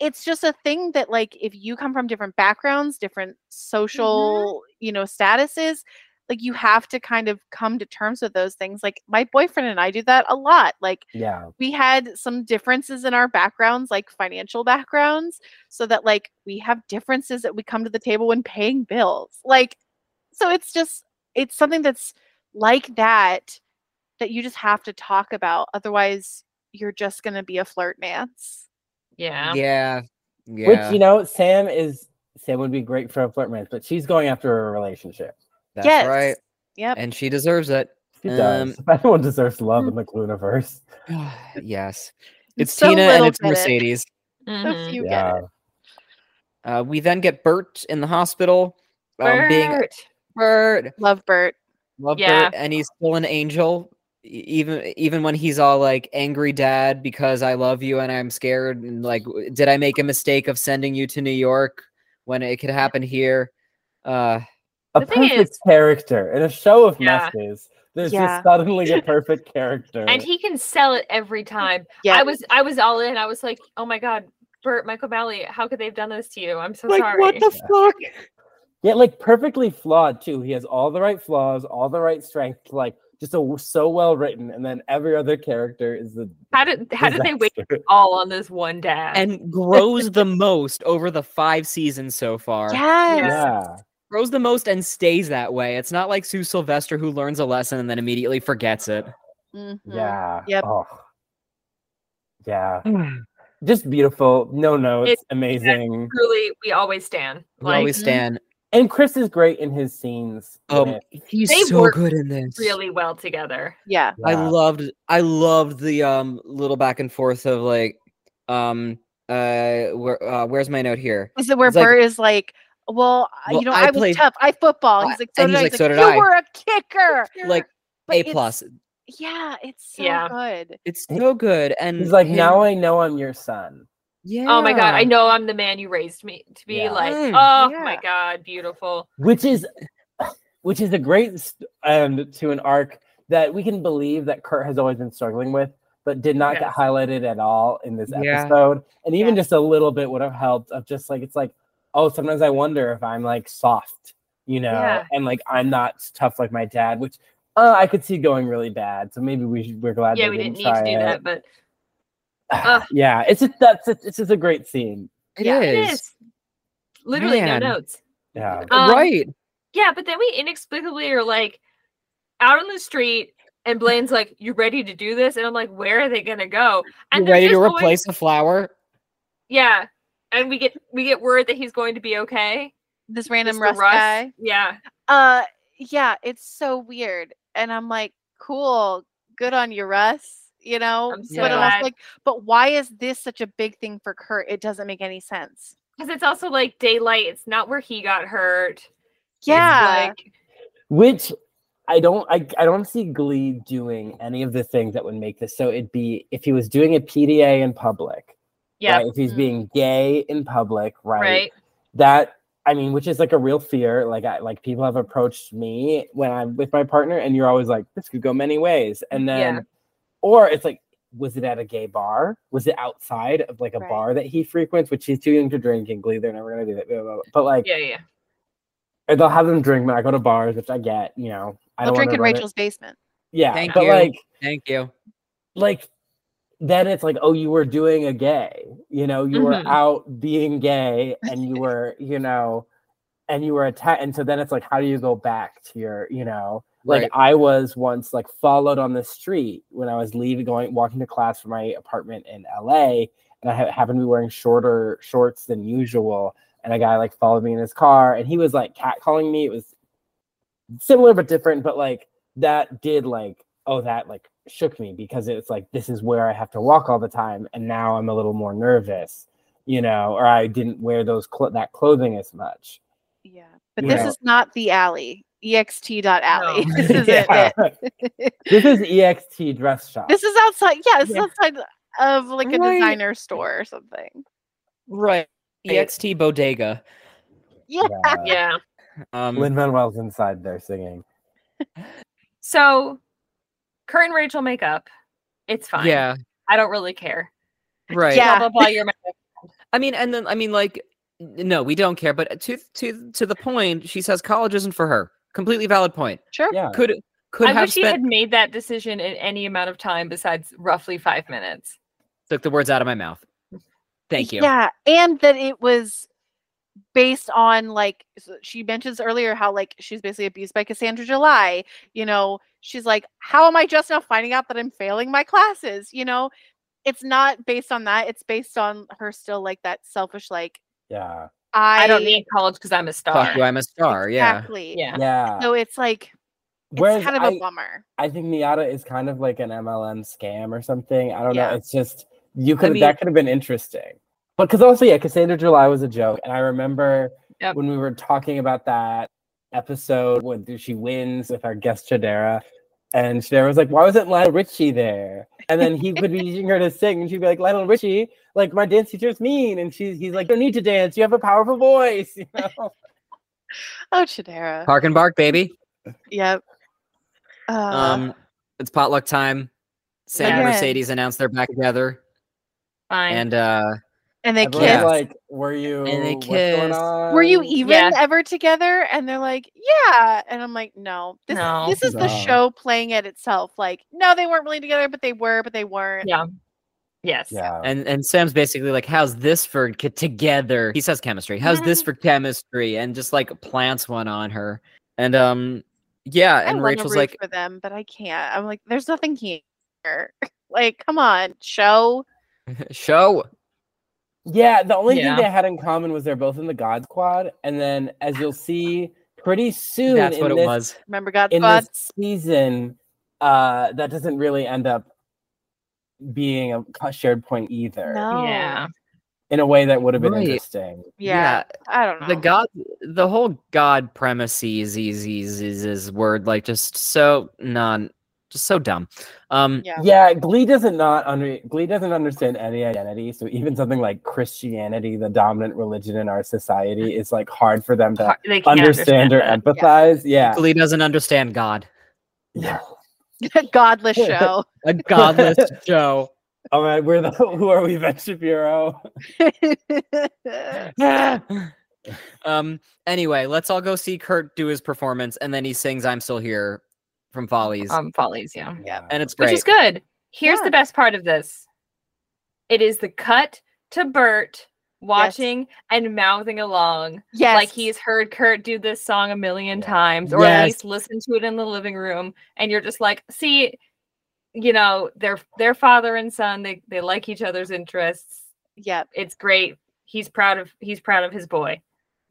[SPEAKER 5] it's just a thing that like if you come from different backgrounds, different social,
[SPEAKER 6] Mm-hmm.
[SPEAKER 5] you know, statuses, like you have to kind of come to terms with those things. Like my boyfriend and I do that a lot. Like
[SPEAKER 6] yeah,
[SPEAKER 5] we had some differences in our backgrounds, like financial backgrounds, so that like we have differences that we come to the table when paying bills. Like, so it's just, it's something that's like that, that you just have to talk about. Otherwise, you're just going to be a flirt nance.
[SPEAKER 4] Yeah.
[SPEAKER 3] Yeah. Yeah.
[SPEAKER 6] Which you know, Sam is Sam would be great for a flirt romance, but she's going after a relationship.
[SPEAKER 3] that's right.
[SPEAKER 5] Yep.
[SPEAKER 3] And she deserves it.
[SPEAKER 6] She
[SPEAKER 3] Um,
[SPEAKER 6] does. Everyone deserves love in the
[SPEAKER 4] Mm-hmm.
[SPEAKER 6] Cluniverse.
[SPEAKER 3] yes. It's
[SPEAKER 5] so
[SPEAKER 3] Tina and
[SPEAKER 5] little
[SPEAKER 3] it's
[SPEAKER 5] get it.
[SPEAKER 3] Mercedes.
[SPEAKER 5] So
[SPEAKER 4] Mhm.
[SPEAKER 5] few get
[SPEAKER 6] Yeah.
[SPEAKER 5] it.
[SPEAKER 3] Uh, we then get Bert in the hospital. Um, being
[SPEAKER 4] Bert.
[SPEAKER 3] Bert,
[SPEAKER 5] Love Bert.
[SPEAKER 3] love
[SPEAKER 4] Yeah.
[SPEAKER 3] Bert, and he's still an angel, e- even even when he's all like angry dad because I love you and I'm scared and like w- did I make a mistake of sending you to New York when it could happen here? Uh,
[SPEAKER 6] A
[SPEAKER 4] The thing is-
[SPEAKER 6] perfect character in a show of
[SPEAKER 4] Yeah.
[SPEAKER 6] messes. There's
[SPEAKER 5] Yeah.
[SPEAKER 6] just suddenly a perfect character.
[SPEAKER 4] and he can sell it every time.
[SPEAKER 5] Yeah.
[SPEAKER 4] I was I was all in. I was like, oh my god, Bert Michael Malley, how could they have done this to you? I'm so
[SPEAKER 3] like
[SPEAKER 4] sorry.
[SPEAKER 3] what the fuck?
[SPEAKER 6] yeah, like perfectly flawed too. He has all the right flaws, all the right strengths, like just a, so well written. And then every other character is the
[SPEAKER 4] how did how did they wait
[SPEAKER 6] disaster.
[SPEAKER 4] all on this one dad?
[SPEAKER 3] And grows the most over the five seasons so far.
[SPEAKER 5] yes.
[SPEAKER 6] Yeah.
[SPEAKER 3] Grows the most and stays that way. It's not like Sue Sylvester who learns a lesson and then immediately forgets it.
[SPEAKER 5] Mhm.
[SPEAKER 4] Mm-hmm.
[SPEAKER 6] Yeah.
[SPEAKER 5] Yep.
[SPEAKER 6] Oh. Yeah. Just beautiful. No notes.
[SPEAKER 4] It's-
[SPEAKER 6] amazing.
[SPEAKER 4] truly we always stand.
[SPEAKER 3] We
[SPEAKER 4] Like mm-hmm.
[SPEAKER 3] always stand.
[SPEAKER 6] And Chris is great in his scenes.
[SPEAKER 3] Um,
[SPEAKER 6] with-
[SPEAKER 3] he's
[SPEAKER 4] They
[SPEAKER 3] so
[SPEAKER 4] work
[SPEAKER 3] good in this.
[SPEAKER 4] really well together.
[SPEAKER 5] Yeah.
[SPEAKER 3] I
[SPEAKER 6] Yeah.
[SPEAKER 3] loved I loved the um little back and forth of like um uh where uh, where's my note here?
[SPEAKER 5] Is it where
[SPEAKER 3] It's like-
[SPEAKER 5] Bert is like, well, I-
[SPEAKER 3] Well,
[SPEAKER 5] you know,
[SPEAKER 3] I
[SPEAKER 5] I, was
[SPEAKER 3] played-
[SPEAKER 5] tough. I football.
[SPEAKER 3] I-
[SPEAKER 5] He's like, so
[SPEAKER 3] and
[SPEAKER 5] did
[SPEAKER 3] he's
[SPEAKER 5] I.
[SPEAKER 3] like,
[SPEAKER 5] He's
[SPEAKER 3] "So
[SPEAKER 5] like,
[SPEAKER 3] did
[SPEAKER 5] you
[SPEAKER 3] I."
[SPEAKER 5] were a kicker.
[SPEAKER 3] Like
[SPEAKER 5] But
[SPEAKER 3] A
[SPEAKER 5] it's-
[SPEAKER 3] plus.
[SPEAKER 5] yeah, it's so
[SPEAKER 4] Yeah.
[SPEAKER 5] good.
[SPEAKER 3] It's so good. And
[SPEAKER 6] He's like,
[SPEAKER 3] him-
[SPEAKER 6] now I know I'm your son.
[SPEAKER 3] yeah.
[SPEAKER 4] Oh my god, I know I'm the man you raised me to be.
[SPEAKER 6] Yeah.
[SPEAKER 4] Like,
[SPEAKER 3] Mm,
[SPEAKER 4] oh
[SPEAKER 5] yeah.
[SPEAKER 4] my god, beautiful.
[SPEAKER 6] which is which is a great st- end to an arc that we can believe that Kurt has always been struggling with, but did not get
[SPEAKER 4] Yes.
[SPEAKER 6] highlighted at all in this
[SPEAKER 3] Yeah.
[SPEAKER 6] episode. And even
[SPEAKER 5] Yeah.
[SPEAKER 6] just a little bit would have helped of just like it's like, oh, sometimes I wonder if I'm like soft, you know,
[SPEAKER 4] Yeah.
[SPEAKER 6] and like I'm not tough like my dad, which uh, I could see going really bad. So maybe we should, we're glad.
[SPEAKER 4] yeah,
[SPEAKER 6] they
[SPEAKER 4] we didn't need
[SPEAKER 6] try
[SPEAKER 4] to do
[SPEAKER 6] it.
[SPEAKER 4] that, but Ugh.
[SPEAKER 6] yeah, it's just that's it's, it's just a great scene.
[SPEAKER 3] It
[SPEAKER 5] Yeah,
[SPEAKER 4] it
[SPEAKER 3] is.
[SPEAKER 4] is literally
[SPEAKER 3] Man.
[SPEAKER 4] no notes.
[SPEAKER 6] Yeah,
[SPEAKER 4] Um,
[SPEAKER 3] right.
[SPEAKER 4] Yeah, but then we inexplicably are like out on the street, and Blaine's like, "You ready to do this?" And I'm like, "Where are they gonna go?"
[SPEAKER 3] You
[SPEAKER 4] they're
[SPEAKER 3] ready to
[SPEAKER 4] just going-
[SPEAKER 3] replace the flower?
[SPEAKER 4] Yeah, and we get we get word that he's going to be okay.
[SPEAKER 5] This random
[SPEAKER 4] Mr.
[SPEAKER 5] Russ
[SPEAKER 4] Russ.
[SPEAKER 5] guy.
[SPEAKER 4] Yeah,
[SPEAKER 5] Uh, yeah, it's so weird, and I'm like, cool, good on you, Russ. You know,
[SPEAKER 4] I'm
[SPEAKER 5] but I'm also
[SPEAKER 4] glad.
[SPEAKER 5] like, but why is this such a big thing for Kurt? It doesn't make any sense.
[SPEAKER 4] because it's also like daylight. It's not where he got hurt. It's
[SPEAKER 5] Yeah,
[SPEAKER 4] like,
[SPEAKER 6] which I don't I, I don't see Glee doing any of the things that would make this so it'd be if he was doing a PDA in public,
[SPEAKER 4] yeah,
[SPEAKER 6] right? If he's
[SPEAKER 5] Mm.
[SPEAKER 6] being gay in public, right?
[SPEAKER 4] right.
[SPEAKER 6] That I mean, which is like a real fear. Like I like people have approached me when I'm with my partner, and you're always like, this could go many ways. And
[SPEAKER 4] Yeah.
[SPEAKER 6] then or it's like, was it at a gay bar? Was it outside of like a
[SPEAKER 5] Right.
[SPEAKER 6] bar that he frequents, which he's too young to drink and Glee, they're never gonna do that. blah, blah, blah. But like
[SPEAKER 4] Yeah, yeah.
[SPEAKER 6] and they'll have them drink when I go to bars, which I get, you know. I
[SPEAKER 5] we'll
[SPEAKER 6] don't wanna
[SPEAKER 5] drink in
[SPEAKER 6] run it-
[SPEAKER 5] Rachel's basement.
[SPEAKER 6] yeah,
[SPEAKER 3] Thank
[SPEAKER 6] but
[SPEAKER 3] you.
[SPEAKER 6] like,
[SPEAKER 3] Thank you.
[SPEAKER 6] like then it's like, oh, you were doing a gay, you know, you
[SPEAKER 4] Mhm.
[SPEAKER 5] Mm-hmm.
[SPEAKER 6] were out being gay, and you were, you know, and you were attacked, and so then it's like, how do you go back to your, you know, like
[SPEAKER 3] Right.
[SPEAKER 6] I was once like followed on the street when I was leaving, going walking to class from my apartment in L.A., and I ha- happened to be wearing shorter shorts than usual, and a guy like followed me in his car, and he was like catcalling me. It was similar but different, but like that did like oh that like shook me because it's like this is where I have to walk all the time, and now I'm a little more nervous, you know, or I didn't wear those cl- that clothing as much.
[SPEAKER 5] Yeah, but
[SPEAKER 6] You
[SPEAKER 5] this
[SPEAKER 6] know.
[SPEAKER 5] is not the alley. ext dot alley.
[SPEAKER 4] No.
[SPEAKER 5] This is it.
[SPEAKER 6] Yeah. this is EXT dress shop.
[SPEAKER 5] This is outside. Yeah, this
[SPEAKER 4] Yeah.
[SPEAKER 5] is outside of like a
[SPEAKER 3] Right.
[SPEAKER 5] designer store or something.
[SPEAKER 3] Right.
[SPEAKER 4] Right.
[SPEAKER 3] EXT bodega.
[SPEAKER 5] Yeah.
[SPEAKER 4] Yeah.
[SPEAKER 3] Um,
[SPEAKER 6] Lin Manuel's inside there singing.
[SPEAKER 4] So, Kurt and Rachel make up. It's fine.
[SPEAKER 3] yeah.
[SPEAKER 4] I don't really care.
[SPEAKER 3] Right.
[SPEAKER 5] Yeah.
[SPEAKER 4] Blah blah blah. You're my
[SPEAKER 3] I mean, and then I mean, like, n- no, we don't care. But to to to the point, she says college isn't for her. Completely valid point.
[SPEAKER 5] Sure.
[SPEAKER 6] Yeah.
[SPEAKER 3] Could could
[SPEAKER 4] I
[SPEAKER 3] have
[SPEAKER 4] wish he had
[SPEAKER 3] spent
[SPEAKER 4] made that decision in any amount of time besides roughly five minutes.
[SPEAKER 3] took the words out of my mouth. Thank you.
[SPEAKER 5] Yeah, and that it was based on like s- she mentions earlier how like she's basically abused by Cassandra July. You know, she's like, how am I just now finding out that I'm failing my classes? You know, it's not based on that. It's based on her still like that selfish like
[SPEAKER 6] Yeah.
[SPEAKER 5] I,
[SPEAKER 4] I, don't need college because I'm a star.
[SPEAKER 3] Fuck you, I'm a star.
[SPEAKER 5] exactly.
[SPEAKER 4] Yeah.
[SPEAKER 6] Yeah.
[SPEAKER 5] So it's like it's
[SPEAKER 6] Whereas
[SPEAKER 5] kind of
[SPEAKER 6] I,
[SPEAKER 5] a bummer.
[SPEAKER 6] I think Miata is kind of like an MLM scam or something. I don't
[SPEAKER 5] Yeah.
[SPEAKER 6] know. It's just you could
[SPEAKER 3] mean-
[SPEAKER 6] that could have been interesting. But because also, yeah, Cassandra July was a joke, and I remember
[SPEAKER 4] Yep.
[SPEAKER 6] when we were talking about that episode when she wins with our guest Shadera, and Shadera was like, "Why wasn't Lionel Richie there?" And then he would be teaching her to sing, and she'd be like, "Lionel Richie, like my dance teacher's mean," and she's he's like, "You don't need to dance. You have a powerful voice." You know?
[SPEAKER 5] Oh, Shadera.
[SPEAKER 3] Park and bark, baby.
[SPEAKER 5] Yep. Uh,
[SPEAKER 3] Um, it's potluck time. Sam and
[SPEAKER 5] Again.
[SPEAKER 3] Mercedes announced they're back together,
[SPEAKER 4] Fine.
[SPEAKER 3] and uh,
[SPEAKER 5] and they
[SPEAKER 6] Everyone's
[SPEAKER 3] kissed.
[SPEAKER 5] kiss.
[SPEAKER 6] like, "Were you?
[SPEAKER 3] And they
[SPEAKER 6] what's going
[SPEAKER 3] kissed.
[SPEAKER 6] on?
[SPEAKER 5] were you e even
[SPEAKER 4] Um, Yeah.
[SPEAKER 5] ever together and they're like yeah and i'm like no this
[SPEAKER 4] No.
[SPEAKER 5] this is the
[SPEAKER 6] No.
[SPEAKER 5] show playing at itself like no they weren't really together but they were but they weren't
[SPEAKER 4] yeah. Yes.
[SPEAKER 6] Yeah.
[SPEAKER 3] and and Sam's basically like, "How's this for c- together?" He says chemistry. How's this for chemistry? And just like plants one on her, and um, yeah.
[SPEAKER 5] I
[SPEAKER 3] And
[SPEAKER 5] wanna
[SPEAKER 3] Rachel's
[SPEAKER 5] root
[SPEAKER 3] like,
[SPEAKER 5] for them but i can't i'm like there's nothing here like come on show
[SPEAKER 3] "Show."
[SPEAKER 6] Yeah, the only
[SPEAKER 4] Yeah.
[SPEAKER 6] thing they had in common was they're both in the God Squad, and then as you'll see pretty soon,
[SPEAKER 3] That's
[SPEAKER 6] in
[SPEAKER 3] what it
[SPEAKER 6] this,
[SPEAKER 3] was.
[SPEAKER 5] remember god
[SPEAKER 6] in
[SPEAKER 5] squad
[SPEAKER 6] this season. Uh, that doesn't really end up being a co- shared point either,
[SPEAKER 5] no
[SPEAKER 4] Yeah.
[SPEAKER 6] in a way that would have been
[SPEAKER 3] Right.
[SPEAKER 6] interesting.
[SPEAKER 5] yeah, i don't know
[SPEAKER 3] the god the whole god premise is is is is word like just so non Just so dumb. Um,
[SPEAKER 5] Yeah.
[SPEAKER 6] Yeah, Glee doesn't not under Glee doesn't understand any identity. So even something like Christianity, the dominant religion in our society, is like hard for them to
[SPEAKER 3] Oh.
[SPEAKER 4] Har- they can't
[SPEAKER 6] understand or
[SPEAKER 4] that.
[SPEAKER 6] empathize. Yeah.
[SPEAKER 3] Glee doesn't understand God.
[SPEAKER 6] yeah.
[SPEAKER 5] Godless show.
[SPEAKER 3] A godless show.
[SPEAKER 6] All right, we're the who are we, Ben Shapiro?
[SPEAKER 3] um. Anyway, let's all go see Kurt do his performance, and then he sings "I'm Still Here" from Follies,
[SPEAKER 4] Um, follies, yeah.
[SPEAKER 6] Yeah.
[SPEAKER 3] and it's
[SPEAKER 4] Which
[SPEAKER 3] great.
[SPEAKER 4] is good. Here's
[SPEAKER 5] Yeah.
[SPEAKER 4] the best part of this. It is the cut to Bert watching and mouthing along
[SPEAKER 5] yes.
[SPEAKER 4] like he's heard Kurt do this song a million
[SPEAKER 6] Yeah.
[SPEAKER 4] times or at
[SPEAKER 3] Yes.
[SPEAKER 4] least listen to it in the living room and you're just like, "See, you know, they're they're father and son. They they like each other's interests.
[SPEAKER 5] Yep.
[SPEAKER 4] It's great. He's proud of he's proud of his boy."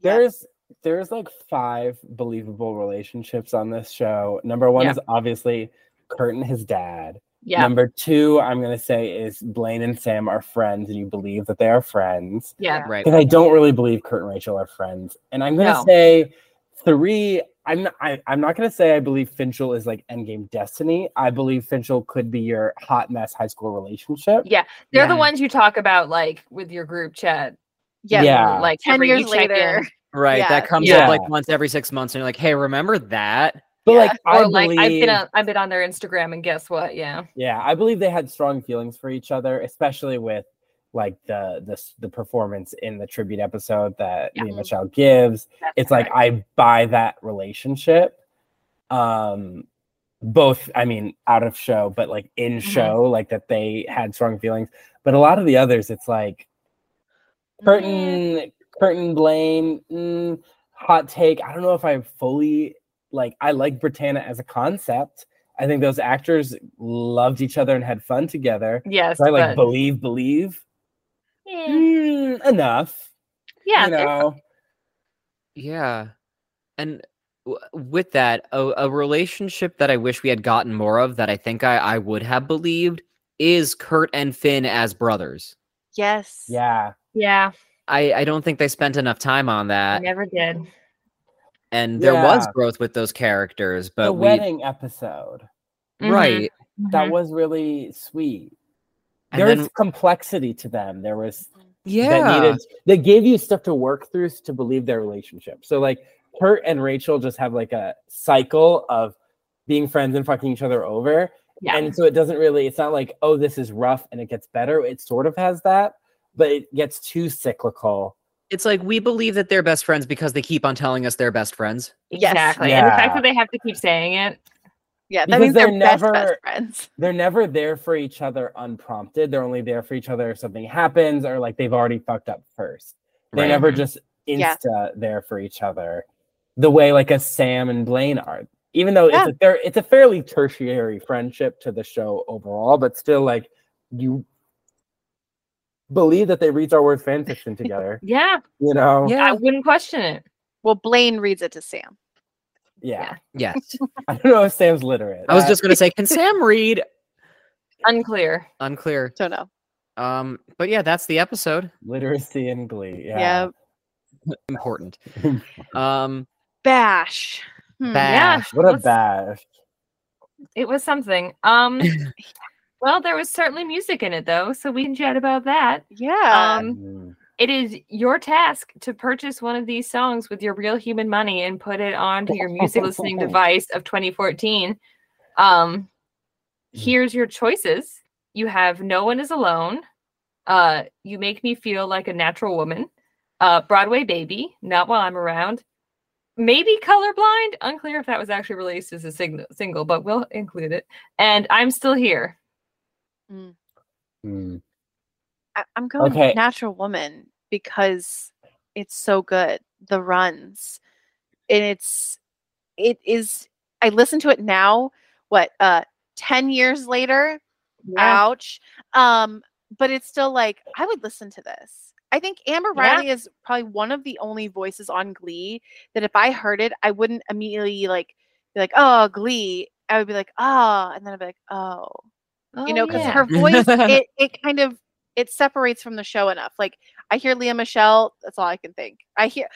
[SPEAKER 6] There's there's like five believable relationships on this show. Number one
[SPEAKER 4] Yeah.
[SPEAKER 6] is obviously Kurt and his dad.
[SPEAKER 4] Yeah.
[SPEAKER 6] Number two, I'm gonna say is Blaine and Sam are friends, and you believe that they are friends.
[SPEAKER 4] yeah.
[SPEAKER 3] right.
[SPEAKER 6] Because I don't really believe Kurt and Rachel are friends. And I'm gonna
[SPEAKER 4] No.
[SPEAKER 6] say three. I'm not, I, I'm not gonna say I believe Finchel is like endgame destiny. I believe Finchel could be your hot mess high school relationship.
[SPEAKER 4] Yeah. They're the
[SPEAKER 3] Yeah.
[SPEAKER 4] ones you talk about like with your group chat.
[SPEAKER 5] Yes.
[SPEAKER 6] Yeah.
[SPEAKER 4] Like
[SPEAKER 5] Ten
[SPEAKER 4] every-
[SPEAKER 5] years
[SPEAKER 4] you check in.
[SPEAKER 5] later.
[SPEAKER 3] Right.
[SPEAKER 5] Yeah.
[SPEAKER 3] That comes
[SPEAKER 6] Yeah.
[SPEAKER 3] up like once every six months, and you're like, hey, remember that?
[SPEAKER 6] But
[SPEAKER 5] Yeah.
[SPEAKER 6] like I
[SPEAKER 4] or like
[SPEAKER 6] believe,
[SPEAKER 4] I've been on, I've been on their Instagram and guess what? Yeah,
[SPEAKER 6] yeah, I believe they had strong feelings for each other, especially with like the the s- the performance in the tribute episode that
[SPEAKER 4] Yeah.
[SPEAKER 6] Leah Michelle gives. It's like I buy that relationship. Um both, I mean, out of show, but like in
[SPEAKER 4] Mm-hmm.
[SPEAKER 6] show, like that they had strong feelings. But a lot of the others, it's like
[SPEAKER 4] Mm.
[SPEAKER 6] curtain, curtain blame, mm, hot take. I don't know if I fully like. I like Britannia as a concept. I think those actors loved each other and had fun together.
[SPEAKER 4] yes,
[SPEAKER 6] So I like
[SPEAKER 4] but-
[SPEAKER 6] believe, believe
[SPEAKER 4] yeah,
[SPEAKER 6] mm, enough.
[SPEAKER 4] yeah,
[SPEAKER 6] you
[SPEAKER 4] they're-
[SPEAKER 6] know.
[SPEAKER 3] Yeah. And w- with that, a, a relationship that I wish we had gotten more of that I think I, I would have believed is Kurt and Finn as brothers.
[SPEAKER 5] Yes.
[SPEAKER 6] Yeah,
[SPEAKER 4] yeah.
[SPEAKER 3] I, I don't think they spent enough time on
[SPEAKER 4] I
[SPEAKER 3] that.
[SPEAKER 4] never did.
[SPEAKER 3] And there was
[SPEAKER 6] Yeah.
[SPEAKER 3] growth with those characters, but
[SPEAKER 6] the
[SPEAKER 3] we
[SPEAKER 6] wedding episode
[SPEAKER 4] Mhm,
[SPEAKER 3] right.
[SPEAKER 6] that
[SPEAKER 4] mhm.
[SPEAKER 6] was really sweet.
[SPEAKER 3] And
[SPEAKER 6] There's
[SPEAKER 3] then-
[SPEAKER 6] complexity to them. There was
[SPEAKER 3] Yeah.
[SPEAKER 6] that needed that gave you stuff to work through s- to believe their relationship. So like Kurt and Rachel just have like a cycle of being friends and fucking each other over.
[SPEAKER 4] Yeah.
[SPEAKER 6] And so it doesn't really, it's not like, oh, this is rough and it gets better. It sort of has that, but it gets too cyclical.
[SPEAKER 3] It's like we believe that they're best friends because they keep on telling us they're best friends.
[SPEAKER 5] Yes.
[SPEAKER 4] exactly. And the
[SPEAKER 6] Yeah.
[SPEAKER 4] fact that they have to keep saying it,
[SPEAKER 5] Yeah. That
[SPEAKER 6] Because
[SPEAKER 5] means they're,
[SPEAKER 6] they're
[SPEAKER 5] best,
[SPEAKER 6] never-
[SPEAKER 5] best friends.
[SPEAKER 6] They're never there for each other unprompted. They're only there for each other if something happens or like they've already fucked up first. They're
[SPEAKER 3] Right.
[SPEAKER 6] never just
[SPEAKER 5] Yeah.
[SPEAKER 6] insta there for each other, the way like a Sam and Blaine are. Even though
[SPEAKER 5] Yeah.
[SPEAKER 6] it's a they're, it's a fairly tertiary friendship to the show overall, but still like you believe that they read Star Wars fan fiction together.
[SPEAKER 4] yeah,
[SPEAKER 6] You know?
[SPEAKER 4] I wouldn't question it.
[SPEAKER 5] Well, Blaine reads it to Sam.
[SPEAKER 6] yeah.
[SPEAKER 3] Yes.
[SPEAKER 6] I don't know if Sam's literate.
[SPEAKER 3] I was
[SPEAKER 6] Uh,
[SPEAKER 3] just gonna say, can Sam read?
[SPEAKER 4] Unclear.
[SPEAKER 3] Unclear.
[SPEAKER 5] Don't know.
[SPEAKER 3] Um, but yeah, that's the episode.
[SPEAKER 6] literacy and glee. Yeah.
[SPEAKER 5] Yeah.
[SPEAKER 3] Important. Um,
[SPEAKER 5] Bash. Hmm.
[SPEAKER 3] bash.
[SPEAKER 6] What a
[SPEAKER 4] Let's-
[SPEAKER 6] bash.
[SPEAKER 4] It was something. Um, well, there was certainly music in it though, so we can chat about that.
[SPEAKER 5] Yeah.
[SPEAKER 4] Um,
[SPEAKER 6] Mm.
[SPEAKER 4] It is your task to purchase one of these songs with your real human money and put it onto your music listening device of 2014. Um, here's your choices. You have No One Is Alone, uh, You Make Me Feel Like a Natural Woman, uh, Broadway Baby, Not While I'm Around, maybe Colorblind. Unclear if that was actually released as a sing- single, but we'll include it. And I'm Still Here.
[SPEAKER 6] Mm.
[SPEAKER 5] I- I'm going
[SPEAKER 6] Okay.
[SPEAKER 5] Natural Woman because it's so good. The runs, and it's it is. I listen to it now. What uh, ten years later? Ouch. Um, but it's still like I would listen to this. I think Amber
[SPEAKER 4] Yeah.
[SPEAKER 5] Riley is probably one of the only voices on Glee that if I heard it, I wouldn't immediately like be like, "Oh, Glee." I would be like, "Oh," and then I'd be like, "Oh." you know, because
[SPEAKER 4] yeah.
[SPEAKER 5] her voice it, it kind of it separates from the show enough. Like I hear Leah Michelle, that's all I can think. I hear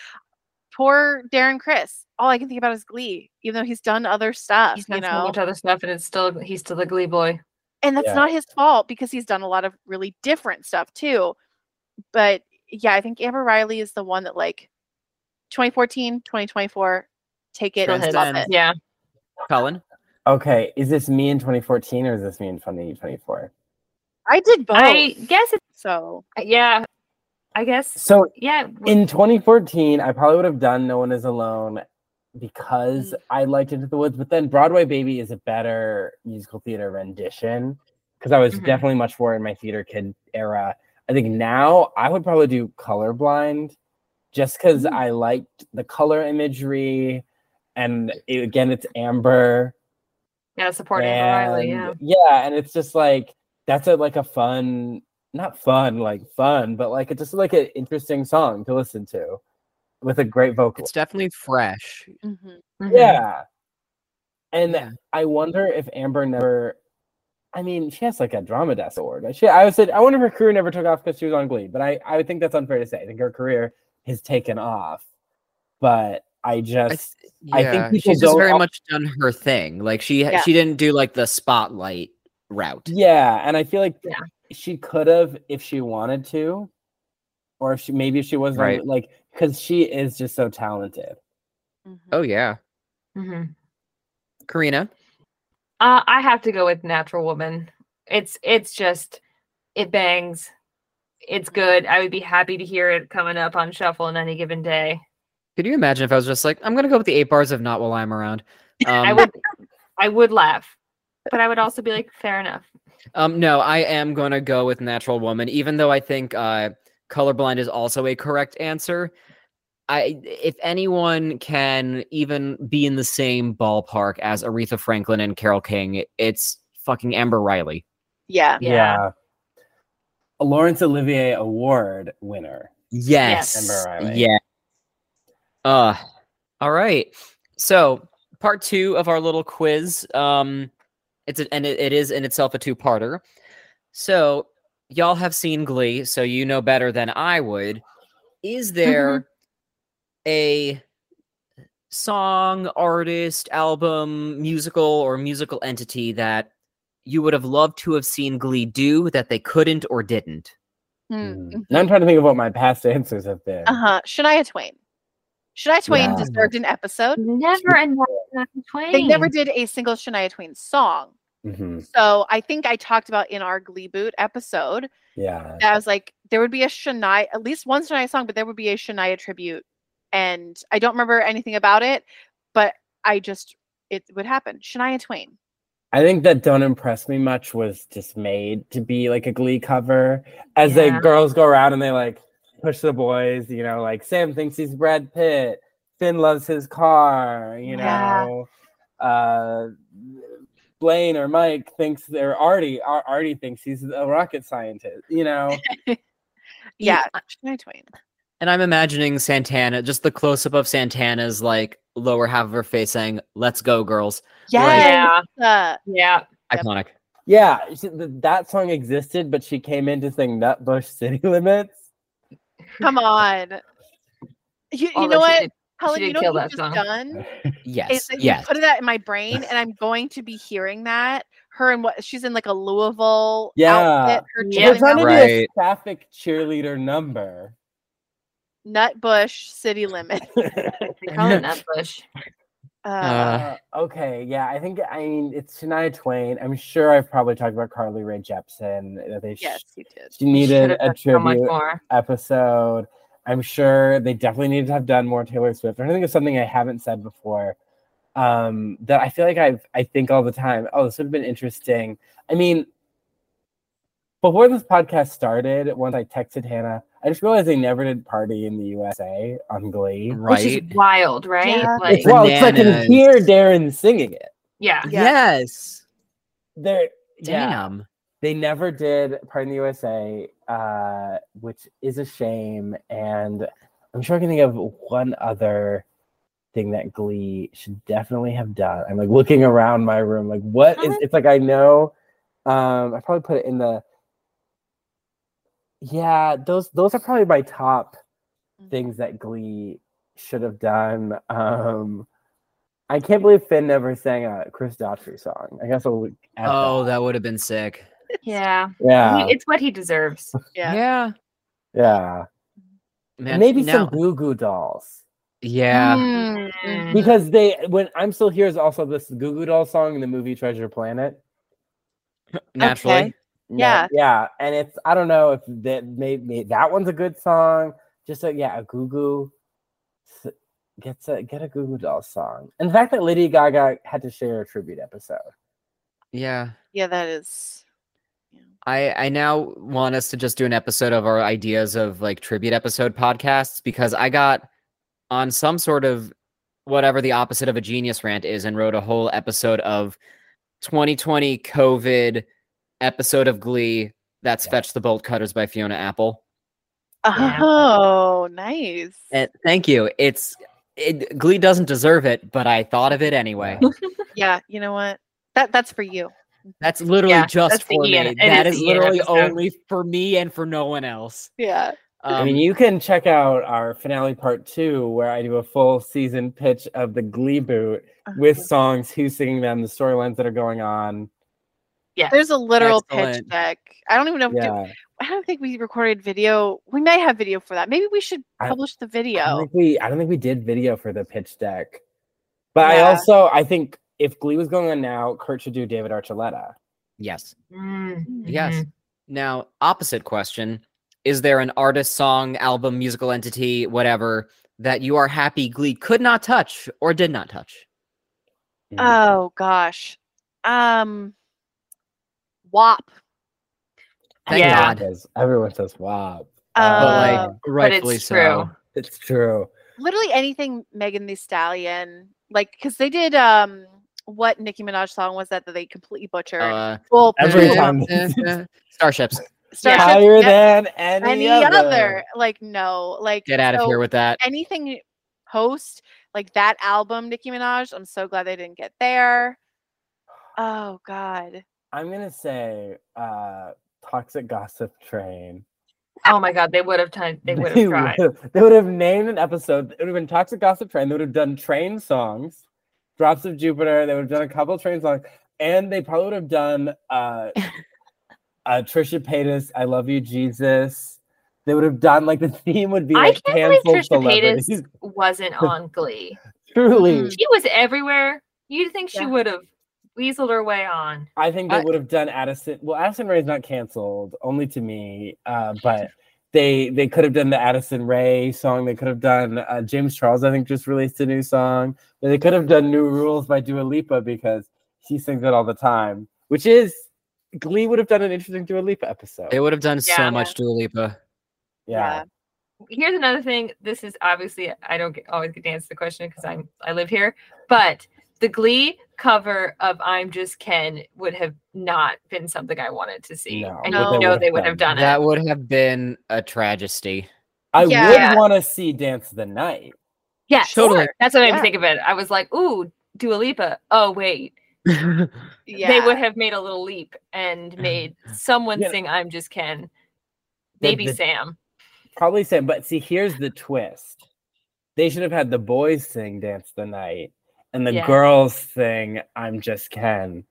[SPEAKER 5] poor Darren Chris. All I can think about is Glee, even though he's done other stuff.
[SPEAKER 4] He's
[SPEAKER 5] you
[SPEAKER 4] done so
[SPEAKER 5] know,
[SPEAKER 4] much other stuff, and it's still he's still a Glee boy.
[SPEAKER 5] and that's
[SPEAKER 6] Yeah.
[SPEAKER 5] not his fault because he's done a lot of really different stuff too but yeah i think amber riley is the one that like 2014 2024 take it and love
[SPEAKER 7] Transcend.
[SPEAKER 5] it
[SPEAKER 4] Yeah,
[SPEAKER 7] Colin.
[SPEAKER 6] Okay, is this me in 2014 or is this me in 2024?
[SPEAKER 5] i did both
[SPEAKER 4] I guess it's
[SPEAKER 5] so
[SPEAKER 4] yeah, I guess
[SPEAKER 6] So
[SPEAKER 4] yeah.
[SPEAKER 6] in 2014, I probably would have done No One Is Alone because I liked Into the Woods, but then Broadway Baby is a better musical theater rendition because I was
[SPEAKER 4] Mhm.
[SPEAKER 6] definitely much more in my theater kid era. I think now I would probably do Colorblind just because I liked the color imagery. And it- again, it's amber.
[SPEAKER 4] yeah, supporting Amber Riley. Yeah,
[SPEAKER 6] and- and it's just like that's a like a fun, not fun, like fun, but like it's just like an interesting song to listen to with a great vocal.
[SPEAKER 3] It's definitely fresh.
[SPEAKER 5] mhm.
[SPEAKER 4] Mhm.
[SPEAKER 6] yeah. And
[SPEAKER 3] Yeah.
[SPEAKER 6] I wonder if Amber never I mean, she has like a drama desk award. She I would say I wonder if her career never took off because she was on Glee, but I, I would think that's unfair to say. I think her career has taken off. But I
[SPEAKER 3] I,
[SPEAKER 6] just
[SPEAKER 3] th-
[SPEAKER 6] I think
[SPEAKER 3] yeah,
[SPEAKER 6] people
[SPEAKER 3] she's just
[SPEAKER 6] don't
[SPEAKER 3] very
[SPEAKER 6] al-
[SPEAKER 3] much done her thing. Like she
[SPEAKER 5] Yeah.
[SPEAKER 3] she didn't do like the spotlight route.
[SPEAKER 6] Yeah, and I feel like
[SPEAKER 4] Yeah.
[SPEAKER 6] she could have if she wanted to, or if she maybe if she wasn't
[SPEAKER 3] Right.
[SPEAKER 6] like because she is just so talented.
[SPEAKER 5] Mhm.
[SPEAKER 3] Oh yeah,
[SPEAKER 4] Mhm.
[SPEAKER 3] Karina.
[SPEAKER 4] Uh, I have to go with Natural Woman. It's it's just it bangs. It's good. I would be happy to hear it coming up on shuffle on any given day.
[SPEAKER 3] Could you imagine if I was just like, I'm gonna go with the eight bars of not while I'm around? Um,
[SPEAKER 4] I would I would laugh, but I would also be like, fair enough.
[SPEAKER 3] um, no, I am gonna go with Natural Woman, even though I think uh, colorblind is also a correct answer. I, if anyone can even be in the same ballpark as Aretha Franklin and Carol King, it's fucking Amber Riley.
[SPEAKER 5] yeah
[SPEAKER 4] Yeah.
[SPEAKER 6] A Laurence Olivier Award winner.
[SPEAKER 3] Yes.
[SPEAKER 6] Amber Riley.
[SPEAKER 3] Yeah. Uh all right. So part two of our little quiz. Um it's a, and it, it is in itself a two-parter. So y'all have seen Glee, so you know better than I would. Is there a song, artist, album, musical, or musical entity that you would have loved to have seen Glee do that they couldn't or didn't?
[SPEAKER 5] Mm.
[SPEAKER 6] Mm. Now I'm trying to think of what my past answers have been.
[SPEAKER 5] uh-huh shania twain shania twain
[SPEAKER 6] Yeah.
[SPEAKER 5] deserved an episode
[SPEAKER 4] Never and not Twain.
[SPEAKER 5] they never did a single shania twain song
[SPEAKER 6] Mhm.
[SPEAKER 5] so i think i talked about in our glee boot episode
[SPEAKER 6] Yeah.
[SPEAKER 5] that I was like, there would be a Shania, at least one Shania song, but there would be a Shania tribute. And I don't remember anything about it, but I just, it would happen. Shania Twain.
[SPEAKER 6] I think that Don't Impress Me Much was just made to be like a glee cover. As
[SPEAKER 4] Yeah.
[SPEAKER 6] the girls go around and they like push the boys, you know, like Sam thinks he's Brad Pitt, Finn loves his car, you
[SPEAKER 5] Yeah.
[SPEAKER 6] know. Uh Blaine or Mike thinks they're Artie. Ar- Artie thinks he's a rocket scientist, you know.
[SPEAKER 5] Yeah, Shania Twain.
[SPEAKER 3] And I'm imagining Santana, just the close up of Santana's like lower half of her face saying, Let's go, girls.
[SPEAKER 5] Yes.
[SPEAKER 4] Yeah.
[SPEAKER 5] Uh,
[SPEAKER 4] Yeah.
[SPEAKER 5] Yep.
[SPEAKER 3] Iconic.
[SPEAKER 6] yeah, she, th- that song existed, but she came in to sing Nutbush City Limits.
[SPEAKER 5] come on. You, you
[SPEAKER 4] Although
[SPEAKER 5] know
[SPEAKER 4] Oh, she
[SPEAKER 5] what,
[SPEAKER 4] did-
[SPEAKER 5] Helen,
[SPEAKER 4] did
[SPEAKER 5] you know
[SPEAKER 4] kill
[SPEAKER 5] what
[SPEAKER 4] that
[SPEAKER 5] you've
[SPEAKER 4] song.
[SPEAKER 5] just done?
[SPEAKER 3] Yes.
[SPEAKER 5] Is that you
[SPEAKER 3] Yes.
[SPEAKER 5] put that in my brain, and I'm going to be hearing that. Her and what she's in like a Louisville
[SPEAKER 6] Yeah.
[SPEAKER 5] outfit. Her
[SPEAKER 4] Yeah.
[SPEAKER 6] We're
[SPEAKER 5] chilling
[SPEAKER 6] trying to
[SPEAKER 5] out,
[SPEAKER 3] Right.
[SPEAKER 6] do a traffic cheerleader number.
[SPEAKER 5] Nutbush City Limit.
[SPEAKER 4] They call it Nut Bush.
[SPEAKER 5] Uh,
[SPEAKER 3] Uh,
[SPEAKER 6] Uh, okay, yeah, I think I mean it's Shania Twain. I'm sure I've probably talked about Carly Rae Jepsen. That they sh-
[SPEAKER 5] yes, you did.
[SPEAKER 6] she needed
[SPEAKER 4] Should've
[SPEAKER 6] a
[SPEAKER 4] done so much
[SPEAKER 6] tribute
[SPEAKER 4] more.
[SPEAKER 6] episode. I'm sure they definitely needed to have done more Taylor Swift. I think of something I haven't said before um, that I feel like I've I think all the time. Oh, this would have been interesting. I mean, before this podcast started, once I texted Hannah, I just realized they never did "Party in the USA" on Glee.
[SPEAKER 4] Which
[SPEAKER 3] right.
[SPEAKER 4] is wild, right?
[SPEAKER 5] Yeah.
[SPEAKER 4] Like,
[SPEAKER 6] well, it's like I
[SPEAKER 3] bananas.
[SPEAKER 6] can hear Darren singing it.
[SPEAKER 4] yeah.
[SPEAKER 5] Yeah.
[SPEAKER 3] Yes.
[SPEAKER 6] They're yeah.
[SPEAKER 3] Damn.
[SPEAKER 6] They never did Pardon the USA, uh, which is a shame. And I'm sure I can think of one other thing that Glee should definitely have done. I'm like looking around my room, like what is? It's like I know. Um, I probably put it in the. Yeah, those those are probably my top things that Glee should have done. Um, I can't believe Finn never sang a Chris Daughtry song. I guess we'll. add
[SPEAKER 3] Oh, that would have been sick.
[SPEAKER 4] Yeah.
[SPEAKER 6] Yeah.
[SPEAKER 4] He- it's what he deserves.
[SPEAKER 5] Yeah.
[SPEAKER 6] Yeah.
[SPEAKER 3] Man,
[SPEAKER 6] Maybe
[SPEAKER 3] now-
[SPEAKER 6] some Goo Goo Dolls.
[SPEAKER 3] Yeah.
[SPEAKER 5] Mm-hmm.
[SPEAKER 4] Mm.
[SPEAKER 6] Because they, when I'm Still Here is also this Goo Goo Doll song in the movie Treasure Planet.
[SPEAKER 3] Naturally.
[SPEAKER 5] Okay.
[SPEAKER 6] No,
[SPEAKER 5] Yeah.
[SPEAKER 6] yeah, and it's I don't know if that maybe that one's a good song. Just a, yeah, a Goo Goo s- gets a get a Goo Goo Dolls song. And the fact that Lady Gaga had to share a tribute episode.
[SPEAKER 3] Yeah.
[SPEAKER 5] Yeah, that is.
[SPEAKER 3] I I now want us to just do an episode of our ideas of like tribute episode podcasts because I got on some sort of whatever the opposite of a genius rant is and wrote a whole episode of 2020 COVID episode of Glee that's
[SPEAKER 6] Yeah.
[SPEAKER 3] Fetch the Bolt Cutters by Fiona Apple.
[SPEAKER 5] Oh, nice.
[SPEAKER 6] Eh
[SPEAKER 3] And Eh, thank you. It's it, Glee doesn't deserve it, but I thought of it anyway.
[SPEAKER 6] Yeah.
[SPEAKER 5] yeah, you know what? That that's for you.
[SPEAKER 3] That's literally
[SPEAKER 4] Yeah,
[SPEAKER 3] just
[SPEAKER 4] that's the
[SPEAKER 3] for me.
[SPEAKER 4] Ian- it
[SPEAKER 3] that
[SPEAKER 4] is
[SPEAKER 3] is
[SPEAKER 4] the Ian
[SPEAKER 3] literally
[SPEAKER 4] episode.
[SPEAKER 3] only for me and for no one else.
[SPEAKER 5] Yeah.
[SPEAKER 6] I mean,
[SPEAKER 3] Um,
[SPEAKER 6] you can check out our finale part two where I do a full season pitch of the Glee boot
[SPEAKER 5] Uh-huh.
[SPEAKER 6] with songs, who's singing them, the storylines that are going on.
[SPEAKER 4] Yeah.
[SPEAKER 5] There's a literal pitch
[SPEAKER 3] Excellent.
[SPEAKER 5] deck. I don't even know. If do-
[SPEAKER 6] Yeah,
[SPEAKER 5] I don't think we recorded video. We may have video for that. Maybe we should
[SPEAKER 6] I-
[SPEAKER 5] publish the
[SPEAKER 6] I
[SPEAKER 5] video.
[SPEAKER 6] don't think we I don't think we did video for the pitch deck, but
[SPEAKER 5] Yeah.
[SPEAKER 6] I also I think if Glee was going on now, Kurt should do David Archuleta.
[SPEAKER 3] yes.
[SPEAKER 4] Mm,
[SPEAKER 3] Yes.
[SPEAKER 4] mhm.
[SPEAKER 3] Now, opposite question Is there an artist, song, album, musical entity, whatever, that you are happy Glee could not touch or did not touch?
[SPEAKER 5] Oh gosh. Um. WAP.
[SPEAKER 3] Thank
[SPEAKER 4] Yeah.
[SPEAKER 3] God.
[SPEAKER 6] Because everyone says wow.
[SPEAKER 3] But, like,
[SPEAKER 5] Uh,
[SPEAKER 6] Um,
[SPEAKER 3] rightfully
[SPEAKER 4] it's
[SPEAKER 3] so.
[SPEAKER 4] true.
[SPEAKER 6] It's true.
[SPEAKER 5] literally anything Megan the Stallion, like because they did um what Nicki Minaj song was that that they completely butchered.
[SPEAKER 3] Uh,
[SPEAKER 5] well,
[SPEAKER 6] Every
[SPEAKER 5] uh,
[SPEAKER 6] time.
[SPEAKER 3] Starships,
[SPEAKER 5] Starship-
[SPEAKER 6] Higher
[SPEAKER 5] yeah,
[SPEAKER 6] than any,
[SPEAKER 5] any other. Like no, like
[SPEAKER 3] get out of
[SPEAKER 5] so
[SPEAKER 3] here with that.
[SPEAKER 5] anything post like that album Nicki Minaj. I'm so glad they didn't get there. Oh God,
[SPEAKER 6] I'm gonna say uh toxic gossip train.
[SPEAKER 4] Oh my God. They would have time. They would have tried.
[SPEAKER 6] would've- they would have named an episode. It would have been toxic gossip train. They would have done train songs, drops of Jupiter. They would have done a couple train songs, and they probably would have done uh, uh Trisha Paytas, "I Love You, Jesus." They would have done like the theme would be
[SPEAKER 4] I
[SPEAKER 6] like
[SPEAKER 4] can't believe
[SPEAKER 6] canceled
[SPEAKER 4] Trisha
[SPEAKER 6] celebrities.
[SPEAKER 4] Paytas wasn't on Glee.
[SPEAKER 6] Truly,
[SPEAKER 5] Mhm.
[SPEAKER 4] She was everywhere. You'd think she
[SPEAKER 5] Yeah.
[SPEAKER 4] would have weaseled her way on.
[SPEAKER 6] I think they
[SPEAKER 3] I-
[SPEAKER 6] would have done Addison. Well, Addison Ray's not canceled, only to me. Uh, but they they could have done the Addison Ray song. They could have done uh, James Charles. I think just released a new song. But they could have done New Rules by Dua Lipa because she sings it all the time. Which is Glee would have done an interesting Dua Lipa episode.
[SPEAKER 3] They would have done
[SPEAKER 4] Yeah.
[SPEAKER 3] so much Dua Lipa.
[SPEAKER 6] yeah.
[SPEAKER 4] here's another thing. This is obviously I don't get, always get to answer the question because I'm I live here, but the Glee cover of "I'm Just Ken" would have not been something I wanted to see,
[SPEAKER 6] No,
[SPEAKER 4] and
[SPEAKER 5] but
[SPEAKER 4] you
[SPEAKER 5] they
[SPEAKER 4] know
[SPEAKER 6] would've
[SPEAKER 4] they would have
[SPEAKER 6] done
[SPEAKER 4] done it.
[SPEAKER 3] That would have been a tragedy.
[SPEAKER 6] I
[SPEAKER 5] Yeah.
[SPEAKER 6] would want to see Dance of the Night.
[SPEAKER 4] yeah,
[SPEAKER 3] Totally.
[SPEAKER 4] That's what I
[SPEAKER 5] Yeah.
[SPEAKER 4] made me think of it. I was like, "Ooh, Dua Lipa." Oh wait,
[SPEAKER 5] yeah.
[SPEAKER 4] they would have made a little leap and made someone
[SPEAKER 6] Mm-hmm. Yeah.
[SPEAKER 4] sing "I'm Just Ken."
[SPEAKER 6] The-
[SPEAKER 4] Maybe
[SPEAKER 6] the-
[SPEAKER 4] Sam.
[SPEAKER 6] Probably Sam, but see, here's the twist. They should have had the boys sing Dance the Night and the
[SPEAKER 4] Yeah.
[SPEAKER 6] girls sing I'm Just Ken.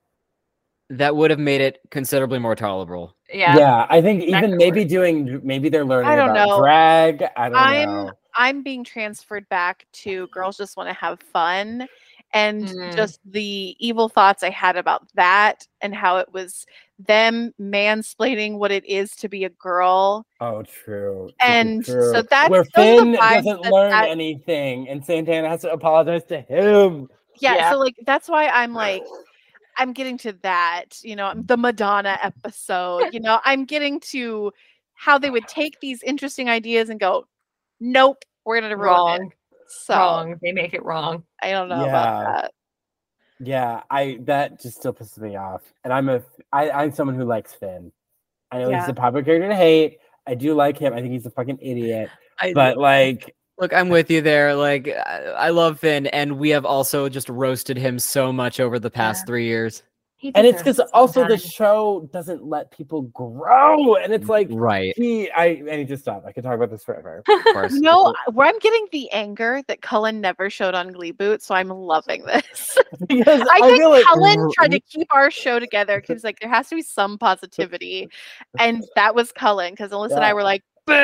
[SPEAKER 3] that would have made it considerably more tolerable.
[SPEAKER 4] Yeah.
[SPEAKER 6] Yeah, I think
[SPEAKER 4] that
[SPEAKER 6] even
[SPEAKER 4] could
[SPEAKER 6] maybe doing, maybe they're learning
[SPEAKER 5] I don't
[SPEAKER 6] about
[SPEAKER 5] know.
[SPEAKER 6] drag. I don't
[SPEAKER 5] I'm-
[SPEAKER 6] know.
[SPEAKER 5] I'm being transferred back to girls just want to have fun and
[SPEAKER 4] Mhm.
[SPEAKER 5] just the evil thoughts I had about that and how it was them mansplaining what it is to be a girl.
[SPEAKER 6] Oh, true. true,
[SPEAKER 5] And
[SPEAKER 6] true.
[SPEAKER 5] so that's-
[SPEAKER 6] where
[SPEAKER 5] those are the
[SPEAKER 6] Finn
[SPEAKER 5] vibes
[SPEAKER 6] doesn't
[SPEAKER 5] that
[SPEAKER 6] learn
[SPEAKER 5] that-
[SPEAKER 6] anything, and Santana has to apologize to him.
[SPEAKER 5] Yeah,
[SPEAKER 4] Yeah.
[SPEAKER 5] so like that's why I'm like I'm getting to that, you know, the Madonna episode, you know, I'm getting to how they would take these interesting ideas and go, nope, we're going to ruin it.
[SPEAKER 4] Wrong.
[SPEAKER 5] So
[SPEAKER 4] Wrong. They make it wrong.
[SPEAKER 5] I don't know
[SPEAKER 6] Yeah.
[SPEAKER 5] about that.
[SPEAKER 6] Yeah, I that just still pisses me off. And I'm a I, I'm someone who likes Finn. I know
[SPEAKER 5] Yeah.
[SPEAKER 6] he's a popular character to hate. I do like him. I think he's a fucking idiot.
[SPEAKER 3] I,
[SPEAKER 6] But like,
[SPEAKER 3] Look, I'm with you there. Like, I, I love Finn, and we have also just roasted him so much over the past three years.
[SPEAKER 4] He
[SPEAKER 6] and it's
[SPEAKER 4] deserves
[SPEAKER 6] because also the
[SPEAKER 4] sometime.
[SPEAKER 6] show doesn't let people grow, and it's like,
[SPEAKER 8] right,
[SPEAKER 6] gee, I, I need to stop. I could talk about this forever.
[SPEAKER 8] of course.
[SPEAKER 5] No, I- uh, where I'm getting the anger that Cullen never showed on Glee Boot, so I'm loving this.
[SPEAKER 6] Because
[SPEAKER 5] I think
[SPEAKER 6] feel like
[SPEAKER 5] Cullen tried to keep our show together because like there has to be some positivity, and that was Cullen because Alyssa and I
[SPEAKER 6] Yeah.
[SPEAKER 5] were like, "Boo!"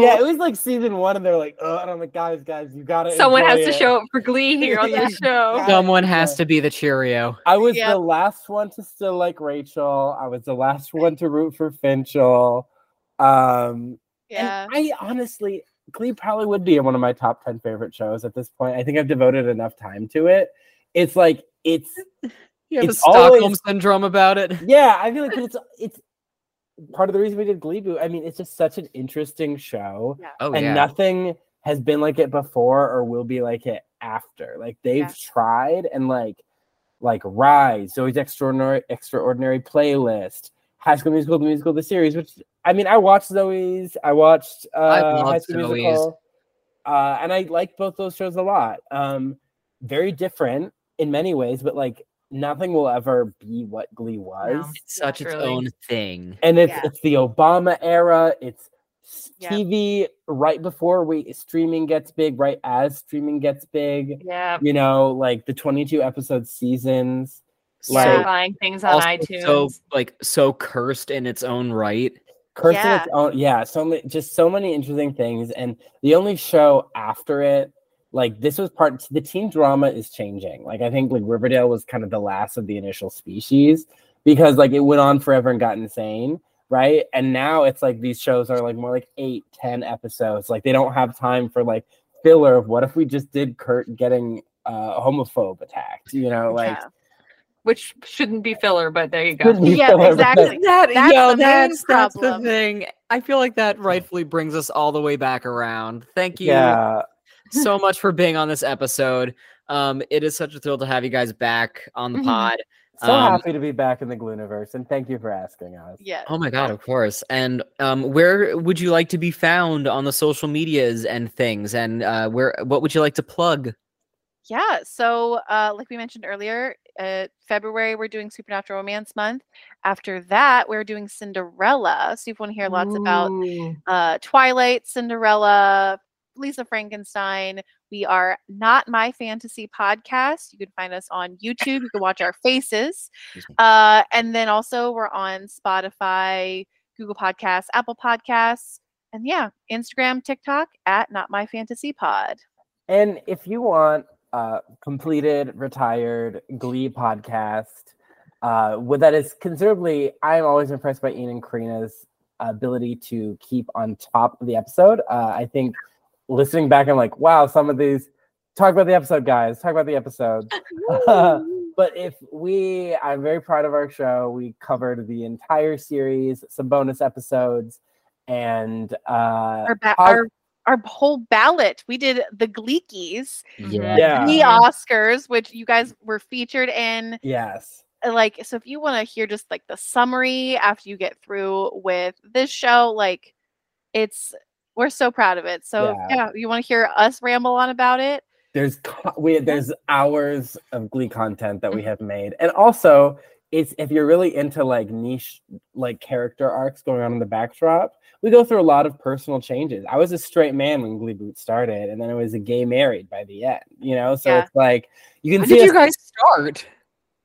[SPEAKER 6] Yeah, it was like season one, and they're like, "Oh," and I'm like, "Guys, guys, you gotta."
[SPEAKER 4] Someone has
[SPEAKER 6] enjoy
[SPEAKER 4] to
[SPEAKER 6] it."
[SPEAKER 4] show up for Glee here on this show.
[SPEAKER 6] Yeah.
[SPEAKER 8] Someone has to be the Cheerio.
[SPEAKER 6] I was
[SPEAKER 5] Yeah.
[SPEAKER 6] the last one to still like Rachel. I was the last one to root for Finchel. Um, and
[SPEAKER 5] yeah.
[SPEAKER 6] I honestly, Glee probably would be one of my top ten favorite shows at this point. I think I've devoted enough time to it. It's like it's
[SPEAKER 8] You have
[SPEAKER 6] It's
[SPEAKER 8] a Stockholm
[SPEAKER 6] always-
[SPEAKER 8] syndrome about it.
[SPEAKER 6] yeah. I feel like it's it's part of the reason we did Glee Boot. I mean, it's just such an interesting show.
[SPEAKER 8] Oh
[SPEAKER 6] and
[SPEAKER 8] yeah.
[SPEAKER 6] nothing has been like it before or will be like it after. Like they've
[SPEAKER 5] Yeah.
[SPEAKER 6] tried and like like Rise, Zoe's extraordinary extraordinary playlist, High School Musical, the musical, the series. Which I mean, I watched Zoe's. I watched uh,
[SPEAKER 8] love
[SPEAKER 6] High School
[SPEAKER 8] Zoe's.
[SPEAKER 6] Musical, uh, and I like both those shows a lot. Um, very different in many ways, but like nothing will ever be what Glee was
[SPEAKER 8] It's such its
[SPEAKER 4] Naturally.
[SPEAKER 8] own thing.
[SPEAKER 6] and it's
[SPEAKER 5] Yeah.
[SPEAKER 6] it's the Obama era. It's
[SPEAKER 5] Yeah.
[SPEAKER 6] TV right before we streaming gets big, right as streaming gets big.
[SPEAKER 4] Yeah.
[SPEAKER 6] You know, like the twenty-two episode seasons.
[SPEAKER 8] Like,
[SPEAKER 4] yeah, buying things on
[SPEAKER 8] also
[SPEAKER 4] iTunes.
[SPEAKER 8] so like so cursed in its own right.
[SPEAKER 6] Curse in
[SPEAKER 5] Yeah.
[SPEAKER 6] its own, yeah. So many, just so many interesting things, and the only show after it, like this was part. The teen drama is changing. Like I think, like Riverdale was kind of the last of the initial species because, like, it went on forever and got insane, right? And now it's like these shows are like more like eight, ten episodes. Like they don't have time for like filler of what if we just did Kurt getting uh homophobe attacked, you know, like
[SPEAKER 5] Yeah.
[SPEAKER 4] which shouldn't be filler, but there you go.
[SPEAKER 6] couldn't
[SPEAKER 5] Yeah,
[SPEAKER 6] filler, but-
[SPEAKER 5] exactly.
[SPEAKER 8] That
[SPEAKER 5] That's
[SPEAKER 8] yo,
[SPEAKER 5] the main
[SPEAKER 8] that's that's the
[SPEAKER 5] problem.
[SPEAKER 8] thing. I feel like that rightfully brings us all the way back around. Thank you
[SPEAKER 6] Yeah.
[SPEAKER 8] so much for being on this episode. Um, it is such a thrill to have you guys back on the
[SPEAKER 4] Mhm.
[SPEAKER 8] pod.
[SPEAKER 6] So
[SPEAKER 8] Um,
[SPEAKER 6] happy to be back in the Glooniverse, and thank you for asking us.
[SPEAKER 5] Yeah.
[SPEAKER 8] Oh my god, of course. And um, where would you like to be found on the social medias and things? And uh, where what would you like to plug?
[SPEAKER 5] Yeah. So, uh, like we mentioned earlier, uh, February we're doing Supernatural Romance Month. After that, we're doing Cinderella. So, if you want to hear lots about
[SPEAKER 4] Ooh.
[SPEAKER 5] uh, Twilight, Cinderella, Lisa Frankenstein. We are not my fantasy podcast. You can find us on YouTube. You can watch our faces,
[SPEAKER 8] Excuse me.
[SPEAKER 5] uh, and then also we're on Spotify, Google Podcasts, Apple Podcasts, and yeah, Instagram, TikTok at Not My Fantasy Pod.
[SPEAKER 6] And if you want uh, completed, retired Glee podcast, uh, what that is considerably, I'm always impressed by Ian and Karina's ability to keep on top of the episode. Uh, I think listening back, I'm like, wow, some of these talk about the episode, guys, talk about the episode. but if we, I'm very proud of our show. We covered the entire series, some bonus episodes, and uh,
[SPEAKER 5] Our, ba-
[SPEAKER 6] Pod-
[SPEAKER 5] our our whole ballot. We did the Gleekies,
[SPEAKER 4] Yeah.
[SPEAKER 6] yeah,
[SPEAKER 5] the Oscars, which you guys were featured in.
[SPEAKER 6] yes.
[SPEAKER 5] uh, like so if you want to hear just like the summary after you get through with this show like it's we're so proud of it so
[SPEAKER 6] Yeah.
[SPEAKER 5] yeah, you want to hear us ramble on about it
[SPEAKER 6] there's co- we there's hours of glee content that we have made and also it's if you're really into like niche like character arcs going on in the backdrop we go through a lot of personal changes i was a straight man when glee boot started and then i was a gay married by the end you know so
[SPEAKER 5] Yeah.
[SPEAKER 6] it's like you can
[SPEAKER 8] When
[SPEAKER 6] see
[SPEAKER 8] did you
[SPEAKER 6] us-
[SPEAKER 8] guys start?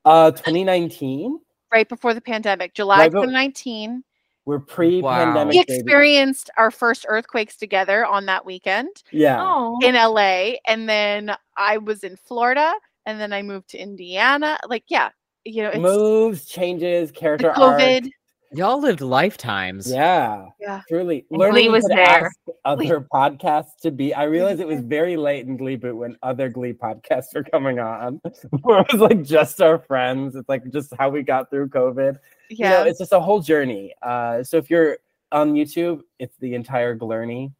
[SPEAKER 6] uh 2019
[SPEAKER 5] right before the pandemic july
[SPEAKER 6] Right, but-
[SPEAKER 5] 2019
[SPEAKER 6] we're pre-pandemic
[SPEAKER 5] we
[SPEAKER 6] baby.
[SPEAKER 5] experienced our first earthquakes together on that weekend
[SPEAKER 6] yeah
[SPEAKER 4] Oh,
[SPEAKER 5] in la and then i was in florida and then i moved to indiana like yeah you know it's
[SPEAKER 6] moves changes
[SPEAKER 5] the
[SPEAKER 6] character arc.
[SPEAKER 5] covid
[SPEAKER 8] Y'all lived lifetimes.
[SPEAKER 6] Yeah.
[SPEAKER 5] Yeah.
[SPEAKER 6] Truly.
[SPEAKER 4] And
[SPEAKER 6] Learning
[SPEAKER 4] Glee
[SPEAKER 6] you
[SPEAKER 4] was
[SPEAKER 6] could
[SPEAKER 4] there.
[SPEAKER 6] ask Other podcasts to be. I realized it was very late in Glee Boot when other Glee podcasts were coming on. Where it was like just our friends. It's like just how we got through COVID. You know,
[SPEAKER 5] yeah
[SPEAKER 6] it's just a whole journey. Uh, so if you're on YouTube, it's the entire Glurney.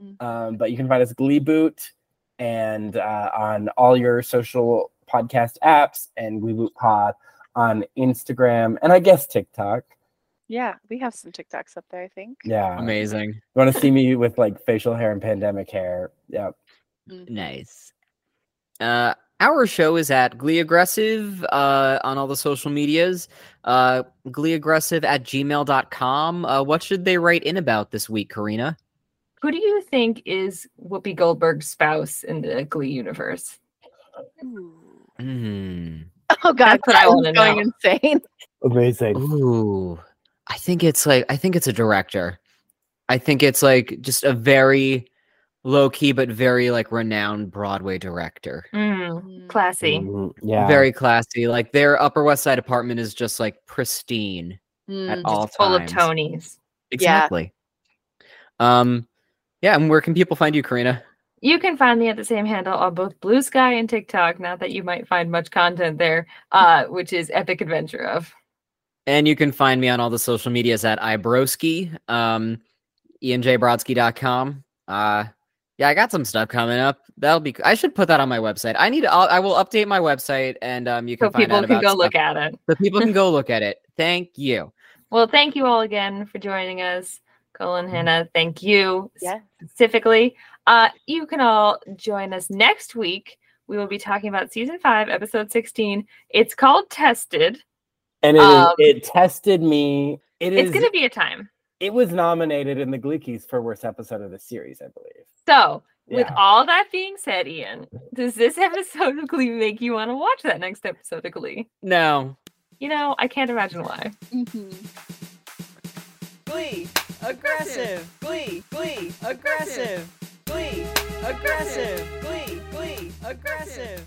[SPEAKER 5] Mm.
[SPEAKER 6] Um, but you can find us Glee Boot and uh, on all your social podcast apps and Glee Boot Pod on Instagram and I guess TikTok.
[SPEAKER 5] yeah we have some tiktoks up there i think
[SPEAKER 6] Yeah.
[SPEAKER 8] Amazing.
[SPEAKER 6] You want to see me
[SPEAKER 5] Mm.
[SPEAKER 6] with like facial hair and pandemic hair? Yep.
[SPEAKER 8] Nice. Uh
[SPEAKER 3] Our show is at Glee Aggressive uh, on all the social medias, uh, gleeaggressive at gmail.com. Uh, what should they write in about this week, Karina?
[SPEAKER 4] Who do you think is Whoopi Goldberg's spouse in the Glee universe?
[SPEAKER 3] Hmm.
[SPEAKER 5] Oh god,
[SPEAKER 4] That's what I
[SPEAKER 5] I was
[SPEAKER 4] wanna
[SPEAKER 5] going
[SPEAKER 4] know.
[SPEAKER 5] insane.
[SPEAKER 6] Amazing.
[SPEAKER 3] Ooh, I think it's like I think it's a director. I think it's like just a very low key but very like renowned Broadway director.
[SPEAKER 4] Mm, classy.
[SPEAKER 6] Mm, yeah.
[SPEAKER 3] Very classy. Like their Upper West Side apartment is just like pristine at
[SPEAKER 4] Mm-hmm.
[SPEAKER 5] Mm.
[SPEAKER 3] all
[SPEAKER 4] Full of
[SPEAKER 3] times.
[SPEAKER 4] Tonys.
[SPEAKER 3] Exactly. Um, yeah. And where can people find you, Karina?
[SPEAKER 4] You can find me at the same handle on both Blue Sky and TikTok. Not that you might find much content there, uh, which is Epic Adventure of.
[SPEAKER 3] And you can find me on all the social medias at Ibroski, um, enjbrodsky.com. Uh, yeah, I got some stuff coming up. That'll be. I should put that on my website. I need. I'll, I will update my website, and um, you can
[SPEAKER 4] So
[SPEAKER 3] find
[SPEAKER 4] people
[SPEAKER 3] out
[SPEAKER 4] can
[SPEAKER 3] about
[SPEAKER 4] go look
[SPEAKER 3] stuff.
[SPEAKER 4] at it.
[SPEAKER 3] So people can go look at it. Thank you.
[SPEAKER 4] Well, thank you all again for joining us. Colin,
[SPEAKER 6] Mm-hmm.
[SPEAKER 4] Hannah, thank you
[SPEAKER 5] Yeah.
[SPEAKER 4] specifically. Uh, you can all join us next week. We will be talking about season five, episode 16. It's called Tested.
[SPEAKER 6] And it, is-
[SPEAKER 4] Um,
[SPEAKER 6] it tested me. It
[SPEAKER 4] It's
[SPEAKER 6] is-
[SPEAKER 4] going to be a time.
[SPEAKER 6] it was nominated in the Gleekies for worst episode of the series, I believe.
[SPEAKER 4] So, with
[SPEAKER 6] Yeah.
[SPEAKER 4] all that being said, Ian, does this episode of Glee make you want to watch that next episode of Glee?
[SPEAKER 3] No.
[SPEAKER 4] You know, I can't imagine why. Mm-hmm.
[SPEAKER 5] Mhm.
[SPEAKER 9] Glee, aggressive. Glee, glee, aggressive. Glee, aggressive. Glee, glee, aggressive.